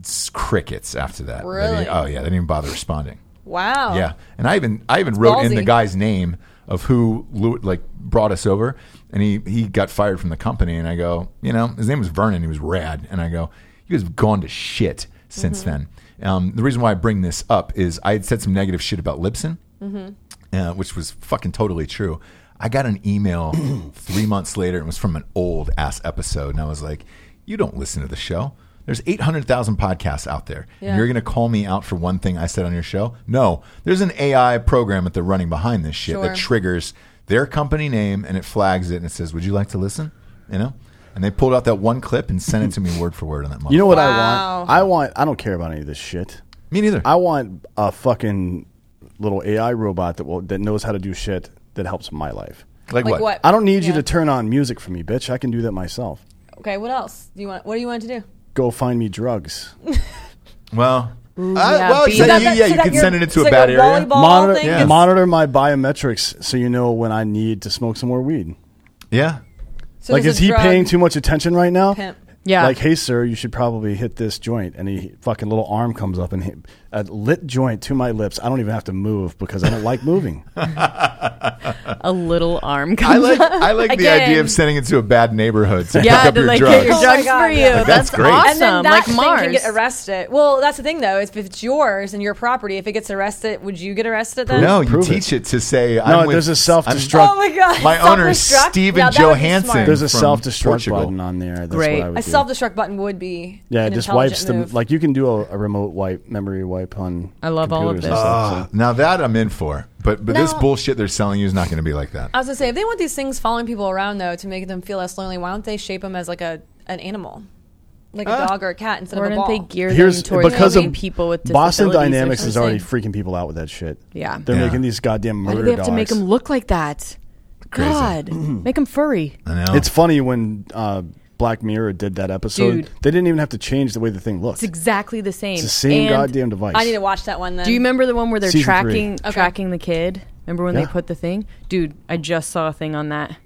S3: It's crickets after that. They didn't-
S4: Really?
S3: oh yeah, they didn't even bother responding.
S4: Wow.
S3: Yeah, and I even I even wrote in
S4: ballsy.
S3: the guy's name of who lu- like brought us over, and he he got fired from the company. And I go, you know, his name was Vernon. He was rad, and I go, you guys have gone to shit since
S4: Mm-hmm.
S3: then. Um, the reason why I bring this up is I had said some negative shit about Libsyn, uh, which was fucking totally true. I got an email three months later, and it was from an old ass episode, and I was like, you don't listen to the show. There's 800,000 podcasts out there.
S4: Yeah.
S3: And you're going to call me out for one thing I said on your show? No. There's an AI program that they're running behind this shit
S4: Sure.
S3: that triggers their company name and it flags it and it says, "Would you like to listen?" You know? And they pulled out that one clip and sent it to me word for word on that month.
S2: You know what I
S4: Wow.
S2: want? I want. I don't care about any of this shit.
S3: me neither.
S2: I want a fucking little AI robot that will that knows how to do shit that helps my life.
S3: like,
S4: Like
S3: what?
S4: what?
S2: I don't need you
S4: Yeah.
S2: to turn on music for me, bitch. I can do that myself.
S4: Okay. What else do you want? What do you want to do?
S2: Go find me drugs.
S3: Well, I-
S5: yeah,
S3: well,
S5: be-
S3: yeah,
S5: So
S3: you, yeah, you can send it into a bad area.
S4: Volleyball
S2: monitor,
S4: thing
S3: yeah.
S4: is-
S2: monitor my biometrics so you know when I need to smoke some more weed.
S3: Yeah.
S4: so
S2: like,
S4: there's
S2: is
S4: a
S2: he
S4: drug
S2: paying too much attention right now?
S4: pimp.
S5: Yeah.
S2: Like, hey, sir, you should probably hit this joint. And he fucking little arm comes up and hit a lit joint to my lips. I don't even have to move because I don't like moving.
S5: a little arm.
S3: I like I like the
S5: Again.
S3: idea of sending it to a bad neighborhood to
S5: yeah,
S3: pick up
S5: to
S3: your
S5: like
S3: drugs.
S5: get your
S4: Oh my
S5: drugs
S4: God,
S5: for you.
S4: yeah.
S5: That's,
S3: That's great.
S5: awesome.
S4: And then that
S5: like
S4: thing
S5: Mars.
S4: can get arrested. Well, that's the thing though. If it's yours and your property, if it gets arrested, would you get arrested then?
S3: No, you
S2: Prove it.
S3: teach it. to say
S2: No,
S3: I'm with,
S2: there's a self-destruct
S3: I'm-
S4: Oh my god.
S3: My owner is
S4: Self-destruct?
S3: Steven
S4: Yeah, that would be
S3: Johansson.
S4: smart.
S2: There's a
S3: from
S2: self destruct
S3: Portugal.
S2: button on there. That's
S5: Great.
S2: what I would
S4: A
S2: do.
S4: self-destruct button would be
S2: yeah,
S4: an
S2: it just
S4: intelligent
S2: wipes
S4: move.
S2: the like you can do a, a remote wipe memory wipe on.
S5: I love all of
S2: computers and
S5: this.
S2: stuff, so-
S3: Now that I'm in for, but but this
S4: No.
S3: bullshit they're selling you is not going to be like
S5: Uh,
S3: that.
S4: I was gonna say if they want these things following people around though to make them feel less lonely, why don't they shape them as like a an animal, like a dog or a cat instead
S5: Why
S4: of a
S5: don't they
S4: ball?
S5: gear
S2: Here's
S5: them towards
S2: because
S5: helping
S2: of
S5: people with
S2: Boston
S5: disabilities or
S2: Dynamics is already
S5: something?
S2: freaking people out with that shit.
S5: Yeah.
S2: they're
S3: Yeah.
S2: making these goddamn
S5: Why
S2: murder
S5: do they have to make
S2: dogs. Mm-hmm.
S5: them look like that?
S3: Crazy.
S5: God, make them furry.
S3: I know.
S2: It's funny when uh, Black Mirror did that episode.
S5: Dude.
S2: They didn't even have to change the way the thing looked.
S5: It's exactly the same.
S2: It's the same
S5: And
S2: goddamn device.
S4: I need to watch that one then.
S5: Do you remember the one where they're
S2: Season three.
S5: tracking
S4: Okay.
S5: tracking the kid? Remember when
S2: Yeah.
S5: they put the thing? Dude, I just saw a thing on that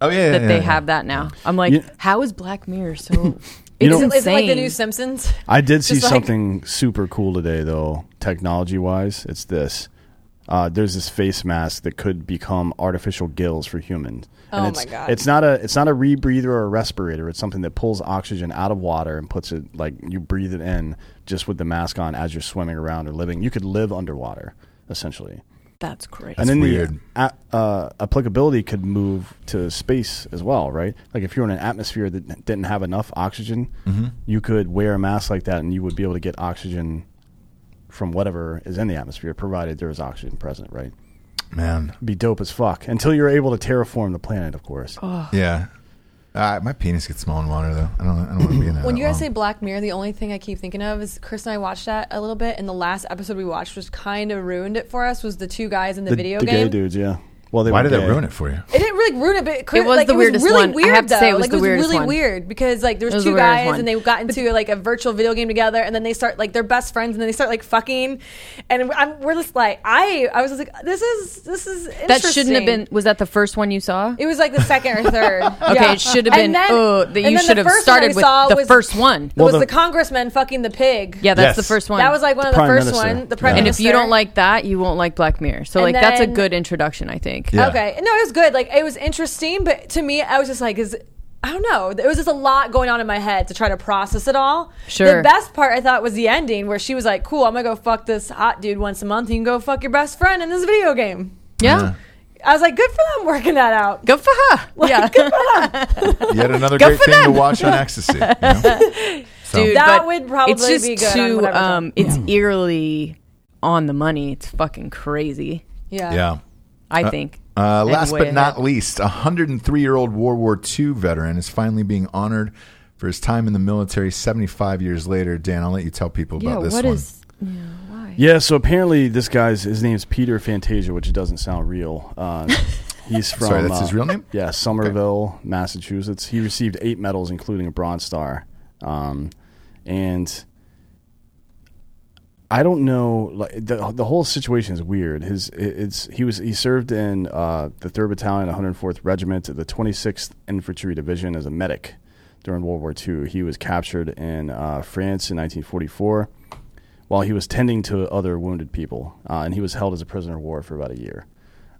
S3: oh yeah, yeah,
S5: that
S3: yeah,
S5: they
S3: yeah.
S5: have that now. I'm like,
S2: You-
S5: how is Black Mirror so?
S2: You
S5: it's
S2: know-
S4: Is it like the new
S5: insane.
S4: Simpsons?
S2: I did see
S4: Just like-
S2: something super cool today, though, technology wise. It's this. Uh, there's this face mask that could become artificial gills for humans.
S4: Oh my
S2: it's,
S4: God.
S2: It's not a it's not a rebreather or a respirator. It's something that pulls oxygen out of water and puts it like you breathe it in just with the mask on as you're swimming around or living. You could live underwater essentially.
S5: That's crazy.
S2: and then
S3: weird.
S2: the a, uh, applicability could move to space as well, right? Like if you're in an atmosphere that n- didn't have enough oxygen, you could wear a mask like that, and you would be able to get oxygen from whatever is in the atmosphere, provided there is oxygen present, right?
S3: man.
S2: Be dope as fuck until you're able to terraform the planet, of course.
S4: Oh,
S3: Yeah, uh, my penis gets small in water though. I don't. I don't want to be in there.
S4: When
S3: that
S4: you guys
S2: Uh-huh.
S4: say
S3: long.
S4: Black Mirror, the only thing I keep thinking of is Chris and I watched that a little bit, and the last episode we watched was kind of ruined it for us. Was the two guys in the,
S2: the
S4: video
S2: the
S4: game?
S2: gay dudes, yeah. Well, they
S3: why
S2: were
S3: did that
S2: gay.
S3: ruin it for you?
S4: It didn't really ruin it, but it, cri-
S5: It was
S4: like,
S5: the weirdest
S4: it was really
S5: one. I
S4: Weird,
S5: have to
S4: though.
S5: say it was
S4: like,
S5: the
S4: it was
S5: weirdest
S4: really
S5: one.
S4: weird because like there was,
S5: was
S4: two
S5: the weirdest
S4: guys
S5: one.
S4: and they got into like a virtual video game together, and then they start like they're best friends, and then they start like fucking, and I'm, we're just like I I was just like this is this is
S5: that shouldn't have
S4: interesting.
S5: been. Was that the first one you saw?
S4: It was like the second or third. okay,
S5: it should have been, oh, that you should have started with the first one.
S4: There
S5: Well,
S4: was
S2: the-
S4: the congressman fucking the pig.
S5: yeah, that's
S3: Yes.
S5: the first one.
S4: That was like one of the
S2: Prime
S4: first
S2: Minister.
S4: one. The prime
S2: Yeah.
S5: and if
S4: minister.
S5: you don't like that, you won't like Black Mirror. So
S4: And
S5: like that's a
S4: then-
S5: good introduction, I think. think.
S3: Yeah.
S4: Okay. No, it was good. Like it was interesting, but to me, I was just like, is I don't know. It was just a lot going on in my head to try to process it all.
S5: Sure.
S4: The best part I thought was the ending where she was like, "Cool, I'm gonna go fuck this hot dude once a month. You can go fuck your best friend in this video game."
S5: Yeah.
S4: I was like, "Good for them working that out."
S5: Good for her. yeah.
S3: Yet another
S5: Go
S3: great
S5: for
S3: thing to
S5: them.
S3: watch on ecstasy. you know? So-
S5: Dude,
S4: That
S5: but
S4: would probably
S5: it's just
S4: be good on
S5: Too,
S4: whatever time.
S5: um, it's eerily on the money. It's fucking crazy.
S4: Yeah.
S3: yeah.
S5: I think.
S3: Uh,
S5: And
S3: last
S5: way
S3: but
S5: ahead.
S3: not least, a 103 year old World War II veteran is finally being honored for his time in the military 75 years later. Dan, I'll let you tell people
S5: yeah.
S3: about this
S5: What
S3: one.
S5: is? Yeah. Why?
S2: Yeah, so apparently this guy's his name's Peter Fantasia, which doesn't sound real. Uh, he's from
S3: Sorry, that's
S2: uh,
S3: his real name?
S2: Yeah, Somerville, Massachusetts. He received eight medals, including a Bronze Star, um, and I don't know. Like the the whole situation is weird. His it- it's he was he served in uh, the third battalion, 104th Regiment, the 26th Infantry Division as a medic during World War II. He was captured in uh, France in 1944 while he was tending to other wounded people, uh, and he was held as a prisoner of war for about a year.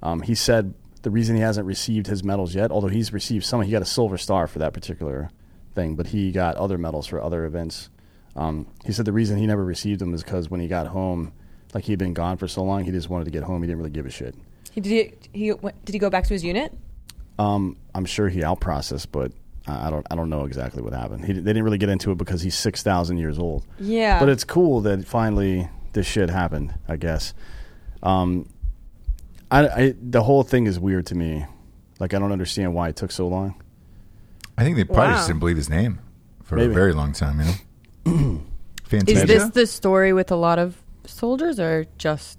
S2: Um, he said the reason he hasn't received his medals yet, although he's received some, he got a silver star for that particular thing, but he got other medals for other events. Um, he said the reason he never received them is because when he got home, like he'd been gone for so long, he just wanted to get home. He didn't really give a shit.
S4: He, did he, he went- did he go back to his unit?
S2: Um, I'm sure he outprocessed, but I I don't. I don't know exactly what happened. He, they didn't really get into it because he's six thousand years old.
S4: Yeah.
S2: But it's cool that finally this shit happened. I guess. Um, I, I the whole thing is weird to me. Like I don't understand why it took so long.
S3: I think they probably
S4: Wow.
S3: just didn't believe his name for
S2: Maybe.
S3: a very long time, you know? Fantasia?
S5: Is this the story with a lot of soldiers, or just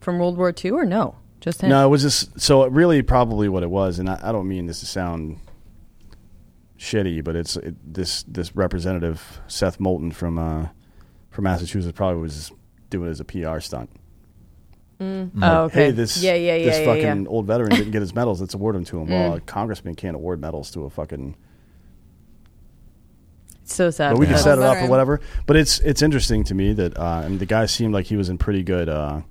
S5: from World War II, or no? Just him.
S2: No, it was just so it really probably what it was, and I, I don't mean this to sound shitty, but it's it, this this representative Seth Moulton from uh, from Massachusetts probably was just doing it as a PR stunt.
S5: Oh, okay.
S2: hey, this
S5: yeah, yeah, yeah,
S2: this
S5: yeah,
S2: fucking
S5: yeah. Mm.
S2: old veteran didn't get his medals. Let's award them to him. Well, a congressman can't award medals to a fucking.
S5: It's so sad.
S2: But we can
S5: that-
S2: set it up or
S4: veteran.
S2: whatever. But it's it's interesting to me that uh, I mean, the guy seemed like he was in pretty good uh,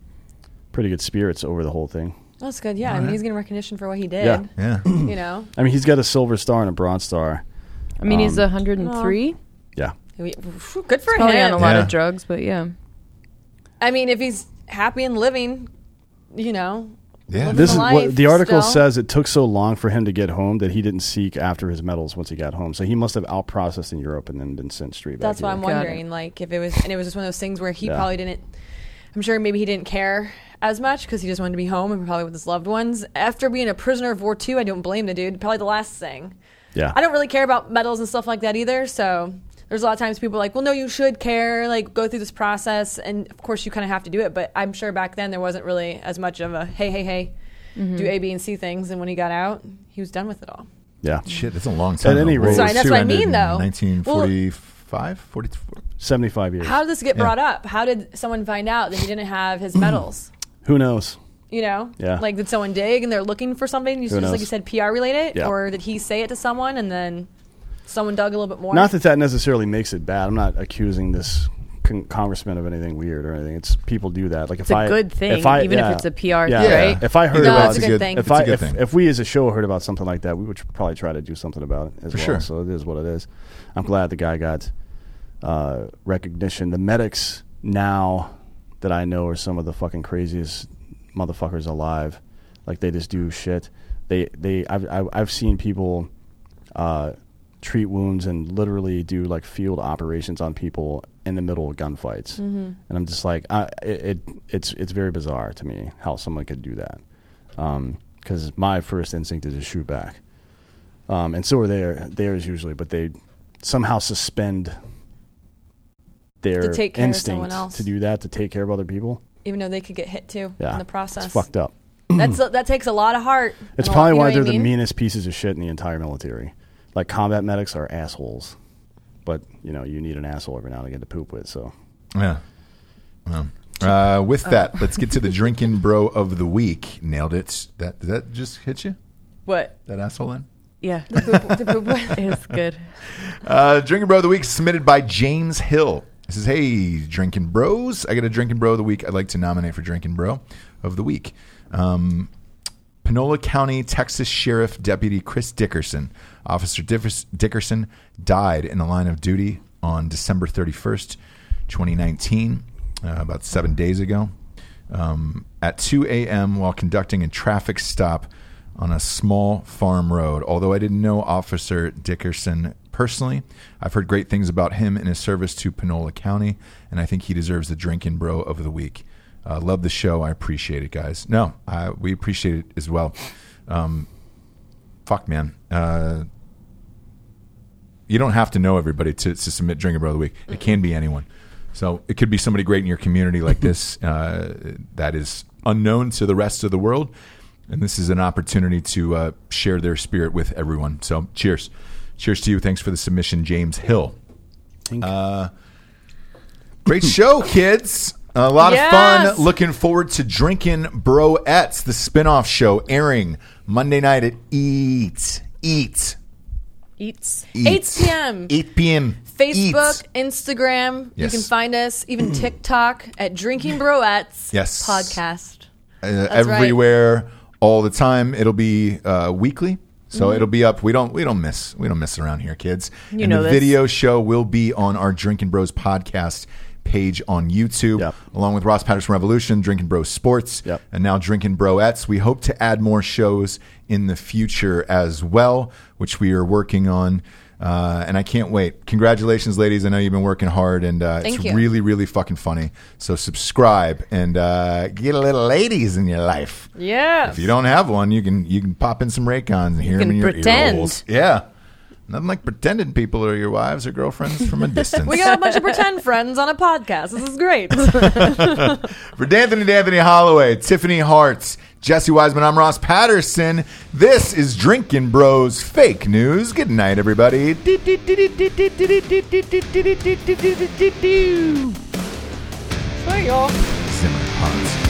S2: pretty good spirits over the whole thing.
S4: That's good. Yeah. I mean, he's getting recognition for what he did.
S2: Yeah.
S3: yeah.
S4: You know?
S2: I mean, he's got a silver star and a bronze star.
S5: I mean, he's
S2: um,
S5: 103.
S2: Yeah,
S4: We- phew, Good for
S5: Probably on
S4: him.
S5: a lot
S3: Yeah.
S5: of drugs, but yeah.
S4: I mean, if he's happy and living, you know.
S3: Yeah.
S4: living
S2: this is
S4: the
S2: what
S4: life
S2: the article
S4: still.
S2: says. It took so long for him to get home that he didn't seek after his medals once he got home. So he must have outprocessed in Europe and then been sent straight back.
S4: That's what
S2: here.
S4: I'm
S5: Got it.
S4: wondering. Like, if it was, and it was just one of those things where he
S2: Yeah.
S4: probably didn't. I'm sure maybe he didn't care as much because he just wanted to be home and probably with his loved ones. After being a prisoner of war too, I don't blame the dude. Probably the last thing.
S2: Yeah,
S4: I don't really care about medals and stuff like that either. So there's a lot of times people are like, well, no, you should care. Like, go through this process, and of course you kind of have to do it. But I'm sure back then there wasn't really as much of a hey, hey, hey, do A, B, and C things. And when he got out, he was done with it all.
S2: Yeah,
S3: Shit, that's a long time.
S2: any
S3: ago. World
S2: rate-
S3: War
S4: Sorry, that's
S3: II
S4: what I
S3: ended
S4: mean,
S3: in
S4: though.
S3: 1945, 44.
S2: seventy five years.
S4: How did this get brought up? How did someone find out that he didn't have his medals?
S2: Who knows?
S4: You know,
S2: Yeah.
S4: like did someone dig and they're looking for something? You
S2: Who
S4: just
S2: knows?
S4: like you said, PR related,
S2: Yeah.
S4: or did he say it to someone and then someone dug a little bit more?
S2: Not that that necessarily makes it bad. I'm not accusing this con- congressman of anything weird or anything. It's people do that. Like if
S5: a
S2: I-
S5: good thing,
S2: if I,
S5: even if
S2: yeah.
S5: it's a PR
S2: yeah.
S5: thing,
S3: right?
S2: If I heard
S4: No,
S2: about
S4: it's a good thing.
S2: if
S3: It's a
S2: I
S3: good
S2: if,
S3: thing.
S2: if we as a show heard about something like that, we would tr- probably try to do something about it as well.
S3: sure.
S2: So it is what it is. I'm glad the guy got uh, recognition. The medics now that I know are some of the fucking craziest motherfuckers alive. Like they just do shit. They they I've I've, I've seen people uh, treat wounds and literally do like field operations on people in the middle of gunfights. And I'm just like, I, it, it it's it's very bizarre to me how someone could do that. Because my first instinct is to shoot back, um, and so are their theirs usually, but they somehow suspend their
S4: To take care of someone
S2: instinct
S4: else.
S2: to do that to take care of other people.
S4: even though they could get hit too
S2: Yeah,
S4: in the process.
S2: it's fucked up.
S4: That's that takes a lot of heart.
S2: It's
S4: and a lot-
S2: probably
S4: you know
S2: why
S4: what I
S2: they're the
S4: mean?
S2: meanest pieces of shit in the entire military. Like combat medics are assholes, but you know you need an asshole every now and again to poop with. So
S3: Yeah. Well, Uh, with that, let's get to the drinking bro of the week. Nailed it. That did that just hit you?
S5: What?
S3: That asshole in?
S5: Yeah,
S4: The poop-
S5: it's good.
S3: Uh, drinking bro of the week submitted by James Hill. He says, "Hey, drinking bros, I got a drinking bro of the week. I'd like to nominate for drinking bro of the week. Um, Panola County, Texas Sheriff Deputy Chris Dickerson. Officer Differs- Dickerson died in the line of duty on December 31st, 2019, uh, about seven days ago, um, at 2 a.m. while conducting a traffic stop on a small farm road. Although I didn't know Officer Dickerson personally, I've heard great things about him and his service to Panola County, and I think he deserves the Drinking Bro of the Week. Uh, love the show. I appreciate it, guys. No, I, we appreciate it as well. Um, fuck, man. Uh, you don't have to know everybody to, to submit Drinking Bro of the Week. It can be anyone. So it could be somebody great in your community like this uh, that is unknown to the rest of the world. And this is an opportunity to uh, share their spirit with everyone. So cheers. Cheers to you. Thanks for the submission, James Hill. Uh, great show, kids. A lot
S4: Yes.
S3: of fun. Looking forward to Drinking Broettes, the spinoff show airing Monday night at Eat. Eat.
S5: Eats.
S3: Eat.
S4: 8 p.m..
S3: 8 p.m.
S4: Facebook,
S3: Eat.
S4: Instagram.
S3: Yes.
S4: You can find us even TikTok at Drinking Broettes
S3: Yes.
S4: podcast.
S3: Uh,
S4: right.
S3: everywhere, all the time. It'll be uh, weekly, so it'll be up. We don't we don't miss we don't miss around here, kids. You and
S5: know
S3: the
S5: this.
S3: video show will be on our Drinking Bros podcast page on YouTube,
S2: Yep.
S3: along with Ross Patterson Revolution, Drinking Bros Sports,
S2: Yep.
S3: and now Drinking Broettes. We hope to add more shows in the future as well, which we are working on. Uh, and I can't wait. Congratulations, ladies. I know you've been working hard and uh,
S4: Thank
S3: it's
S4: you.
S3: really, really fucking funny. So subscribe and uh, get a little ladies in your life.
S4: Yeah.
S3: If you don't have one, you can you can pop in some Raycons and hear them
S5: can
S3: in your ear
S5: pretend.
S3: holes. Yeah. Nothing like pretending people are your wives or girlfriends from a distance.
S4: We got a bunch of pretend friends on a podcast. This is great.
S3: For D'Anthony D'Anthony Holloway, Tiffany Hartz, Jesse Wiseman, I'm Ross Patterson. This is Drinking Bros Fake News. Good night, everybody. Zimmer Hans.